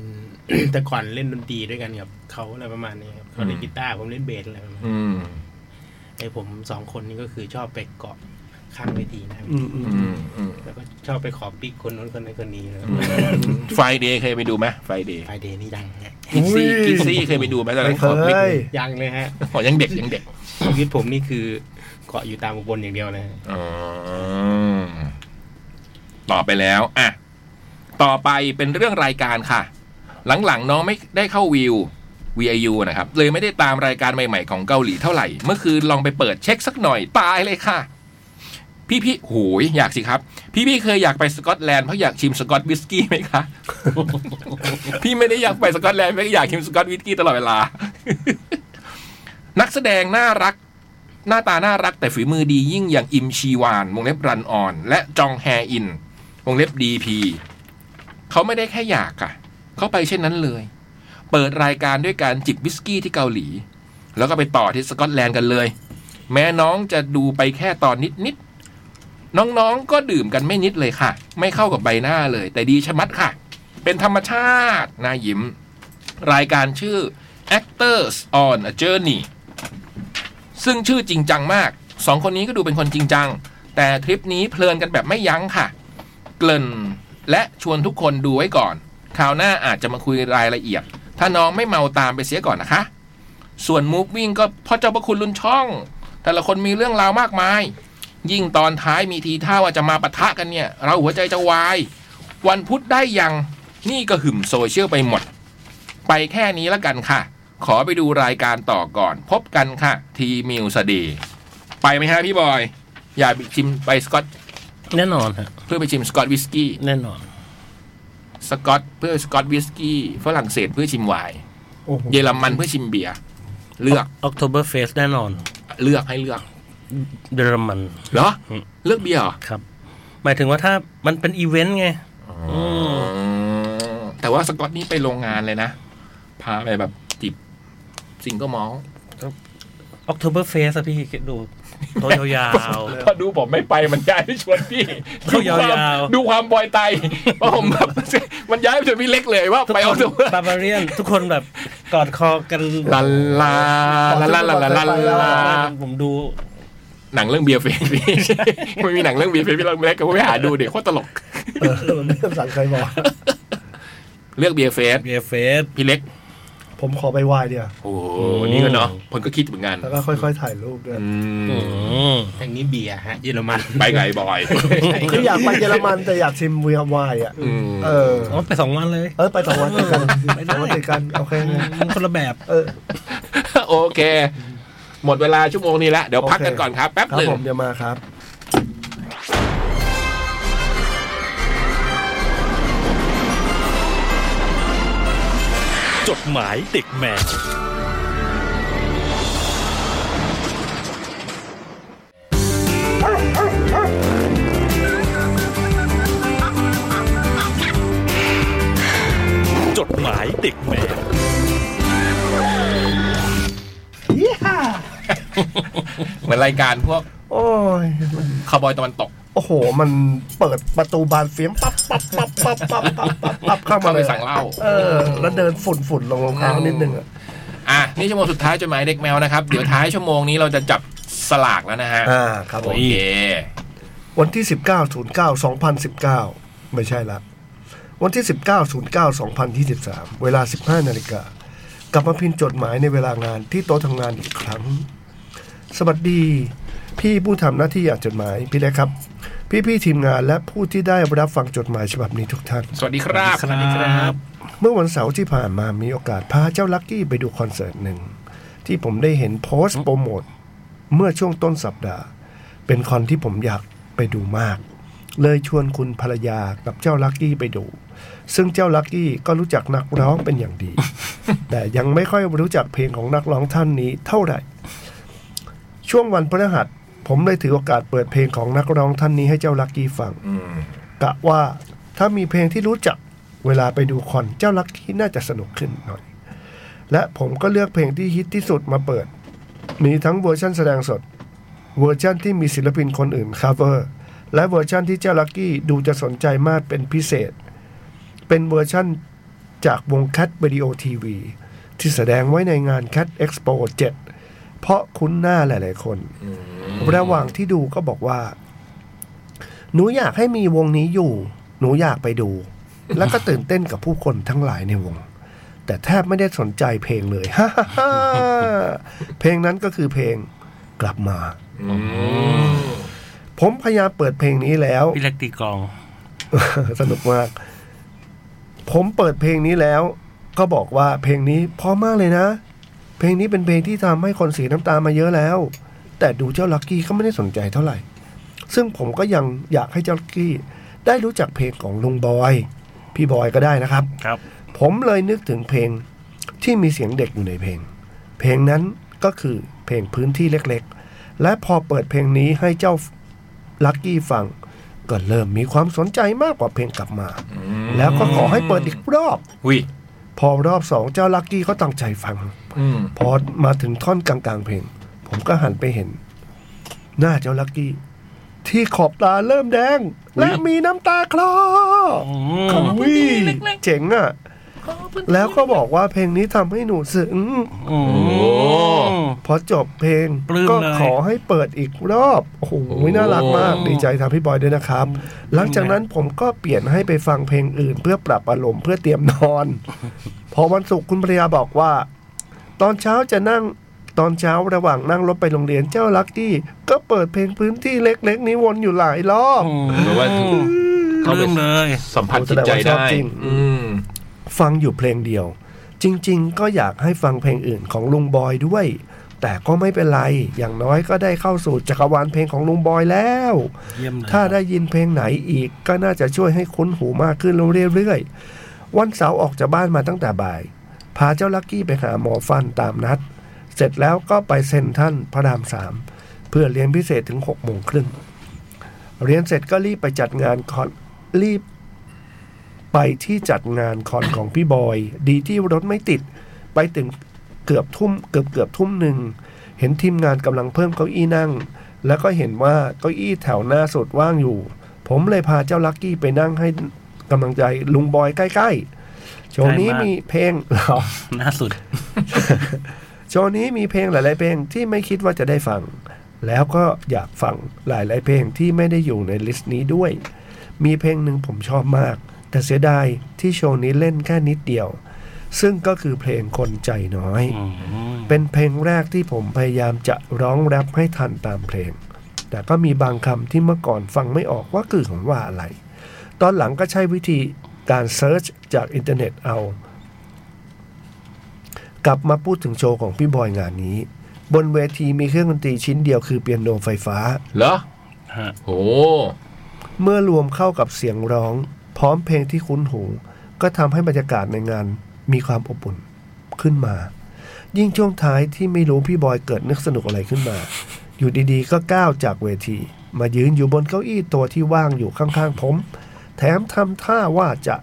G: แต่ก่อนเล่นดนตรีด้วยกันกับเขาอะไรประมาณนี้ครับเขา
A: อื
G: เล่น
A: ม
G: กีตาร์ผมเล่นเบสอะไรประมาณนี้
A: อืม
G: ไอ้ผมสองคนนี้ก็คือชอบไปเกาะข้างเวทีนะครับ
F: อืมอืม
A: อืมอืม
G: แล้วก็ชอบไปขอปิ๊กคนนู้นคนนั้นคนนี้แล้ว
A: ไฟเดย์เคยไปดูไหมไฟเดย์
G: ไฟเดย์นี่ดังฮะ
A: กิกซี่กิกซี่เคยไปดูไหมตอน
F: ไม่
A: นั้น
F: เค
A: ขอปิด
F: ย
G: ยังเลยฮะ
A: ขอยังเด็กยังเด็ก
G: ชีวิตผมนี่คือเกาะอยู่ตามอุบลอย่างเดียวนะฮะ
A: อมต่อไปแล้วอ่ะต่อไปเป็นเรื่องรายการค่ะ หลังๆน้องไม่ได้เข้าวิว VIU นะครับ เลยไม่ได้ตามรายการใหม่ๆของเกาหลีเท่าไหร่ เมื่อคืนลองไปเปิดเช็คสักหน่อยตายเลยค่ะ พี่พี่โหยอยากสิครับ พี่พี่ๆเคยอยากไปสกอตแลนด์เพราะอยากชิมสกอตวิสกี้ไหมคะ พี่ไม่ได้อยากไปสกอตแลนด์ไม่ได้อยากชิมสกอตวิสกี้ตลอดเวลา นักแสดงน่ารัก หน้าตาน่ารักแต่ฝีมือดียิ่งอย่างอิมชีวานวงเล็บรันออน และจองแฮอินวงเล็บดีพีเขาไม่ได้แค่อยากค่ะ เขาไปเช่นนั้นเลย เปิดรายการด้วยการจิบวิสกี้ที่เกาหลี แล้วก็ไปต่อที่สกอตแลนด์กันเลย แม้น้องจะดูไปแค่ตอนนิดๆน้องๆก็ดื่มกันไม่นิดเลยค่ะ ไม่เข้ากับใบหน้าเลย แต่ดีชะมัดค่ะ เป็นธรรมชาติน่ายิ้ม รายการชื่อ Actors on a Journey ซึ่งชื่อจริงจังมาก สองคนนี้ก็ดูเป็นคนจริงจัง แต่ทริปนี้เพลินกันแบบไม่ยั้งค่ะ เกลิ่นและชวนทุกคนดูไว้ก่อน คราวหน้าอาจจะมาคุยรายละเอียด ถ้าน้องไม่เมาตามไปเสียก่อนนะคะ ส่วนมูฟวิ่งก็พ่อเจ้าพระคุณลุนช่อง แต่ละคนมีเรื่องราวมากมาย ยิ่งตอนท้ายมีทีท่าว่าจะมาปะทะกันเนี่ย เราหัวใจจะวาย วันพุธได้ยัง นี่ก็หึ่มโซเชียลไปหมด ไปแค่นี้ละกันค่ะ ขอไปดูรายการต่อก่อน พบกันค่ะ ทีมิวสเดย์ไปไหมฮะพี่บอย อยากไปชิมไปสกอต
C: แน่นอนฮะ
A: เพื่อไปชิมสกอตวิสกี้
C: แน่นอน
A: สกอตเพื่อสกอตวิสกี้ฝรั่งเศสเพื่อชิมไวน์
F: โอ้โห
A: เยอรมันเพื่อชิมเบียร์เลือก
C: October Fest แน่นอน
A: เลือกให้เลือก
C: เยอรมัน
A: เหรอเลือกเบียร์เหรอ
C: ครับ หมายถึงว่าถ้ามันเป็นอีเวนต์ไง
A: อแต่ว่าสกอตนี่ไปโรงงานเลยนะ พาไปแบบจิบสิงเก็มอล
C: October Fest อะพี่คิดดูโตะยาว
A: พอดูผมไม่ไปมันย้ายไปชวนพี่
C: ดูความยาวๆ
A: ดูความบอยไตเพราะผมแบบมันย้ายไปชวนพี่เล็กเลยว่าไปเอาตัว
C: บาบาเรียนทุกคนแบบกอดคอกัน
A: ลาลาลาลาลาลาลาลา
C: ผมดู
A: หนังเรื่องเบียร์เฟย์พี่ไม่มีหนังเรื่องเบียร์เฟย์พี่เราเล็กก็ไม่หาดูเด็กโคตรตลก
F: เออเรื่องสั่งใครบอก
A: เลือกเบียร์เฟย์
C: Beer Fest
A: พี่เล็ก
F: ผมขอไปไหวายเดียว
A: โอ้โหนี่ก็เนาะคนก็คิดเหมือนกัน
F: แล้วก็ค่อยๆถ่ายรูปด้วย
A: อืม
C: อืม
G: ทางนี้เบียร์ฮะเยอรมัน
A: ไปไกลบอย
F: คืออยากไปเยอรมันแต่อยากชิมเวียไวายอ่ะ
A: อืม
F: เออ
C: อ๋อไปสองวันเลย
F: เออไปสองวันติดกัน
C: ไป
F: ส
C: ได้
F: องวันติดกัน โอเคไง
C: มันคนละแบบ
F: เออ
A: โอเค หมดเวลาชั่วโมงนี้แล้วเดี๋ยวพักกันก่อนครับแป๊บ
F: ครั
A: ห
F: บ
A: นึ่ง
F: ผมเดี๋ยวมาครับ
H: จดหมายเด็กแมว จดหมายเด็กแมว
A: เหมือนรายการพวก
F: โอ้ย
A: คาวบอยตะวันตก
F: โอ้โห มันเปิดประตูบานเสียงปั๊บปั๊บปั๊บปั๊บปั๊บปั๊บปั๊บปั๊บเข้ามา
A: เข้า
F: เล
A: ไป
F: ย
A: สั่งเหล้า
F: เออ แล้วเดินฝุ่นฝุ่นๆลงรองเท้านิดนึงอะ
A: อ่ะ นี่ชั่วโมงสุดท้ายจดหมายเด็กแมวนะครับ เดี๋ยวท้ายชั่วโมงนี้เราจะจับสลากแล้วนะฮะ
F: อ่า ครับผ
A: โอ
F: ม
A: เค
F: วันที่ 19 09 2019 ไม่ใช่ละ วันที่ 19 09 2023 เวลา 15 นาฬิกากลับมาพิมพ์จดหมายในเวลางานที่โต๊ะทำงานอีกครั้ง สวัสดี พี่ผู้ทำหน้าที่อ่านจดหมายพี่เล็กครับ พี่ๆทีมงานและผู้ที่ได้รับฟังจดหมายฉบับนี้ทุกท่าน
A: สวัสดีครับ
G: สวัสดีครับ
F: เมื่อวันเสาร์ที่ผ่านมามีโอกาสพาเจ้าลักกี้ไปดูคอนเสิร์ตหนึ่ง ที่ผมได้เห็นโพสต์โปรโมทเมื่อช่วงต้นสัปดาห์ เป็นคอนที่ผมอยากไปดูมาก เลยชวนคุณภรรยากับเจ้าลักกี้ไปดู ซึ่งเจ้าลักกี้ก็รู้จักนักร้องเป็นอย่าง ดี แต่ยังไม่ค่อยรู้จักเพลงของนักร้องท่านนี้เท่าไหร่ ช่วงวันพฤหัสผมเลยถือโอกาสเปิดเพลงของนักร้องท่านนี้ให้เจ้าลักกี้ฟัง
A: อืม
F: กะว่าถ้ามีเพลงที่รู้จักเวลาไปดูคอนเจ้าลักกี้น่าจะสนุกขึ้นหน่อย และผมก็เลือกเพลงที่ฮิตที่สุดมาเปิด มีทั้งเวอร์ชันแสดงสด เวอร์ชันที่มีศิลปินคนอื่นคาเวอร์ และเวอร์ชันที่เจ้าลักกี้ดูจะสนใจมากเป็นพิเศษ เป็นเวอร์ชันจากวง Cat Radio TV ที่แสดงไว้ในงาน Cat Expo 7 เพราะคุ้นหน้าหลาย ๆ คน ระหว่างที่ดูก็บอกว่า หนูอยากให้มีวงนี้อยู่ หนูอยากไปดู แล้วก็ตื่นเต้นกับผู้คนทั้งหลายในวง แต่แทบไม่ได้สนใจเพลงเลย ฮ่าฮ่าฮ่าเพลงนั้นก็คือเพลงกลับมา
A: อืม
F: ผมพยายามเปิดเพลงนี้แล้ว
C: พี่เล็กตีกลอง
F: สนุกมาก ผมเปิดเพลงนี้แล้ว ก็บอกว่าเพลงนี้เพอมากเลยนะ เพลงนี้เป็นเพลงที่ทำให้คนเสียน้ำตามาเยอะแล้ว แต่ดูเจ้าลักกี้ก็ไม่ได้สนใจเท่าไหร่ ซึ่งผมก็ยังอยากให้เจ้าลักกี้ ได้รู้จักเพลงของลุงบอย พี่บอยก็ได้นะครับ
C: ครับ
F: ผมเลยนึกถึงเพลงที่มีเสียงเด็กอยู่ในเพลง เพลงนั้นก็คือเพลงพื้นที่เล็กๆ และพอเปิดเพลงนี้ให้เจ้าลักกี้ฟัง ก็เริ่มมีความสนใจมากกว่าเพลงกลับมา แล้วก็ขอให้เปิดอีกรอบ
A: อุ้ย
F: พอรอบสองเจ้าลักกี้ก็ตั้งใจฟัง
A: อืม
F: พอมาถึงท่อนกลางๆเพลง ผมก็หันไปเห็น หน้าเจ้าลักกี้ ที่ขอบตาเริ่มแดง และมีน้ำตาคลอ วิเจ๋งอ่ะ แล้วก็บอกว่าเพลงนี้ทำให้หนูซึ้ง
A: โอ้
F: พอจบเพลง
C: ปลื้มเลย
F: ก็ขอให้เปิดอีกรอบ โอ้โห
A: โอ้
F: น่ารักมาก ดีใจทำพี่บอยด้วยนะครับ หลังจากนั้นผมก็เปลี่ยนให้ไปฟังเพลงอื่น เพื่อปรับอารมณ์เพื่อเตรียมนอน พอวันศุกร์คุณภรรยาบอกว่า ตอนเช้าจะนั่งตอนเช้าระหว่างนั่งรถไปโรงเรียนเจ้าลักกี้ก็เปิดเพลงพื้นที่เล็ก ๆ นี้วนอยู่หลายรอบ
A: แปลว่า
C: ปลื้มเลย
A: สัมผัสจิตใจได้ อืม
F: ฟังอยู่เพลงเดียว จริง ๆ ก็อยากให้ฟังเพลงอื่นของลุงบอยด้วย แต่ก็ไม่เป็นไรอย่างน้อยก็ได้เข้าสู่จักรวาลเพลงของลุงบอยแล้ว
C: เยี่ยมเลย
F: ถ้าได้ยินเพลงไหนอีกก็น่าจะช่วยให้คุ้นหูมากขึ้นเรื่อยๆวันเสาร์ออกจากบ้านมาตั้งแต่บ่าย พาเจ้าลักกี้ไปหาหมอฟันตามนัด เสร็จแล้วก็ไปเซ็นทรันพระรามสามเพื่อเรียนพิเศษถึงหกโมงครึ่งเรียนเสร็จก็รีบไปจัดงานคอนรีบ ไปที่จัดงานคอนของพี่บอย ดีที่รถไม่ติด ไปถึงเกือบทุ่มเกือบเกือบทุ่มหนึ่ง เห็นทีมงานกำลังเพิ่มเก้าอี้นั่ง แล้วก็เห็นว่าเก้าอี้แถวหน้าสุดว่างอยู่ ผมเลยพาเจ้าลักกี้ไปนั่งให้กำลังใจลุงบอยใกล้ๆโชว์นี้มีเพลงเหรอ
C: น่าสุด
F: โชว์นี้มีเพลงหลาย ๆ เพลงที่ไม่คิดว่าจะได้ฟัง แล้วก็อยากฟังหลาย ๆ เพลงที่ไม่ได้อยู่ในลิสต์นี้ด้วย มีเพลงหนึ่งผมชอบมาก แต่เสียดายที่โชว์นี้เล่นแค่นิดเดียว ซึ่งก็คือเพลงคนใจน้อย เป็นเพลงแรกที่ผมพยายามจะร้องแรปให้ทันตามเพลง แต่ก็มีบางคำที่เมื่อก่อนฟังไม่ออกว่าคือของว่าอะไร ตอนหลังก็ใช้วิธีการเซิร์ชจากอินเทอร์เน็ตเอา กลับมาพูดถึงโชว์ของพี่บอยงานนี้ บนเวทีมีเครื่องดนตรีชิ้นเดียวคือเปียโนไฟฟ้า
A: เหรอ
C: ฮะ
A: โอ้
F: เมื่อรวมเข้ากับเสียงร้อง พร้อมเพลงที่คุ้นหู ก็ทำให้บรรยากาศในงานมีความอบอุ่นขึ้นมา ยิ่งช่วงท้ายที่ไม่รู้พี่บอยเกิดนึกสนุกอะไรขึ้นมา อยู่ดีๆก็ก้าวจากเวที มายืนอยู่บนเก้าอี้ตัวที่ว่างอยู่ข้างๆผม แถมทำท่าว่าจะ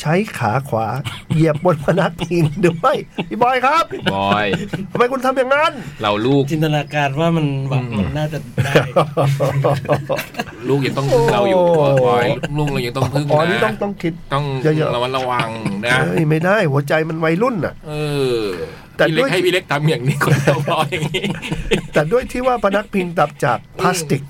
F: ใช้ขาขวา เหยียบบนพนักพิงด้วยพี่บอยครับ
A: บอย
F: ทำไมคุณทำอย่างนั้น
A: เราลูก
C: จินตนาการว่ามันแบบมันน่าจะได้
A: ลูกยังต้องพึ่งเราอยู่
F: โอ้
A: บอยลูกเรายังต้องพึ่ง
F: อ๋อนี่ต้อ
A: นะ
F: งต้องคิด
A: ต้อง
F: เยอะๆ
A: ระมัดระวังนะ
F: เอ้ยไม่ได้หัวใจมันวัยรุ่นน่ะ
A: เออ
F: แต่
A: พี่เล็
F: ด้
A: ก
F: วย
A: ให้พี่เล็กทำอย่างนี้คนเดียวพออย่างนี้
F: แต่ด้วยที่ว่าพนักพิงตับจากพลาสติก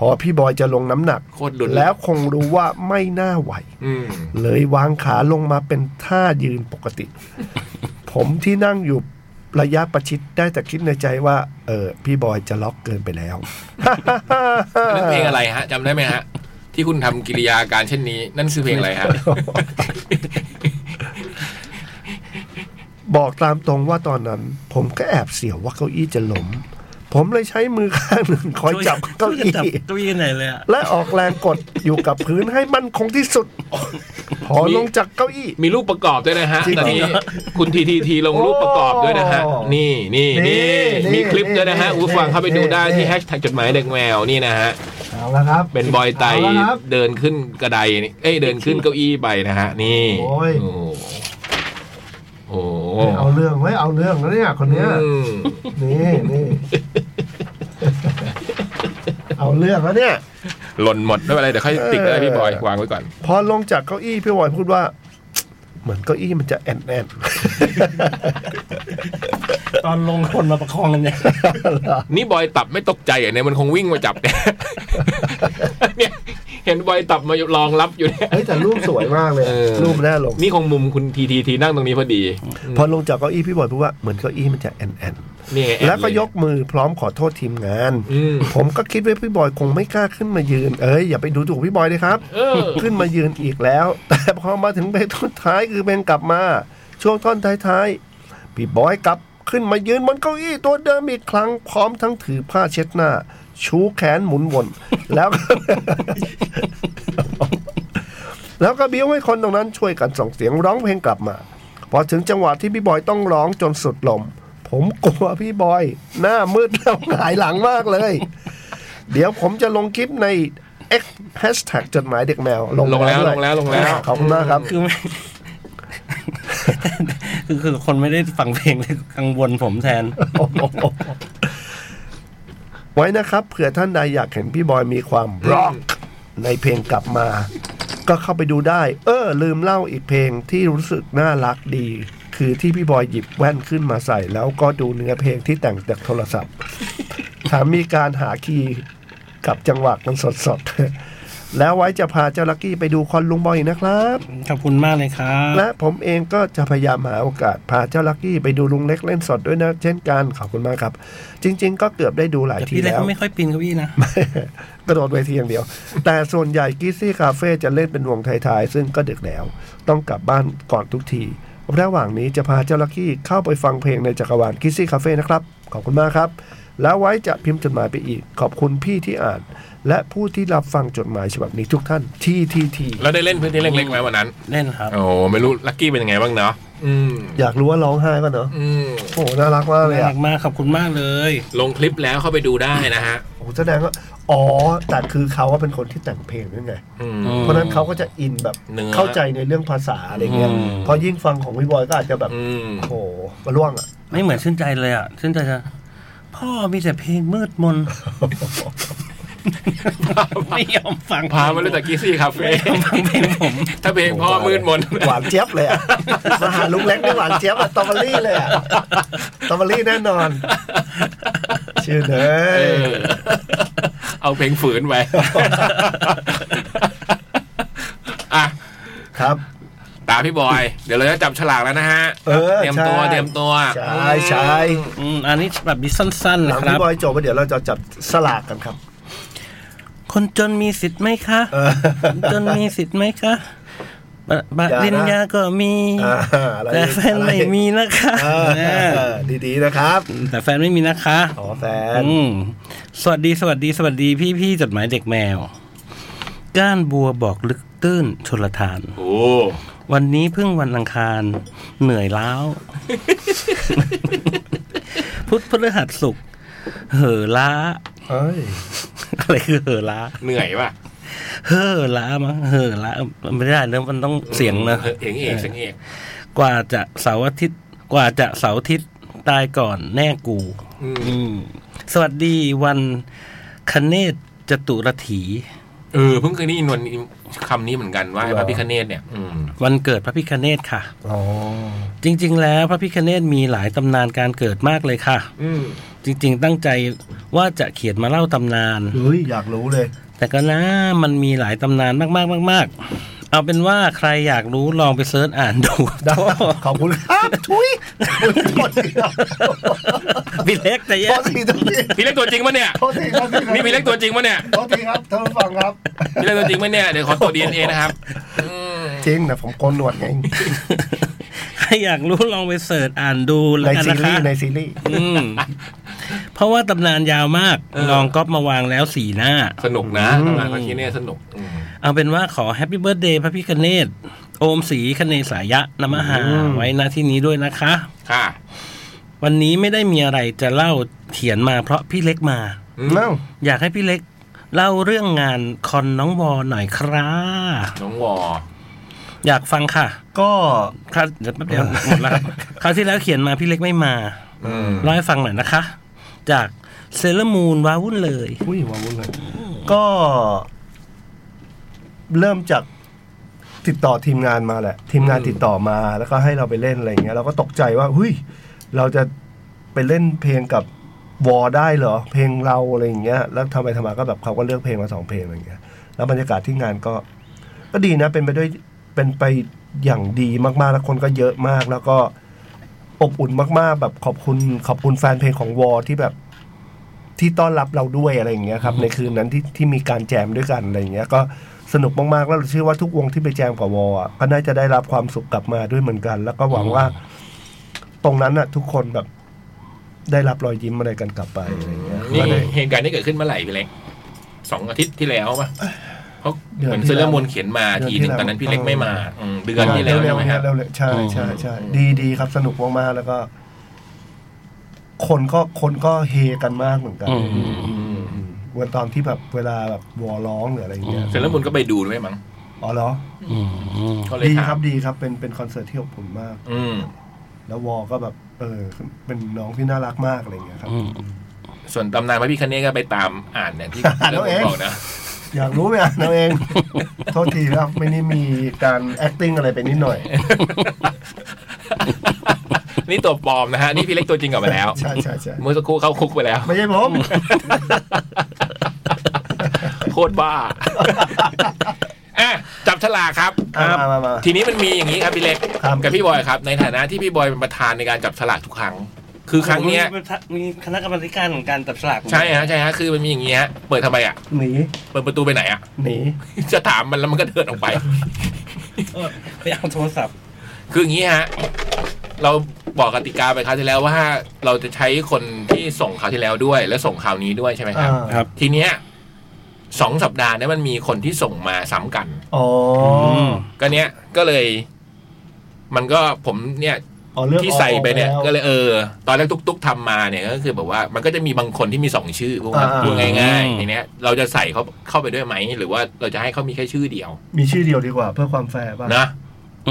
F: พอพี่บอยจะลงน้ำหนัก
A: โคตรดุน
F: แล้วคงรู้ว่าไม่น่าไหว
A: อืม
F: เลยวางขาลงมาเป็นท่ายืนปกติ ผมที่นั่งอยู่ ระยะประชิดได้แต่คิดในใจว่า เออ พี่บอยจะล็อกเกินไปแล้ว
A: นั่นเพลงอะไรฮะจำได้ไหมฮะ ที่คุณทำกิริยาการเช่นนี้ นั่นคือเพลงอะไรฮะ
F: บอกตามตรงว่าตอนนั้น ผมก็แอบเสียวว่าเก้าอี้จะล้มผมเลยใช้มือข้างหนึ่งคอยจับเก้า
C: จับ
F: อี้
C: เก้าอี้ไหนเลยอ่ะ
F: และออกแรงกดอยู่กับพื้นให้มั่นคงที่สุด พอลงจากเก้าอี้
A: มีรูปประกอบด้วยนะฮะ
F: จริงเหร
A: ตอ
F: อน
A: นี้คุณทีทีทีลงรูปประกอบด้วยนะฮะ
F: โอ้
A: นี่นี่
F: นี่
A: นี่
F: นี่
A: มีคลิปด้วยนะฮะ
F: นี่
A: คุณผู้ฟังเข้าไปดูได้
F: นี่
A: ที่แฮชแท็กจดหมายเด็กแมวนี่นะฮะ
F: เอาละครับ
A: เป็นบอยไต
F: เาละครับ
A: เดินขึ้นกระไดนี่เอ้ยเดินขึ้นเก้าอี้ไปนะฮะ นี่
F: โอ้ย
A: โอ้โห
F: เอาเรื่องไว้ยเอาเรื่องแล้วเนี่ยคนเนี้ย
A: อืม
F: นี่ นี่ เอาเรื่องแล้วเนี่ย
A: หล่นหมดไม่เป็นไรเดี๋ยวค่อยติดก็ได้พี่บอยวางไว้ก่อน
F: พอลงจากเก้าอี้พี่บอยพูดว่า เหมือนเก้าอี้มันจะแอนแอน
G: ตอนลงคนมาประคองกันเนี่ย
A: นี่บอยตับไม่ตกใจเหรอเนี่ยมันคงวิ่งมาจับเนี่ย เนี่ยเห็นบอยตับมาลองรับอยู่เนี่ย
F: เฮ้ยแต่รูปสวยมากเลย
A: เออ
F: รูปแน่ลง
A: นี่คงมุมคุณทีทีทีนั่งตรงนี้พอดี
F: พอลงจากเก้าอี้พี่บอยพูดว่าเหมือนเก้าอี้มันจะแอนแอน
A: นี่ไงอน
F: แล้วก็ยกมือพร้อมขอโทษทีมงาน
A: อืม
F: ผมก็คิดว่าพี่บอยคงไม่กล้าขึ้นมายืน เอ้ยอย่าไปดูถูกพี่บอยเลยครับ
A: เออ
F: ขึ้นมายืนอีกแล้ว แต่พอมาถึงเพลงท่อนท้ายคือเพลงกลับมา ช่วงท่อนท้ายๆพี่บอยกลับขึ้นมายืนบนเก้าอี้ตัวเดิมอีกครั้งพร้อมทั้งถือผ้าเช็ดหน้า ชูแขนหมุนวน แล้วก็ แล้วก็บิ้วให้คนตรงนั้นช่วยกันส่งเสียงร้องเพลงกลับมา พอถึงจังหวะที่พี่บอยต้องร้องจนสุดลม ผมกลัวพี่บอย หน้ามืดแล้วหงายหลังมากเลย เดี๋ยวผมจะลงคลิปใน X hashtag จดหมายเด็กแมว
A: ลงแล้ว
F: ด้วย
A: ลงแล้วลงแล้ว
F: ขอบคุณมากครับ
C: คือไม่ คือคือคนไม่ได้ฟังเพลงเลยกังวลผมแทน
F: ไว้นะครับเผื่อท่านใดอยากเห็นพี่บอยมีความร็อกในเพลงกลับมา ก็เข้าไปดูได้ เออ ลืมเล่าอีกเพลงที่รู้สึกน่ารักดี คือที่พี่บอยหยิบแว่นขึ้นมาใส่ แล้วก็ดูเนื้อเพลงที่แต่งจากโทรศัพท์ถามมีการหาคีย์กับจังหวะกันสดๆ แล้วไว้จะพาเจ้าลักกี้ไปดูคอนลุงบอยอีกนะครับ
C: ขอบคุณมากเลยครับ
F: และผมเองก็จะพยายามหาโอกาส พาเจ้าลักกี้ไปดูลุงเล็กเล่นสดด้วยนะ เช่นกันขอบคุณมากครับ จริง ๆ ก็เกือบได้ดูหลาย
C: แต่
F: ที
C: พี่เล็ก
F: แล้ว
C: ก็ไม่ค่อยปีนเก้าอี้นะ
F: กระโดดเวทีอย่างเดียว แต่ส่วนใหญ่กิซี่คาเฟ่จะเล่นเป็นวงไทยๆซึ่งก็ดึกแล้ว ต้องกลับบ้านก่อนทุกที ระหว่างนี้จะพาเจ้าลักกี้เข้าไปฟังเพลงในจักรวาลกิซี่คาเฟ่นะครับ ขอบคุณมากครับ แล้วไว้จะพิมพ์จดหมายไปอีก ขอบคุณพี่ที่อ่าน และผู้ที่รับฟังจดหมายฉบับนี้ทุกท่านทีทีที
A: แล้วได้เล่นพื้นที่เล็กๆไหมวันนั้น
C: เล่นครับ
A: โอ้ไม่รู้ลักกี้เป็นยังไงบ้างเนาะอืม
F: อยากรู้ว่าร้องไห้ป่ะเนาะ
A: อืม
F: โอ้โหน่ารักมากเลย
C: น่า
F: อะ
C: รักมากขอบคุณมากเลย
A: ลงคลิปแล้วเข้าไปดูได้นะฮะ
F: โอ้แสดงว่าอ๋อ แต่คือเขาว่าเป็นคนที่แต่งเพลงด้วยไง
A: อืม
F: เพราะฉะนั้นเขาก็จะอินแบบ
A: เนื้อ
F: เข้าใจในเรื่องภาษาอะไรเงี้ย
C: อืม
F: พอยิ่งฟังของพี่บอยก็อาจจะแบบ
A: อืม
F: โอ้โหมาล่วงอ่ะ
C: ไม่เหมือนชื่นใจเลยอ่ะชื่นใจจะพ่อมีแต่เพลงมืดมน ไม่ยอมฟัง
A: พามาเลยแต่กิซี่คาเฟ่
C: ฟังเพลงผม
A: ถ้าเพลงพ่อมืดมน
F: หวานเจี๊ยบเลยอ่ะ มาหาลุงเล็กนี่หวานเจี๊ยบอะตอมเบอรี่เลยอะตอมเบอรี่แน่นอน ชื่อเลย
A: เออเอาเพลงฝืนไปอ่ะ
F: ครับ
A: ตามพี่บอย เดี๋ยวเราจะจับฉลากแล้วนะฮะ
F: เออ
A: เตรียมตัว
F: ใช่
A: เตรียมตัว
F: ใช่ใช่
C: อืมอันนี้แบบนี้สั้นๆ
F: ห
C: นะ
F: ลัง
C: ครั
F: พี่
C: บ
F: บอยจบแล้วเดี๋ยวเราจะจับสลากกันครับ
C: คนจนมีสิทธิ์ไหมคะ
F: เออ
C: คนจนมีสิทธิ์ไหมคะบบัตรปริญญาก็มี
F: อ่าอะไร
C: แต่แฟนไม่มีนะคะ
F: เออเออเออดีๆนะครับ
C: แต่แฟนไม่มีนะคะ
F: อ๋อแฟน
C: อืมสวัสดีสวัสดีสวัสดีพี่พี่ๆจดหมายเด็กแมว ก้านบัวบอกลึกตื้นชนละทาน
A: โอ้
C: วันนี้เพิ่งวันอังคาร เหนื่อยล้าว พุธพฤหัสสุกร์เหอล้า
F: เอ้ย
C: อะไรคือเหอล้า
A: เหนื่อยป่ะ
C: เฮ้อล้ามั้งเฮ้อล้าไม่ได้เนอะมันต้องเสียงนะ
A: เออเองเอกเสียงเอก
C: กว่าจะเสาร์อาทิตย์กว่าจะเสาร์อาทิตย์ตายก่อนแน่กู
A: อืม
C: อืม สวัสดีวันคเนศจตุรถี
A: เออเพิ่งเคยได้ยินวันคำนี้เหมือนกันว่าไอ้พระพิคเนตเนี่ย อืม
C: วันเกิดพระพิคเนศค่ะ
F: อ๋อ
C: จริง ๆ แล้วพระพิคเนศมีหลายตำนานการเกิดมากเลยค่ะ
A: อืม
C: จริง ๆ ตั้งใจว่าจะเขียนมาเล่าตำนาน
F: เฮ้ย อยากรู้เลย
C: แต่ก็นะมันมีหลายตำนานมากๆมากๆ เอาเป็นว่าใครอยากรู้ลองไปเซิร์ชอ่านดู
F: ได้
C: โถ่
F: ขอบคุณครับทุยโทษทีครับ
C: พี่เล็กแต่แย่
F: โทษทีโทษที
A: พี่เล็กตัวจริงปะเนี่ย
F: โทษทีครับ
A: นี่พี่เล็กตัวจริงปะเนี่ย
F: โทษทีครับท่านผู้ฟังครับ
A: พี่เล็กตัวจริงปะเนี่ย เดี๋ยวขอตรวจดีเอ็นเอนะครับ
F: จริงนะผมโกนหนวดไง
C: ใครอยากรู้ลองไปเสิร์ชอ่านดูแล้ว
F: ใน
C: กัน
F: ซี
C: นะ
F: รี
C: คะ
F: ส์ในซีรีส์
C: อืมเพราะว่าตำนานยาวมาก
A: เออ
C: ลองก๊อปมาวางแล้วสี่หน้า
A: สนุกนะทำงานครั้งนี้เนี่ยสนุกอืม
C: เอาเป็นว่าขอแฮปปี้เบิร์ดเดย์พระพิคเนตโอมศรีคเนสายะนมหาไว้ณที่นี้ด้วยนะคะ
A: ค่ะ
C: วันนี้ไม่ได้มีอะไรจะเล่าเขียนมาเพราะพี่เล็กมา
A: อืม
F: เอ้า
C: อยากให้พี่เล็กเล่าเรื่องงานคอนน้องวอหน่อยครับ
A: น้องวอ
C: อยากฟังค่ะ
D: ก็
C: ครับเดี๋ยวแป๊บเดียวหมดแล้วค รับคราวที่แล้วเขียนมาพี่เล็กไม่มา
A: อืม
C: เล่าให้ฟังหน่อยนะคะ จากเซเลมูนว้าวุ่นเลย
F: อุ้ยว่าวุ่นเลย
D: ก็
F: เริ่มจากติดต่อทีมงานมาแหละ ทีมงานติดต่อมาแล้วก็ให้เราไปเล่นอะไรอย่างเงี้ยเราก็ตกใจว่าเฮ้ยเราจะไปเล่นเพลงกับวอได้เหรอ เพลงเราอะไรอย่างเงี้ย แล้วทำไปทำมาก็แบบเขาก็เลือกเพลงมาสองเพลงอะไรอย่างเงี้ย แล้วบรรยากาศที่งานก็ ก็ดีนะเป็นไปด้วยเป็นไปอย่างดีมากๆ แล้วคนก็เยอะมาก แล้วก็อบอุ่นมากๆ แบบขอบคุณขอบคุณแฟนเพลงของวอที่แบบที่ต้อนรับเราด้วยอะไรอย่างเงี้ยครับ ในคืนนั้นที่ที่มีการแจมด้วยกันอะไรอย่างเงี้ย ก็สนุกมากๆ แล้วเราเชื่อว่าทุกวงที่ไปแจมกับวออะก็น่าจะได้รับความสุขกลับมาด้วยเหมือนกัน แล้วก็หวังว่า ตรงนั้นน่ะ ทุกคนแบบได้รับรอยยิ้มอะไรกันกลับไปอะไรอย่างเงี้ย
A: นี่
F: ก็ได้
A: เหตุการณ์ที่เกิดขึ้นเมื่อไหร่พี่เล็กสองอาทิตย์ที่แล้วป่ะเพราะ
F: เดื
A: เห
F: อน
A: มือน
F: ที่
A: เซเลอ
F: แล้ว
A: ร์มูนเขียนมา
F: เดือน
A: ทีห
F: ที่
A: นึ่ง
F: แล้ว
A: ตอนนั้นพี่เล็กไม่มา
F: เอออื
A: มเดือนที่แล้ว
F: เร็
A: ใช่
F: ว
A: ไหมค
F: ๆ
A: รับ
F: เร็วๆใช่ใช่ใช่ดีดีครับสนุกมากๆแล้วก็ คนก็คนก็เฮกันมากเหมือนกัน
C: อืม
F: เวันตอนที่แบบเวลาแบบวอร้องหรืออะไรอย่างเงี้ย
A: เซเลอร์มูนก็ไปดูด้วยมั้ง
F: อ๋อเหรอ
C: อืม
A: ก็เลย
F: ดี
A: ถาม
F: ครับดีครับเป็นเป็นคอนเสิร์ตที่อบอุ่นมาก
A: อืม
F: แล้ววอก็แบบ เออ เป็นน้องที่น่ารักมากอะไรอย่างเงี้ยครับ
C: อืม
A: ส่วนตำนานพระพี่คเนศก็ไปตามอ่านเนี่ยที่
F: อ่ านเอาเอง
A: บอกนะ
F: อยากรู้ไหมอ่ะเราเอง โทษทีครับ ไม่นี่มีการ acting อะไรไปนิดหน่อย
A: นี่ตัวปลอมนะฮะนี่พี่เล็กตัวจริงกลับมาแล้ว
F: ใช่ใช่ใช่
A: เมื่อสักครู่เข้าคุกไป แล้ว
F: ไม่ใช่ผม
A: โคตร บ้าอ่ะจับฉลากครับ
F: อ่ะมามามา
A: ทีนี้มันมีอย่างนี้ครับพี่เล็ก
F: ครับ
A: กับพี่บอยครับ ในฐานะที่พี่บอยเป็นประธานในการจับฉลากทุกครั้ง คือครั้งเนี้ย
C: มีคณะกรรมการของการตัดสลาก
A: ใช่ฮะใช่ฮะคือมันมีอย่างนี้ฮะเปิดทำไมอ่ะ
F: หนี
A: เปิดประตูไปไหนอ่ะ
F: หนี
A: จะถามมันแล้วมันก็เดินออกไป
C: ไปเอาโทรศัพท์
A: คืออย่างนี้ฮะ เราบอกกติกาไปคราวที่แล้วว่าเราจะใช้คนที่ส่งคราวที่แล้วด้วย และส่งคราวนี้ด้วยใช่ไหมค
F: อ่า
A: รับ
C: ครับ
A: ทีเนี้ยสองสัปดาห์เนี้มันมีคนที่ส่งมาซ้ำกัน
F: อ๋ออ
C: ม
A: ก็เนี้ยก็เลย มันก็ผมเนี่ย
F: อ๋อเลือก
A: ที่ใส่ไปเนี่ย
F: ออ
A: ก็
F: แว
A: เลยเออ ตอนแรกตุ๊กๆทำมาเนี่ยก็คือแบบว่ามันก็จะมีบางคนที่มีสองชื่อพวกนั้น
F: อ่า
A: พูดง่าย
C: อื
A: ๆ
C: ม
A: อย่างเนี้ยเราจะใส่เขาเข้าไปด้วยไหมหรือว่าเราจะให้เขามีแค่ชื่อเดียว
F: มีชื่อเดียวดีกว่าเพื่อความแฟร์ป่ะ
A: นะ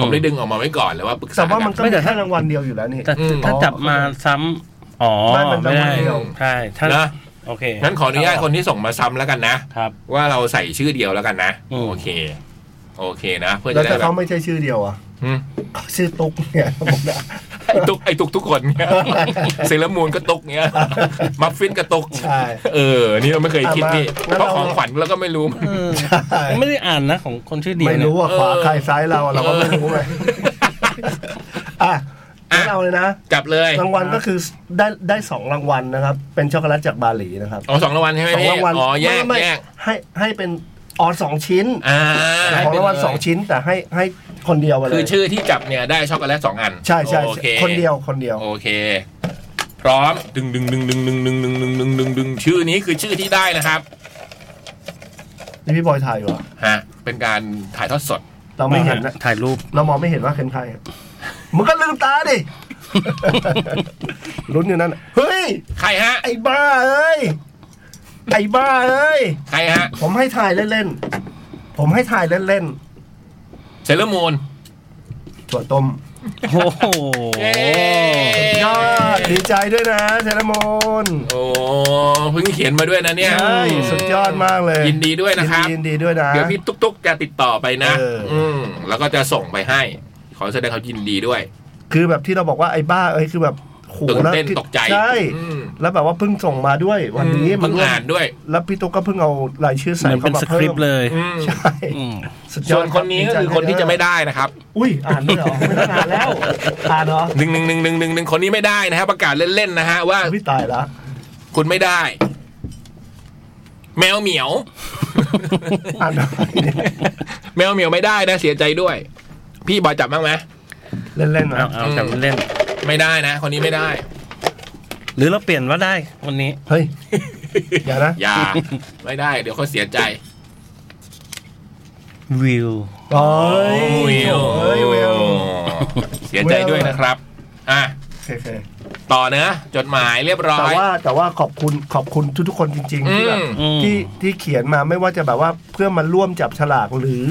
A: ผมได้ดึงออกมาไว้ก่อนแล้วว่าปรึกษา
F: แต่ว่ามัน
A: กั
F: ก็ไม่แต่ถ้ารางวัลเดียวอยู่แล้วนี่
C: แต่
A: อืม
C: ถ้าจับมาซ้ำอ๋อ
F: ไม่มันจะ
C: ไม่ได้
F: ไม่เดียว
C: ใช่ถ้า
A: นะ
C: โอเค
A: งั้นขออนุญาตคนที่ส่งมาซ้ำแล้วกันนะ
C: ครับ
A: ว่าเราใส่ชื่อเดียวแล้วกันนะ
C: อืม
A: โอเค โอเคนะ เพื่อ
F: แล้ว
A: จะได้
F: ถ้า
A: แบ
F: เขา
A: บ
F: ไม่ใช่ชื่อเดียวอ่ะ
A: อืม
F: เขาชื่อตุ๊กเนี่ยผมนะ
A: ไอ้ตุกไอ้ตุกทุกคนเนี่ยเซเลอรามูนก็ตุกเนี่ยมัฟฟินก็ตุก
F: ใช่
A: เออ นี่เราไม่เคยคิดนี่เพราะของขวัญเราก็ไม่รู้
F: ใช่
C: ไม่ได้อ่านนะของคนชื่อเดียว
F: ไม่
C: เนี่ย
F: รู้ว่า
A: เออ
F: ขวาใครซ้ายเราอะเราก็ไม่รู้ไงอ่ะงั้นเอาเลยนะ
A: จับเลย
F: รางวัลก็คือได้ได้สองรางวัลนะครับ เป็นช็อกโกแลตจากบาหลีนะครับ
A: อ๋อสองรางวัลใช่ไหม
F: สอง
A: พี่
F: รางวัล
A: อ๋อแยก
F: ไม่ไม่
A: แยก
F: ให้ให้เป็นอ๋อสองชิ้น
A: อ่า
F: แต่ของรางวัลสองชิ้นแต่ให้ให้คนเดียวไปเลย
A: คือชื่อที่จับเนี่ยได้ช็อกโกแลตสองอัน
F: ใช่ใช่
A: โอเค
F: คนเดียวคนเดียว
A: โอเค พร้อมดึงดึงดึงดึงดึงดึงดึงดึงดึงดึงดึงชื่อนี้คือชื่อที่ได้นะครับ
F: นี่พี่บอยถ่ายอยู่อะ
A: ฮะเป็นการถ่ายทอดสด
F: เราไม่เห็นนะ
C: ถ่ายรูป
F: เรามองไม่เห็นว่าเป็นใครอะมึงก็ลืมตา ดิ ลุ้นอยู่นั่นอะเฮ้ย
A: ใครฮะ
F: ไอ้บ้าเอ้ย ไอ้บ้าเอ้ย
A: ใครฮะ
F: ผมให้ถ่ายเล่นๆ ผมให้ถ่ายเล่น
A: เซเลอร์มูน
F: ๆถั่วต้ม
C: โอ้โห
F: ยอดดีใจด้วยนะเซรามอน
A: โอ้เพิ่งเขียนมาด้วยนะเนี่ย
F: ใช่สุดยอดมากเลย
A: ยินดีด้วยนะครับ
F: ยินดีด้วยนะ
A: เดี๋ยวพี่ตุ๊กๆจะติดต่อไปนะ
F: เอออื
A: มแล้วก็จะส่งไปให้ ขอแสดงความยินดีด้วย
F: คือแบบที่เราบอกว่าไอ้บ้าเอ้ยคือแบบโห
A: ตื่น
F: แล้ว
A: เต้น
F: ที่
A: ตกใจ
F: ใช่
A: อืม
F: แล้วแบบว่าเพิ่งส่งมาด้วยวันนี้
A: มึง
F: ร่ว
A: อ่านด้วย
F: แล้วพี่ตุ๊กก็เพิ่งเอารายชื่อใส่
C: มันเป็
F: เข้าน มา
C: สค
F: เพิ่
C: ริป
F: ม
C: ต์เลย
A: อืม
F: ใช่
C: อืม
F: สุดย
A: ส่
F: อ
A: ว
F: ด
A: นคนนี้ก็คือคนที่จะไม่ได้นะครับ
F: อุ้ยอ่านด้วยเหรอไม่ต้องอ่านแล้วอ่านเหรอ
A: หนึ่งหนึ่งหนึ่งหนึ่งหนึ่งหนึ่งคนนี้ไม่ได้นะฮะประกาศเล่นๆนะฮะว่า
F: พี่ตายละ
A: คุณไม่ได้ แมวเหมียว
F: อ่านอะไรเนี่ย
A: แมวเหมียวไม่ได้นะเสียใจด้วย พี่บอยจับบ้างไหม
F: เล่นๆ
C: เอา
F: นะ
C: เอาจับเล่น
A: ไม่ได้นะ คนนี้ไม่ได้
C: ๆหรือเราเปลี่ยนว่าได้วันนี้
F: เฮ้ยอย่านะ
A: อย่า ไม่ได้ เดี๋ยวเขาเสียใจ
C: วิว
F: โอ้ย
A: โอ้ย
F: โอ้ยเวล
A: เสียใจด้วยนะครับ อ่ะ
F: โอเค
A: ต่อเนื้อะจดหมายเรียบร้อ
F: แต่
A: ย
F: ว่าแต่ว่าขอบคุณขอบคุณทุกๆคนจริง ๆ ที่แบบ
C: อืม
F: ที่ที่เขียนมาไม่ว่าจะแบบว่าเพื่อมาร่วมจับฉลากหรือ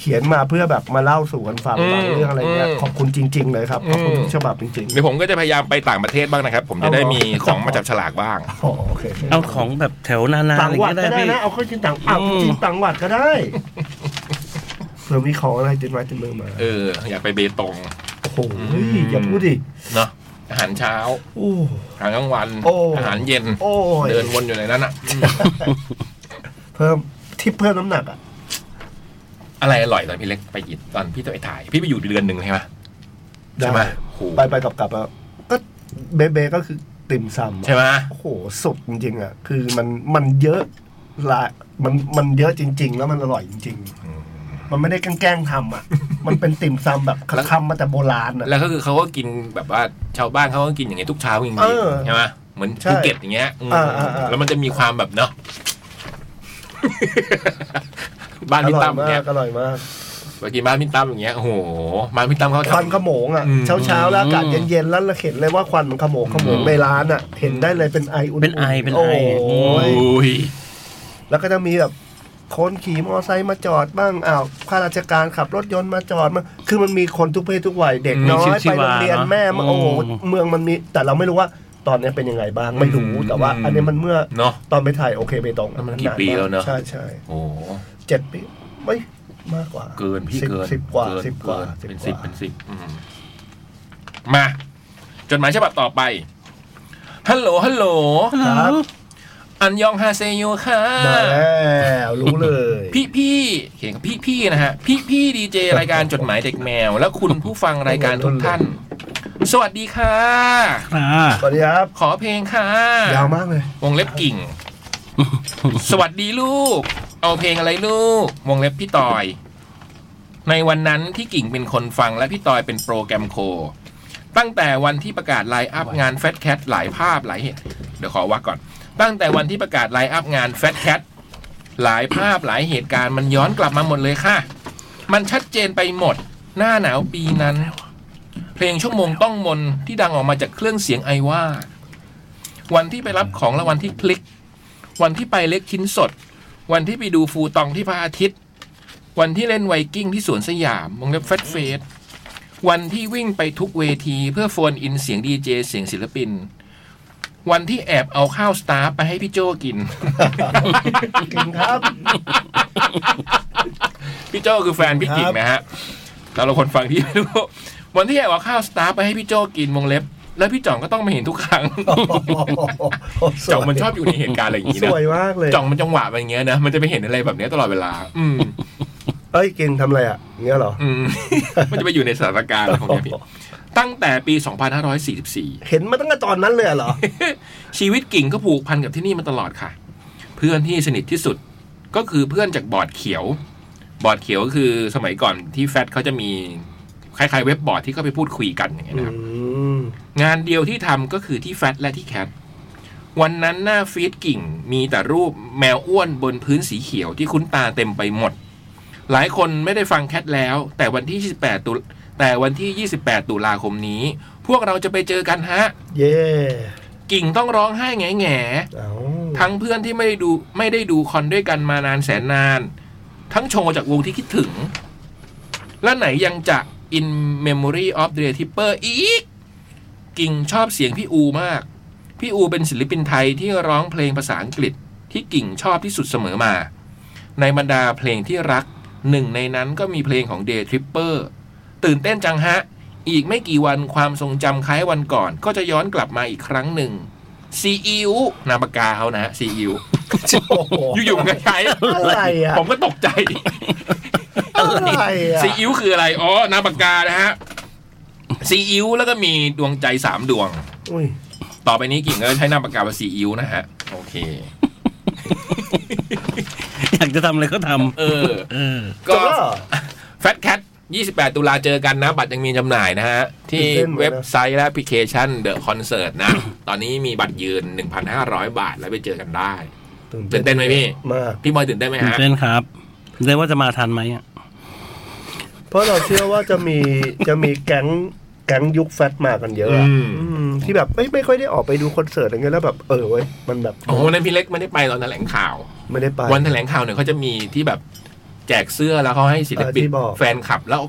F: เขียนมาเพื่อแบบมาเล่าสู่กันฟัง
A: อืม
F: บางเรื่องอะไรเงี้ย
A: อืม
F: ขอบคุณจริง ๆ เลยครับ ขอบคุณ
A: อืม
F: ทุกฉบับจริง
A: เดี๋ยวผมก็จะพยายามไปต่างประเทศบ้างนะครับ ผมจะได้
F: เอาเหรอ
A: มีของมาจับฉลากบ้าง
F: ๆโอ้โอเค
C: เอาของแบบแถวนานา
F: ต่า
C: อะไร
F: งหวัด
C: ก็ได้
F: ก็ได้
C: พี่
F: นะเอาเข้าจริงต่างอ้าว
C: อืม
F: จริงต่างหวัดก็ ได้เผื่อมีของอะไรติดไม้ติดมือมา
A: เออ อยากไปเบตง
F: โอ้โห
A: อืม
F: อย่าพูดดิ
A: เนาะอาหารเช้า
F: โอ้
A: อาหารกลางวัน
F: โอ้
A: อาหารเย็น
F: โอ้ย
A: เดินวนอยู่ในนั้นอ่ะอืม
F: เพิ่มที่เพิ่มน้ำหนักอ่ะ
A: อะไรอร่อยตอนพี่เล็กไปกินตอนพี่ตัวไอ้ถ่าย พี่ไปอยู่เดือนหนึ่งใช่ไหมใช่ไหม
F: ได้
A: โห
F: ไปไปกลับกลับอะก็เบเบก็คือติ่มซำอะ
A: ใช่ไหม
F: โอ้โหสุดจริงๆอ่ะ คือมันมันเยอะละมันมันเยอะจริง ๆ แล้วมันอร่อยจริง ๆ มันไม่ได้แกล้งๆทำอ่ะ มันเป็นติ่มซำแบบ
A: แล้ว
F: ทำมาแต่โบราณอ่ะ
A: แล้วก็คือเขาก็กินแบบว่าชาวบ้านเขาก็กินอย่างเงี้ยทุกเช้าจริง
F: เออ
A: ๆใช่ไหมเหมือน
F: ใช่
A: ภูเก็ตอย่างเงี้ยอืม
F: อ่าอ่าอ่า
A: แล้วมันจะมีความแบบเนาะ บ้าน
F: อ
A: พี่
F: ร่อย
A: ตั้มอย่าง
F: มา
A: เงี้
F: ก
A: ย
F: อร่อยมาก
A: ไปกินบ้านพี่ตั้มอย่างเงี้ยโอ้โหบ้านพี่ตั้มเขา
F: ควัน
A: ทำ
F: ขโมงอ่ะ
A: อืม
F: เช้าเช้าๆแล้วอากาศเย็นๆแล้วเราเห็นเลยว่าควันมันขโมงขโมงในร้านอ่ะ เห็นได้เลยเป็นไออุ่นๆ
C: เป็นไอเป็นไอ
F: โอ้โห
A: โอ้ย
F: แล้วก็จะมีแบบคนขี่มอไซค์มาจอดบ้างอ้าวข้าราชการขับรถยนต์มาจอดมาคือมันมีคนทุกเพศทุกวัยเด็ก
C: มี
F: น้อย
C: ชี
F: ไป
C: วา
F: โรงเรียน
C: เนอะ
F: แม่มาโอ้โห
C: อืม
F: เมืองมันมีแต่เราไม่รู้ว่าตอนนี้เป็นยังไงบ้างไม่รู้แต่ว่า อันนี้มันเมื่อ
A: เนาะ
F: ตอนไปถ่ายโอเคเบตงอะ
A: มันกี่
F: า
A: ปีแล้วเนอะ
F: ใช่ใช่
A: โอ้โห
F: เจ็ดปีไม่มากกว่า
A: เกินพี่
F: สิบ
A: เกิน
F: สิบกว่า
A: เน
F: สิบกว่า
A: เนเป็น
F: ก
A: สิบ
F: ว่า
A: เป็นสิบอืมมาจดหมายฉบับต่อไปฮัลโหลฮัลโหล
F: ครับ
A: อันยองฮาเซโยค่ะ
F: มาแล้วรู้เลย
A: พี่พี่เขียนกับพี่พี่นะฮะ พี่พี่ดีเจรายการจดหมายเด็กแมว และคุณผู้ฟังรายการทุกท่าน สวัสดีค่ะ
C: อ่า
F: สวัสดีครับ
A: ขอเพลงค่ะ
F: ยาวมากเลย
A: วงเล็บกิ่ง สวัสดีลูก เอาเพลงอะไรลูก วงเล็บพี่ตอย ในวันนั้นที่กิ่งเป็นคนฟังและพี่ตอยเป็นโปรแกรมโค ตั้งแต่วันที่ประกาศไลน์อัพงานแฟตแคทหลายภาพหลายเหตุเดี๋ยวขอวักก่อน ตั้งแต่วันที่ประกาศไลน์อัพงานแฟตแคทหลายภาพหลายเหตุการณ์มันย้อนกลับมาหมดเลยค่ะ มันชัดเจนไปหมด หน้าหนาวปีนั้น เพลงชั่วโมงต้องมนที่ดังออกมาจากเครื่องเสียงไอว่า วันที่ไปรับของรางวัลที่พลิก วันที่ไปเล็กชิ้นสด วันที่ไปดูฟูตองที่พระอาทิตย์ วันที่เล่นไวกิ้งที่สวนสยามวงเล็บเฟสเฟส วันที่วิ่งไปทุกเวทีเพื่อโฟนอินเสียงดีเจเสียงศิลปิน วันที่แอบเอาข้าวสตาร์ไปให้พี่โจกิน
F: กินครับ
A: พี่โจคือแฟนพี่กิ่งนะฮะแต่เราคนฟังที่ไม่รู้ วันที่แอบเอาข้าวสตาร์ไปให้พี่โจกินวงเล็บ แล้วพี่จ่องก็ต้องมาเห็นทุกครั้ง จ่องมันชอบอยู่ในเหตุการณ์อะไรอย่างนี้
F: ส
A: นะ
F: วยมากเลย
A: จ่องมันจังหวะมันอย่างเงี้ยนะ มันจะไปเห็นอะไรแบบเนี้ยตลอดเวลา อืม
F: เอ้ยกินทำอะไรอ่ะเงี้ยเหรอ
A: อื ม มันจะไปอยู่ในสถานการณ์ของเนี้ยพี่ตั้งแต่ปี 2544
F: เห็นมาตั้งแต่ตอนนั้นเลยเหรอ
A: ชีวิตกิ่งก็ผูกพันกับที่นี่มาตลอดค่ะ เพื่อนที่สนิทที่สุดก็คือเพื่อนจากบอร์ดเขียว บอร์ดเขียวก็คือสมัยก่อนที่แฟตเขาจะมีคล้ายๆเว็บบอร์ดที่เขาไปพูดคุยกันอย่างเงี้ยนะค
F: อื
A: รับ
F: ม
A: งานเดียวที่ทำก็คือที่แฟตและที่แคท วันนั้นหน้าฟีดกิ่งมีแต่รูปแมวอ้วนบนพื้นสีเขียวที่คุ้นตาเต็มไปหมด หลายคนไม่ได้ฟังแคทแล้ว แต่วันที่ 28 ตุลแต่วันที่ 28 ตุลาคมนี้ พวกเราจะไปเจอกันฮะ
F: เย่
A: กิ่งต้องร้องไห้แง่แง่
F: เอา
A: ๆทั้งเพื่อนที่ไม่ได้ดูไม่ได้ดูคอนด้วยกันมานานแสนนาน ทั้งโชว์จากวงที่คิดถึง และไหนยังจะ In Memory of the Tipper อีก กิ่งชอบเสียงพี่อูมาก พี่อูเป็นศิลปินไทยที่ร้องเพลงภาษาอังกฤษที่กิ่งชอบที่สุดเสมอมา ในบรรดาเพลงที่รักหนึ่งในนั้นก็มีเพลงของ Day Tripper ตื่นเต้นจังฮะ อีกไม่กี่วันความทรงจำคล้ายวันก่อน ก็จะย้อนกลับมาอีกครั้งหนึ่ง ซีอิ๊วนามปากกาเขานะฮะซีอิ๊ว
F: โอ้โห
A: อยู่ๆก็ใช้
F: อะไรอะ
A: ผมก็ตกใจ
F: อะไรอ่ะ
A: ซีอิ๊วคืออะไร อ๋อ น้ำปากกานะฮะ ซีอิ๊วแล้วก็มีดวงใจสามดวง
I: อุ้ย
A: ต่อไปนี้กิ่งก็ใช้น้ำปากกาเป็นซีอิ๊วนะฮะ โอเค
C: อยากจะทำอะไรก็ท
A: เออ
C: ำเออ
A: ก็
F: จบแล้วเหรอ
A: แฟตแคท28 ตุลาเจอกันนะ บัตรยังมีจำหน่ายนะฮะ ที่เว็บไซต์และแอปพลิเคชันเดอะคอนเสิร์ตนะ ตอนนี้มีบัตรยืน 1,500 บาทแล้วไปเจอกันได้ ตื่นเต้นไหมพี่
I: มาก
A: พี่บอยตื่นได้นไหม
C: ตื่น
A: ฮะ
C: เต้นครับได้ว่าจะมาทันไหมอ่ะ
F: เพราะเราเชื่อว่าจะมีจะมีแก๊งแก๊งยุคแฟตมากันเยอะอะ
A: อืม
F: อืมที่แบบไม่ไม่ค่อยได้ออกไปดูคอนเสิร์ตอะไรเงี้ยแล้วแบบเออเว้ยมันแบบ
A: โอ้โหวันนั้นพี่เล็กไม่ได้ไปตอนแถลงข่าว
F: ไม่ได้ไป
A: วันแถลงข่าวเนี่ยเขาจะมีที่แบบแจกเสื้อแล้วเขาให้ศิลปิน
F: เออที่บอก
A: แฟนคลับแล้ว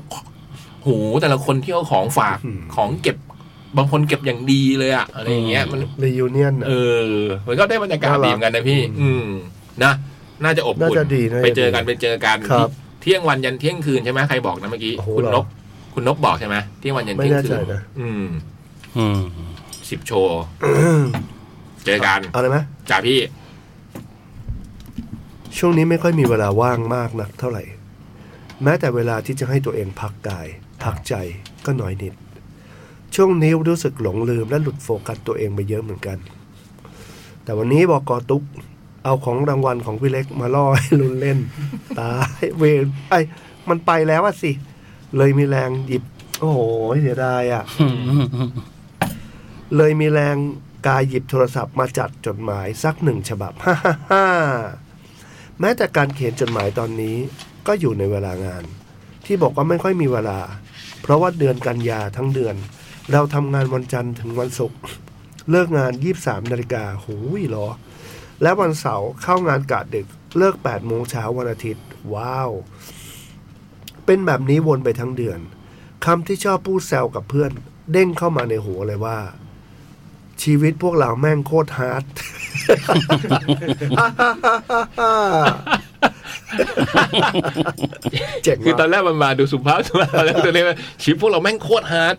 A: โหแต่ละคนที่เอาของฝากของเก็บบางคนเก็บอย่างดีเลยอะอะไรอย่างเงี้ยมัน
F: รียูเนียน
A: เออ มันก็ได้บรรยากาศ
F: น่ารัก
A: ดีเหมือนกันนะพี่ อืมนะน่าจะอบ
F: น่า
A: อุ่น
F: จะดีน่าจะ
A: ไปเจอกันไปเจอกัน
F: ครับ
A: เที่ยงวันยันเที่ยงคืนใช่ไหมใครบอกนะเมื่อกี้
F: โอ้โห
A: คุณ
F: เหรอน
A: กคุณนกบอกใช่ไหมเที่ยงวันยันเที่ยงคื
F: ไม่แน่ใจนะ
A: อืม
C: อืม
A: สิบโชว์เจอกัน
F: เอาเลยไหม
A: จ้าพี่
F: ช่วงนี้ไม่ค่อยมีเวลาว่างมากนักเท่าไหร่ แม้แต่เวลาที่จะให้ตัวเองพักกาย พักใจก็น้อยนิด ช่วงนี้รู้สึกหลงลืมและหลุดโฟกัสตัวเองไปเยอะเหมือนกัน แต่วันนี้บอกกอตุ๊ก เอาของรางวัลของพี่เล็กมาล่อให้ลุนเล่น ตายเวรไอ้ยมันไปแล้วอะสิ เลยมีแรงหยิบ โอ้โหเสียดายอะ เลยมีแรงกายหยิบโทรศัพท์มาจัดจดหมายสักหนึ่งฉบับ ฮ่าฮ่าฮ่าแม้แต่การเขียนจดหมายตอนนี้ก็อยู่ในเวลางาน ที่บอกว่าไม่ค่อยมีเวลา เพราะว่าเดือนกันยาทั้งเดือน เราทำงานวันจันทร์ถึงวันศุกร์เลิกงาน 23นาฬิกาหูยเหรอ และวันเสาร์เข้างานกะดึกเลิก8โมงเช้าวันอาทิตย์ ว้าว เป็นแบบนี้วนไปทั้งเดือนคำที่ชอบพูดแซวกับเพื่อน เด้งเข้ามาในหัวเลยว่า ชีวิตพวกเราแม่งโคตรฮาร์ด เจ๋ง
A: คือตอ
F: ว่ะ
A: นแรกมันมาดูสุภาพสุภาพแล้วตัวนี้มันชีวิตพวกเราแม่งโคตรฮาร์ด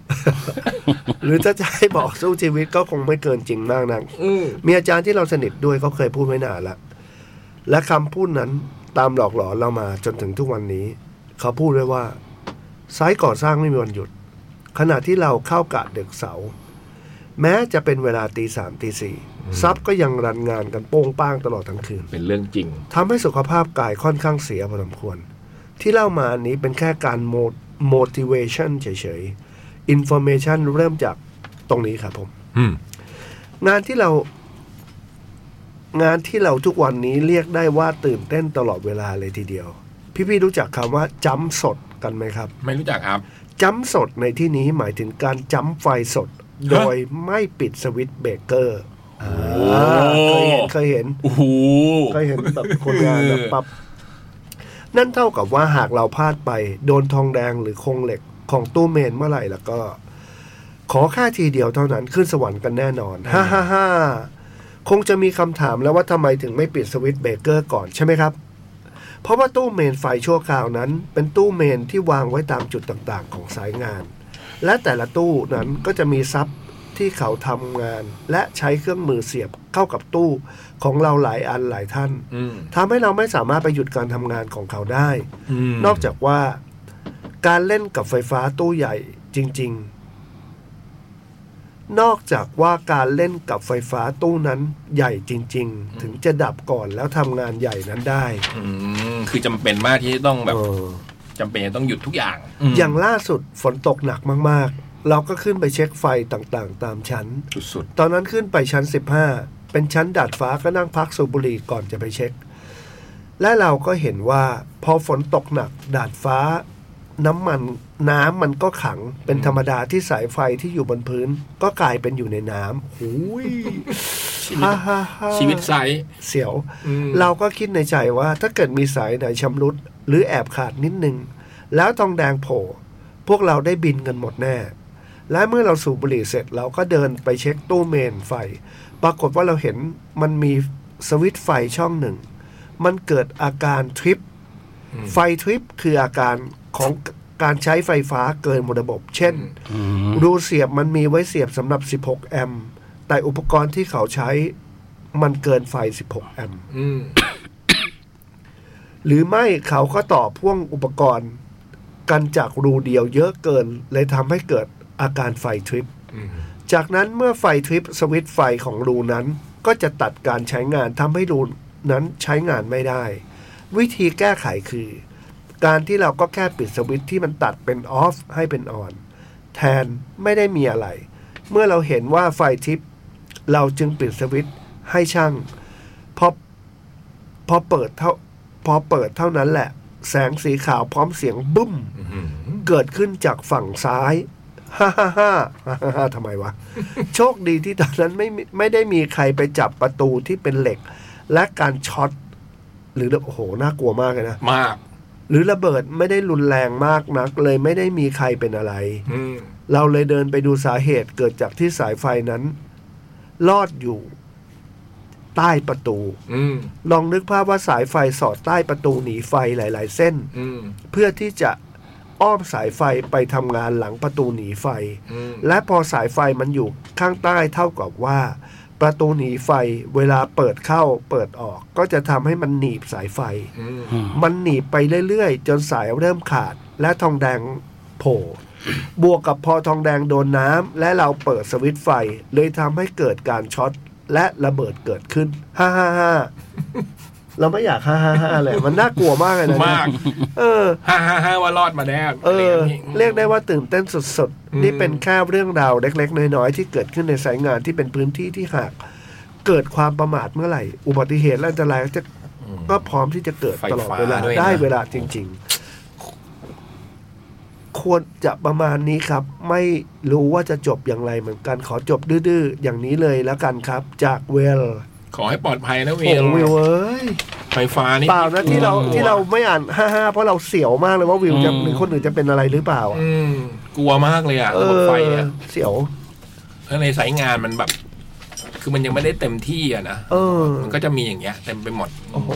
F: หรือถ้าจะให้บอกสู้ชีวิตก็คงไม่เกินจริงมากนัก
A: อืม
F: มีอาจารย์ที่เราสนิทด้วยเขาเคยพูดไว้นานละ และคำพูดนั้นตามหลอกหลอนเรามาจนถึงทุกวันนี้ เขาพูดไว้ว่าไซต์ก่อสร้างไม่มีวันหยุด ขณะที่เราเข้ากะดึกเสาร์แม้จะเป็นเวลาตีสามตีสี่ซับก็ยังรันงานกันโป้งป้างตลอดทั้งคืน
A: เป็นเรื่องจริง
F: ทำให้สุขภาพกายค่อนข้างเสียพอสมควร ที่เล่ามาอันนี้เป็นแค่การโม motivation เฉยๆ information เริ่มจากตรงนี้ครับผม
A: อืม
F: งานที่เรา งานที่เราทุกวันนี้เรียกได้ว่าตื่นเต้นตลอดเวลาเลยทีเดียว พี่ๆรู้จักคำว่าจำสดกันไหมครับ
A: ไม่รู้จักครับ
F: จำสดในที่นี้หมายถึงการจำไฟสด โดยไม่ปิดสวิตช์เบรกเกอร์อ่าเคยเห็นเคยเห็น
A: โอ้โห
F: ก็เห็นแบบคนงานแบบปับ นั่นเท่ากับว่าหากเราพลาดไป โดนทองแดงหรือโครงเหล็กของตู้เมนเมื่อไหร่แล้วก็ ขอค่าทีเดียวเท่านั้นขึ้นสวรรค์กันแน่น อนฮ่าฮ่าฮ่าคงจะมีคำถามแล้วว่าทำไมถึงไม่ปิดสวิตช์เบรกเกอร์ก่อนใช่ไหมครับ เพราะว่าตู้เมนไฟชั่วคราวนั้น เป็นตู้เมนที่วางไว้ตามจุดต่างๆ ของสายงาน และแต่ละตู้นั้นก็จะมีซับที่เขาทำงาน และใช้เครื่องมือเสียบเข้ากับตู้ของเราหลายอันหลายท่าน
A: อืม
F: ทำให้เราไม่สามารถไปหยุดการทำงานของเขาได้
A: อืม
F: นอกจากว่าการเล่นกับไฟฟ้าตู้ใหญ่จริง ๆ นอกจากว่าการเล่นกับไฟฟ้าตู้นั้นใหญ่จริง ๆ ถึงจะดับก่อนแล้วทำงานใหญ่นั้นได้
A: อืมคือจำเป็นมากที่จะต้องแบบ
F: เออ
A: จำเป็นจะต้องหยุดทุกอย่าง
F: อย่างล่าสุดฝนตกหนักมากๆ เราก็ขึ้นไปเช็คไฟต่างๆ ตามชั้น
A: สุด
F: ตอนนั้นขึ้นไปชั้น 15 เป็นชั้นดาดฟ้าก็นั่งพักสูบบุหรี่ก่อนจะไปเช็ค และเราก็เห็นว่าพอฝนตกหนักดาดฟ้า น้ำมันน้ำมันก็ขังเป็นธรรมดาที่สายไฟที่อยู่บนพื้น ก็กลายเป็นอยู่ในน้ำหูย
A: ๆชีวิ
F: ฮ่า
A: ต
F: ฮ่าฮ่า
A: ชีวิตไซส์
F: เสียว
A: อืม
F: เราก็คิดในใจว่าถ้าเกิดมีสายไหนชำรุด หรือแอบขาดนิดนึง แล้วทองแดงโผล่พวกเราได้บินกันหมดแน่ และเมื่อเราสูบบุหรี่เสร็จเราก็เดินไปเช็คตู้เมนไฟ ปรากฏว่าเราเห็นมันมีสวิตช์ไฟช่องหนึ่ง มันเกิดอาการทริป ไฟทริปคืออาการของการใช้ไฟฟ้าเกินระบบ เช่น รูเสียบมันมีไว้เสียบสำหรับ 16 แอมป์ แต่อุปกรณ์ที่เขาใช้มันเกินไฟ 16 แอมป์
A: อืม
F: หรือไม่เขาก็ต่อพ่วงอุปกรณ์กันจากรูเดียวเยอะเกิน เลยทำให้เกิดอาการไฟทริป
A: อืม
F: จากนั้นเมื่อไฟทริปสวิตช์ไฟของรูนั้นก็จะตัดการใช้งานทำให้รูนั้นใช้งานไม่ได้ วิธีแก้ไขคือ การที่เราก็แค่ปิดสวิตช์ที่มันตัดเป็นออฟให้เป็นออน แทนไม่ได้มีอะไร เมื่อเราเห็นว่าไฟทริป เราจึงปิดสวิตช์ให้ช่างพอพอเปิดเท่า พอเปิดเท่านั้นแหละ แสงสีขาวพร้อมเสียงบึ้ม
A: อืม
F: เกิดขึ้นจากฝั่งซ้าย ฮ่าฮ่าฮ่าฮ่าฮ่าทำไมวะ โชคดีที่ตอนนั้นไม่มีไม่ได้มีใครไปจับประตูที่เป็นเหล็ก และการช็อต หรือโอ้โห น่ากลัวมากเลยนะ
A: มาก
F: หรือระเบิดไม่ได้รุนแรงมากนัก เลยไม่ได้มีใครเป็นอะไร
A: อืม
F: เราเลยเดินไปดูสาเหตุเกิดจากที่สายไฟนั้น ลอดอยู่ ใต้ประตู
A: อืม
F: ลองนึกภาพว่าสายไฟสอดใต้ประตูหนีไฟหลาย ๆ เส้น
A: อืม
F: เพื่อที่จะอ้อมสายไฟไปทำงานหลังประตูหนีไฟ
A: อืม
F: และพอสายไฟมันอยู่ข้างใต้เท่ากับว่า ประตูหนีไฟเวลาเปิดเข้าเปิดออกก็จะทำให้มันหนีบสายไฟ
A: อืม
C: อืม
F: มันหนีบไปเรื่อยๆ จนสายเริ่มขาดและทองแดงโผล่บวกกับพอทองแดงโดนน้ำและเราเปิดสวิตช์ไฟ เลยทำให้เกิดการช็อตและระเบิดเกิดขึ้นฮ่าฮ่าฮ่าเราไม่อยากฮ่าฮ่าฮ่าเลยมันน่ากลัวมากเลยนะเนี่ย
A: มาก
F: เออ
A: ฮ่าฮ่าฮ่าว่ารอดมาแน่
F: เออ
A: เรี
F: เรี
A: ย
F: ย
A: ก
F: ก
A: ได้
F: ได้ว่าตื่นเต้นสุด
A: อืม
F: ๆ นี่เป็นแค่เรื่องราวเล็ก ๆ น้อยๆ ที่เกิดขึ้นในสายงานที่เป็นพื้นที่ที่หาก เกิดความประมาทเมื่อไหร่ อุบัติเหตุและอันตรายก็จะ
A: อืม
F: ก็พร้อมที่จะเกิดตลอดเวลา
A: ไฟฟ้าด้วยนะ
F: ได้เวลาจริง ๆ ควรจะประมาณนี้ครับ ไม่รู้ว่าจะจบอย่างไรเหมือนกันขอจบดื้อๆ อย่างนี้เลยแล้วกันครับ จากเวล
A: ขอให้ปลอดภัยนะเว
F: โอ้
A: ล
F: วิวเอ้ย
A: ไฟฟ้านี่
F: เปล่านะที่เราที่เราไม่อ่าน ห้าห้าเพราะเราเสียวมากเลยว่าวิวจะ
C: อืม
F: หรือคนอื่นจะเป็นอะไรหรือเปล่าอะ
A: อืมกลัวมากเลยอ่ะ
F: เอ
A: ระบบไฟ
F: อ
A: เนี่ย
F: เสียว
A: แล้วในสายงานมันแบบ คือมันยังไม่ได้เต็มที่อ่ะนะ
F: เออ
A: มันก็จะมีอย่างเงี้ยเต็มไปหมด
F: โอ้โห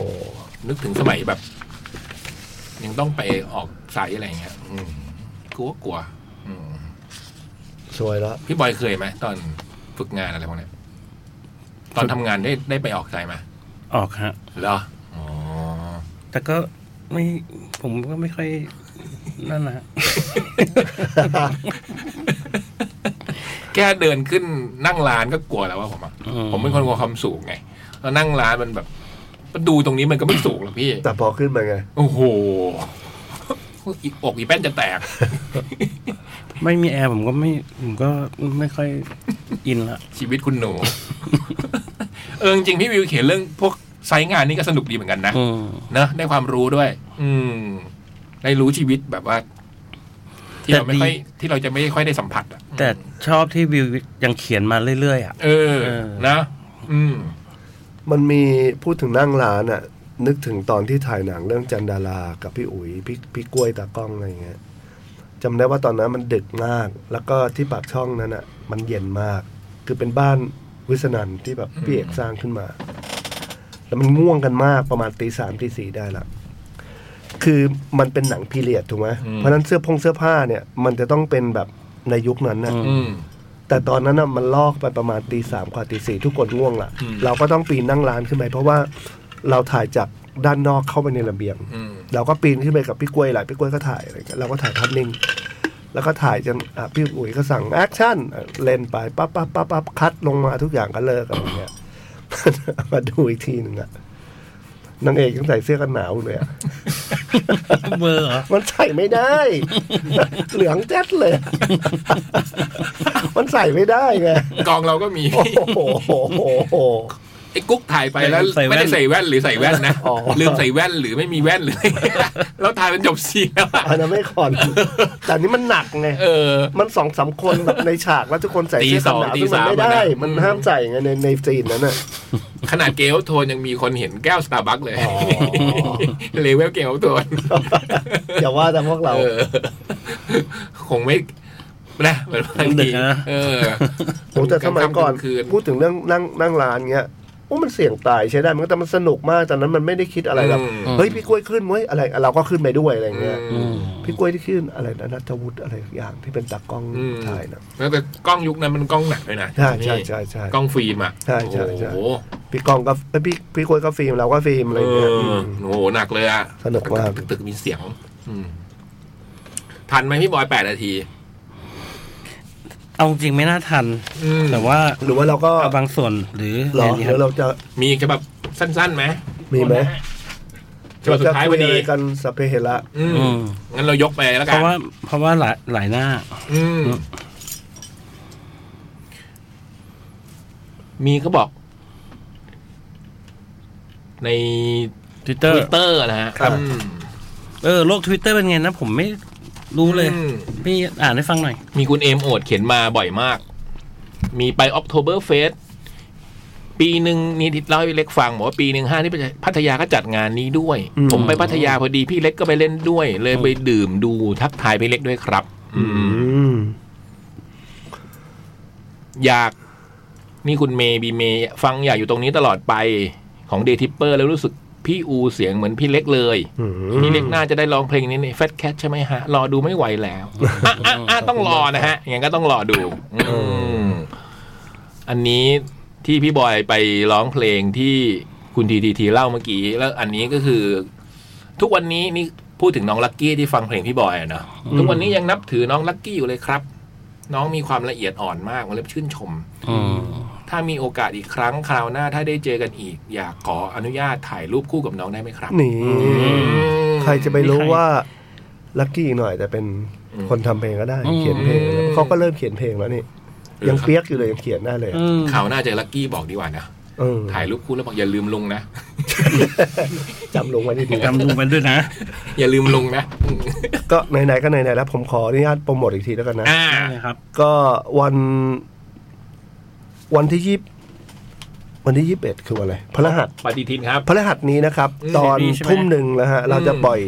A: นึกถึงสมัยแบบ ยังต้องไปออกสายอะไรอย่างเงี้ยอืมกลัวกลัวอืม
F: สวยแล้ว
A: พี่บอยเคยไหมตอนฝึกงานอะไรพวกเนี้ยตอนทำงานได้ได้ไปออกสายไหม
C: ออกฮะ
A: เหรออ๋อ
C: แต่ก็ไม่ผมก็ไม่ค่อยนั่นนะฮะ
A: แค่เดินขึ้นนั่งร้านก็กลัวแล้วว่าผมอะ
C: อื
A: ผมเป็นคนกลัวความสูงไงแล้วนั่งร้านมันแบบดูตรงนี้มันก็ไม่สูงหรอกพี่
F: แต่พอขึ้นมาไง
A: โอ้โห อีกอกอีแป้นจะแตก
C: ไม่มีแอร์ผมก็ไม่ผมก็ไม่ค่อยอินละ
A: ชีวิตคุณหนู เออจริงๆพี่วิวเขียนเรื่องพวกไซต์งานนี่ก็สนุกดีเหมือนกันนะ
C: อืม
A: นะได้ความรู้ด้วย อืม ได้รู้ชีวิตแบบว่า ที่
C: แต่
A: เราไม่ค่อย
C: ดี
A: ที่เราจะไม่ค่อยได้สัมผัสอ่ะ
C: แต่ชอบที่วิวยังเขียนมาเรื่อยๆอ่ะ
A: เออ
C: เออ
A: นะ อืม
F: มันมีพูดถึงนั่งร้านอะนึกถึงตอนที่ถ่ายหนังเรื่องจันดารากับพี่อุ๋ยพี่พี่กล้วยตากล้องอะไรเงี้ยจำได้ว่าตอนนั้นมันดึกมาก แล้วก็ที่ปากช่องนั้นอะมันเย็นมาก คือเป็นบ้านวิสนันที่แบบพี่เอกสร้างขึ้นมา แล้วมันง่วงกันมากประมาณตีสามตีสี่ได้ละคือมันเป็นหนังพีเรียดถูกไหม
A: อืม
F: เพราะฉะนั้นเสื้อพงเสื้อผ้าเนี่ย มันจะต้องเป็นแบบในยุคนั้นนะ
C: อื
A: อืม
F: แต่ตอนนั้นน่ะมันลอกไปประมาณตีสามกว่าตีสี่ทุกคนง่วงละ
A: อืม
F: เราก็ต้องปีนนั่งร้านขึ้นไปเพราะว่าเราถ่ายจากด้านนอกเข้าไปในระเบียง
A: อืม
F: เราก็ปีนขึ้นไปกับพี่กล้วยหลายพี่กล้วยก็ถ่ายอะไรเงี้ยเราก็ถ่ายภาพนิ่งแล้วก็ถ่ายจนอ่ะพี่อุ๋ยก็สั่งแอคชั่นอ่ะเล่นไปปั๊บปั๊บปั๊บปั๊บคัดลงมาทุกอย่างก็เลิกอะไรเงี้ย มาดูอีกทีหนึ่งอะนางเอกยังใส่เสื้อกันหนาวอยู่เลยอะ
C: เบอร์เหรอ
F: มันใส่ไม่ได้ เหลืองแจ๊ดเลย มันใส่ไม่ได้ไง
A: กองเราก็มี
F: โอ้โหโหโหโห
A: ไอ้กุ๊กถ่ายไปแล้ว
C: ใส่แว่น
A: ไม่ได้ใส่แว่นหรือใส่แว่นนะ
F: อ๋อ
A: ลืมใส่แว่นหรือไม่ มีแว่นเลย แล้วถ่ายเป็นจบซีนแล้วอะ
F: อันนั้นไม่ขอนแต่อันนี้มันหนักไง
A: เออ
F: มันสองสามคนแบบในฉากแล้วทุกคนใส่เสื้อกันหนาว
A: ตี
F: ซึ่ง
A: ส
F: มั
A: อนง
F: ไม่
A: ตีสาม
F: ได้
A: อะนะ
F: มันห้ามใส่ไงในในซีนนั้นน่ะ
A: ขนาดเกลโทนยังมีคนเห็นแก้วสตาร์บัคเลย เลเวลเกลโทน
F: อย่าว่าแต่พวกเรา
A: เออคงไม่นะเป็นบาง
C: เด็
A: ที
C: กนะ
A: เออ
F: ผมแต่สมัยก่อน
A: คืน
F: พูดถึงเรื่องนั่งนั่งร้านเงี้ย โอ้มันเสี่ยงตายใช้ได้มันก็แต่มันสนุกมากตอนนั้นมันไม่ได้คิดอะไรแบบ
A: อืม
F: เฮ้ยพี่กล้วยขึ้นเว้ยอะไรเราก็ขึ้นไปด้วยอะไรอย่างเงี้ย
A: อืม
F: พี่กล้วยที่ขึ้นอะไรนะนัทวุฒิอะไรอย่างที่เป็นตากล้อง
A: อืม
F: ถ่ายนะ
A: แล้วแต่กล้องยุคนั้นมันกล้องหนักเลยนะ
F: ใช่
A: นี่
F: ใช่ใช่ใช่
A: กล้องฟิล์มอ่ะ
F: ใช่ใช่ใช่
A: โอ้โห
F: พี่กล้องก็เอ้ยพี่พี่กล้วยก็ฟิล์มเราก็ฟิล์มอะไร
A: เอ
F: อย่างเงี้ย
A: อ
F: ม
A: โอ้โหหนักเลยอ่ะ
F: สนุกมาก
A: ตึกตึกมีเสียง อืมทันไหมพี่บอยแปดนาที
C: เอาจริงไม่น่าทัน
A: อืม
C: แต่ว่า
F: หรือว่าเราก็
C: เอาบางส่วนหรือ
F: หรอ
C: ไงดี
F: ห
C: ค
F: รื
C: รับ
F: อเราจะ
A: มีจะแบบสั้นๆไหม
F: มีไหม
A: ฉบับสุดท้ายวันนี้
F: เรจะคุอะไรกันสัพเพเหระ
A: อืม
C: อืม
A: งั้นเรายกไปแล้ว
C: เพ
A: กัน
C: ราะว่าเพราะว่าหลายหลายหน้า
A: อืมมีเขาบอก ใน
C: Twitter
A: เตอร์นะฮะ
C: ครับ
A: อืม
C: เออโลก Twitter เป็นไงนะ ผมไม่รู้เลย
A: อืม
C: พี่อ่านให้ฟังหน่อย
A: มีคุณเอมโอดเขียนมาบ่อยมาก มีไปออกโทเบอร์เฟส ปีหนึ่งนี่เล่าให้พี่เล็กฟังบอกว่าปีหนึ่งห้าที่พัทยาก็จัดงานนี้ด้วย ผมไปพัทยาพอดีพี่เล็กก็ไปเล่นด้วย เลยไปดื่มดูทักทายพี่เล็กด้วยครับ อืม
F: ม
A: อยาก นี่คุณเมย์บีเมย์ฟังอยากอยู่ตรงนี้ตลอดไปของเดทิปเปอร์แล้วรู้สึกพี่อูเสียงเหมือนพี่เล็กเลย
F: อืม
A: พี่เล็กน่าจะได้ร้องเพลงนี้ในแฟตแคทใช่ไหมฮะ รอดูไม่ไหวแล้วอ่ะอ่ะอ่ะต้องรอนะฮะ อย่างนั้นก็ต้องรอดู อืมอันนี้ที่พี่บอยไปร้องเพลงที่คุณทีทีทีเล่าเมื่อกี้ แล้วอันนี้ก็คือ ทุกวันนี้นี่พูดถึงน้องลักกี้ที่ฟังเพลงพี่บอยอะเนาะทุกวันนี้ยังนับถือน้องลักกี้อยู่เลยครับ น้องมีความละเอียดอ่อนมากผมเลยชื่นชม
C: อืม
A: ถ้ามีโอกาสอีกครั้งคราวหน้าถ้าได้เจอกันอีก อยากขออนุญาตถ่ายรูปคู่กับน้องได้ไหมครับ
F: นี่
A: อืม
F: ใครจะไปรู้
C: มีใคร
F: ว่าลัคกี้อีกหน่อย แต่เป็น
A: อืม
F: คนทำเพลงก็ได้
C: อืม
F: เขียนเพลงแล้วเขาก็เริ่มเขียนเพลงแล้วนี่
A: หรือ
F: ยังเปียกอยู่เลยยังเขียนได้เลย
C: อืม
A: ข่าวหน้าเจอลักกี้บอกดีกว่านะ
F: เออ
A: ถ่ายรูปคู่แล้วบอกอย่าลืมลงนะ
F: จำลงไว้ดีๆ
C: จำดูมันด้วยนะ
A: อย่าลืมลงนะ
F: ก็ไหนๆก็ไหนๆแล้วผมขออนุญาตโปรโมทอีกทีแล้วกันนะ
A: อ่า
C: ได้เลยครับ
F: ก็วัน วันที่ยี่วันที่ยี่สิบเอ็ดคือวันอะไรพฤหัส
A: ปฏิทินครับ
F: พฤหัสนี้นะครับ
A: อืม
F: ตอน
C: ดีใช่ไหม
F: ทุ่มหนึ่งนะฮะ เราจะ
A: อืม
F: ปล่อย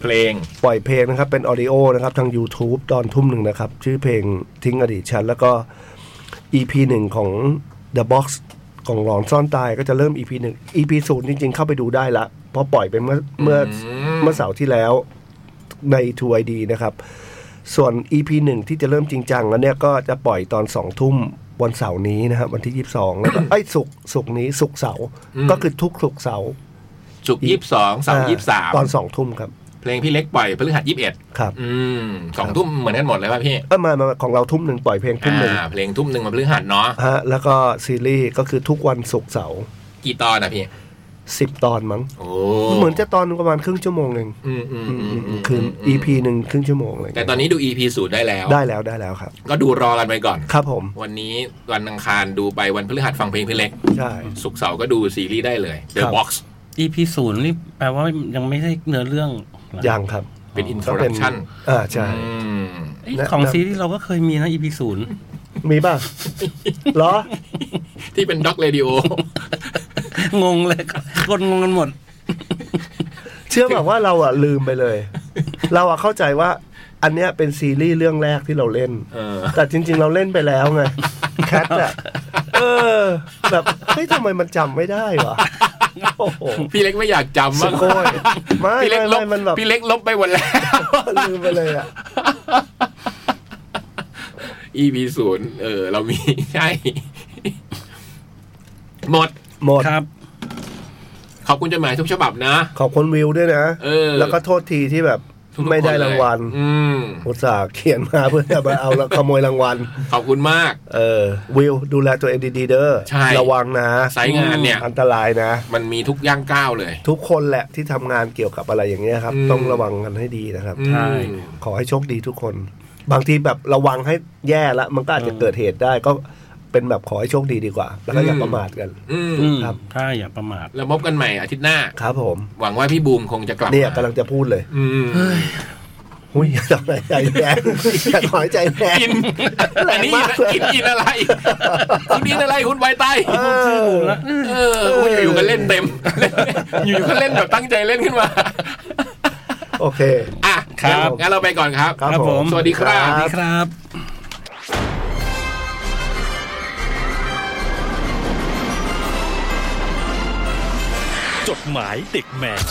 A: เพลง
F: ปล่อยเพลงนะครับ เป็นออดิโอนะครับ ทาง YouTube ตอนทุ่มหนึ่งนะครับ ชื่อเพลงทิ้งอดีตฉัน แล้วก็ EP หนึ่งของ The Box ของหลอนซ่อนตายก็จะเริ่ม EP หนึ่ง EP ศูนย์จริง ๆ เข้าไปดูได้ละเพราะปล่อยไปเมื่อเมื่อ เมื่อเสาร์ที่แล้วใน t ูไอดีนะครับ ส่วน EP หนึ่งที่จะเริ่มจริงจังแล้วเนี่ยก็จะปล่อยตอนสองทุ่มวันเสาร์นี้นะครับ วันที่ยี่สิบสองแล้วก็ ไอ้ยศุกร์ศุกร์นี้ศุกร์เสาร์
A: อืม
F: ก็คือทุกศุกร์เสาร์
A: จุกยี่สิบสองสามยี่สิบสาม
F: ตอนสองทุ่มครับ
A: เพลงพี่เล็กปล่อยพฤหัสยี่สิบเอ็ด
F: ครับ
A: อืมสองทุ่มเหมือนกันหมดเลยป่ะพี่
F: เออมามาของเราทุ่มหนึ่งปล่อยเพลงทุ่มหนึ่ง
A: อ่า เพลงทุ่มหนึ่งมาพฤหัสเนาะ
F: ฮะแล้วก็ซีรีส์ก็คือทุกวันศุกร์เสาร์
A: กี่ตอนนะพี่
F: สิบตอนมั้ง
A: โอ้
F: เหมือนจะตอนประมาณครึ่งชั่วโมงเอง
A: อืมอืมอืมอืม
F: คือ EP หนึ่งครึ่งชั่วโมงอะไร
A: แต่
F: เงี้ย
A: ตอนนี้ดู EP ศูนย์ได้แล้ว
F: ได้แล้วได้แล้วครับ
A: ก็ดูรอกันไปก่อน
F: ครับผม
A: วันนี้วันอังคารดูไปวันพฤหัสฟังเพลงพี่เล็ก
F: ใช่
A: ศุกร์เสาร์ก็ดูซีรีส์ได้เลย The
F: ครับ
A: Box
C: EP ศูนย์นี่แปลว่ายังไม่ใช่เนื้อเรื่องเหรอ
F: ยังครับ
A: เป็น
F: ก็เป็น
A: introduction
F: อ่าใช่
A: อืม
C: เอ้ยของ
F: นะ
C: ซีรีส์เราก็เคยมีนะ EP ศูนย์
F: มีป่ะ เหรอ
A: ที่เป็นด็อกเรดิโอ
C: งงเลยคนงงกันหมด
F: เชื่อแบบว่าเราอ่ะลืมไปเลย เราอ่ะเข้าใจว่า อันเนี้ยเป็นซีรีส์เรื่องแรกที่เราเล่น
A: เออ
F: แต่จริง ๆ เราเล่นไปแล้วไง แคทอ่ะ เออ แบบเฮ้ยทำไมมันจำไม่ได้วะ โอ้โห
A: พี่เล็กไม่อยากจำ
F: สุ
A: มาก
F: โกยไม่
A: พี่เล็
F: ไม่
A: กล
F: ไม่
A: บ
F: มันแบบ
A: พี่เล็กลบไปหมดแล้ว
F: ลืมไปเลยอ่ะ
A: EP ศูนย์เออ เรามี ใช่ หมด
F: หมด
C: ครับ
A: ขอบคุณจดหมายทุกฉบับนะ
F: ขอบคุณวิวด้วยนะ
A: เออ
F: แล้วก็โทษทีที่แบบ
A: ทุกๆ
F: ไม่ได้
A: คนเลย
F: รางวัล
A: อืม
F: อุตส่าห์เขียนมาเพื่อจะมาเอา แล้วขโมยรางวัล
A: ขอบคุณมาก
F: เออ วิวดูแลตัวเองดีๆเด้อ
A: ใช่
F: ระวังนะ
A: สายงานเนี่ย
F: อันตรายนะ
A: มันมีทุกย่างก้าวเลย
F: ทุกคนแหละที่ทำงานเกี่ยวกับอะไรอย่างเงี้ยครับ
A: อืม
F: ต้องระวังกันให้ดีนะครับ
A: อืม
C: ใช่
F: ขอให้โชคดีทุกคน บางทีแบบระวังให้แย่ละมันก็อาจจะเกิดเหตุได้ก็เป็นแบบขอให้โชคดีดีกว่า แล้วก็อย่าประมาทกัน
A: อืม
C: อืม
F: ครับ
C: ถ้าอย่าประมาท
A: แล้วพบกันใหม่อาทิตย์หน้า
F: ครับผม
A: หวังว่าพี่บูมคงจะกลับ
F: เนี่
A: มาก
F: ยำลังจะพูดเลย
A: อืม
F: หุ้ยต้องหายใจแรงอย่าถอยใจแรง
A: กินอันนี้กินกินอะไร คุณกินอะไรคุณไวไต
F: เออ
A: เอออยู่ๆก็เล่นเต็ม อยู่ๆก็เล่นแบบตั้งใจเล่นขึ้นมา
F: โอเค
A: อ่ะ
C: ครับ
A: งั้นเราไปก่อนครับ
F: ครับผม
A: สวัสดีครั
C: สวัส
A: บ
C: ดีครับ
J: ไ
G: จดหมายเด็กแมว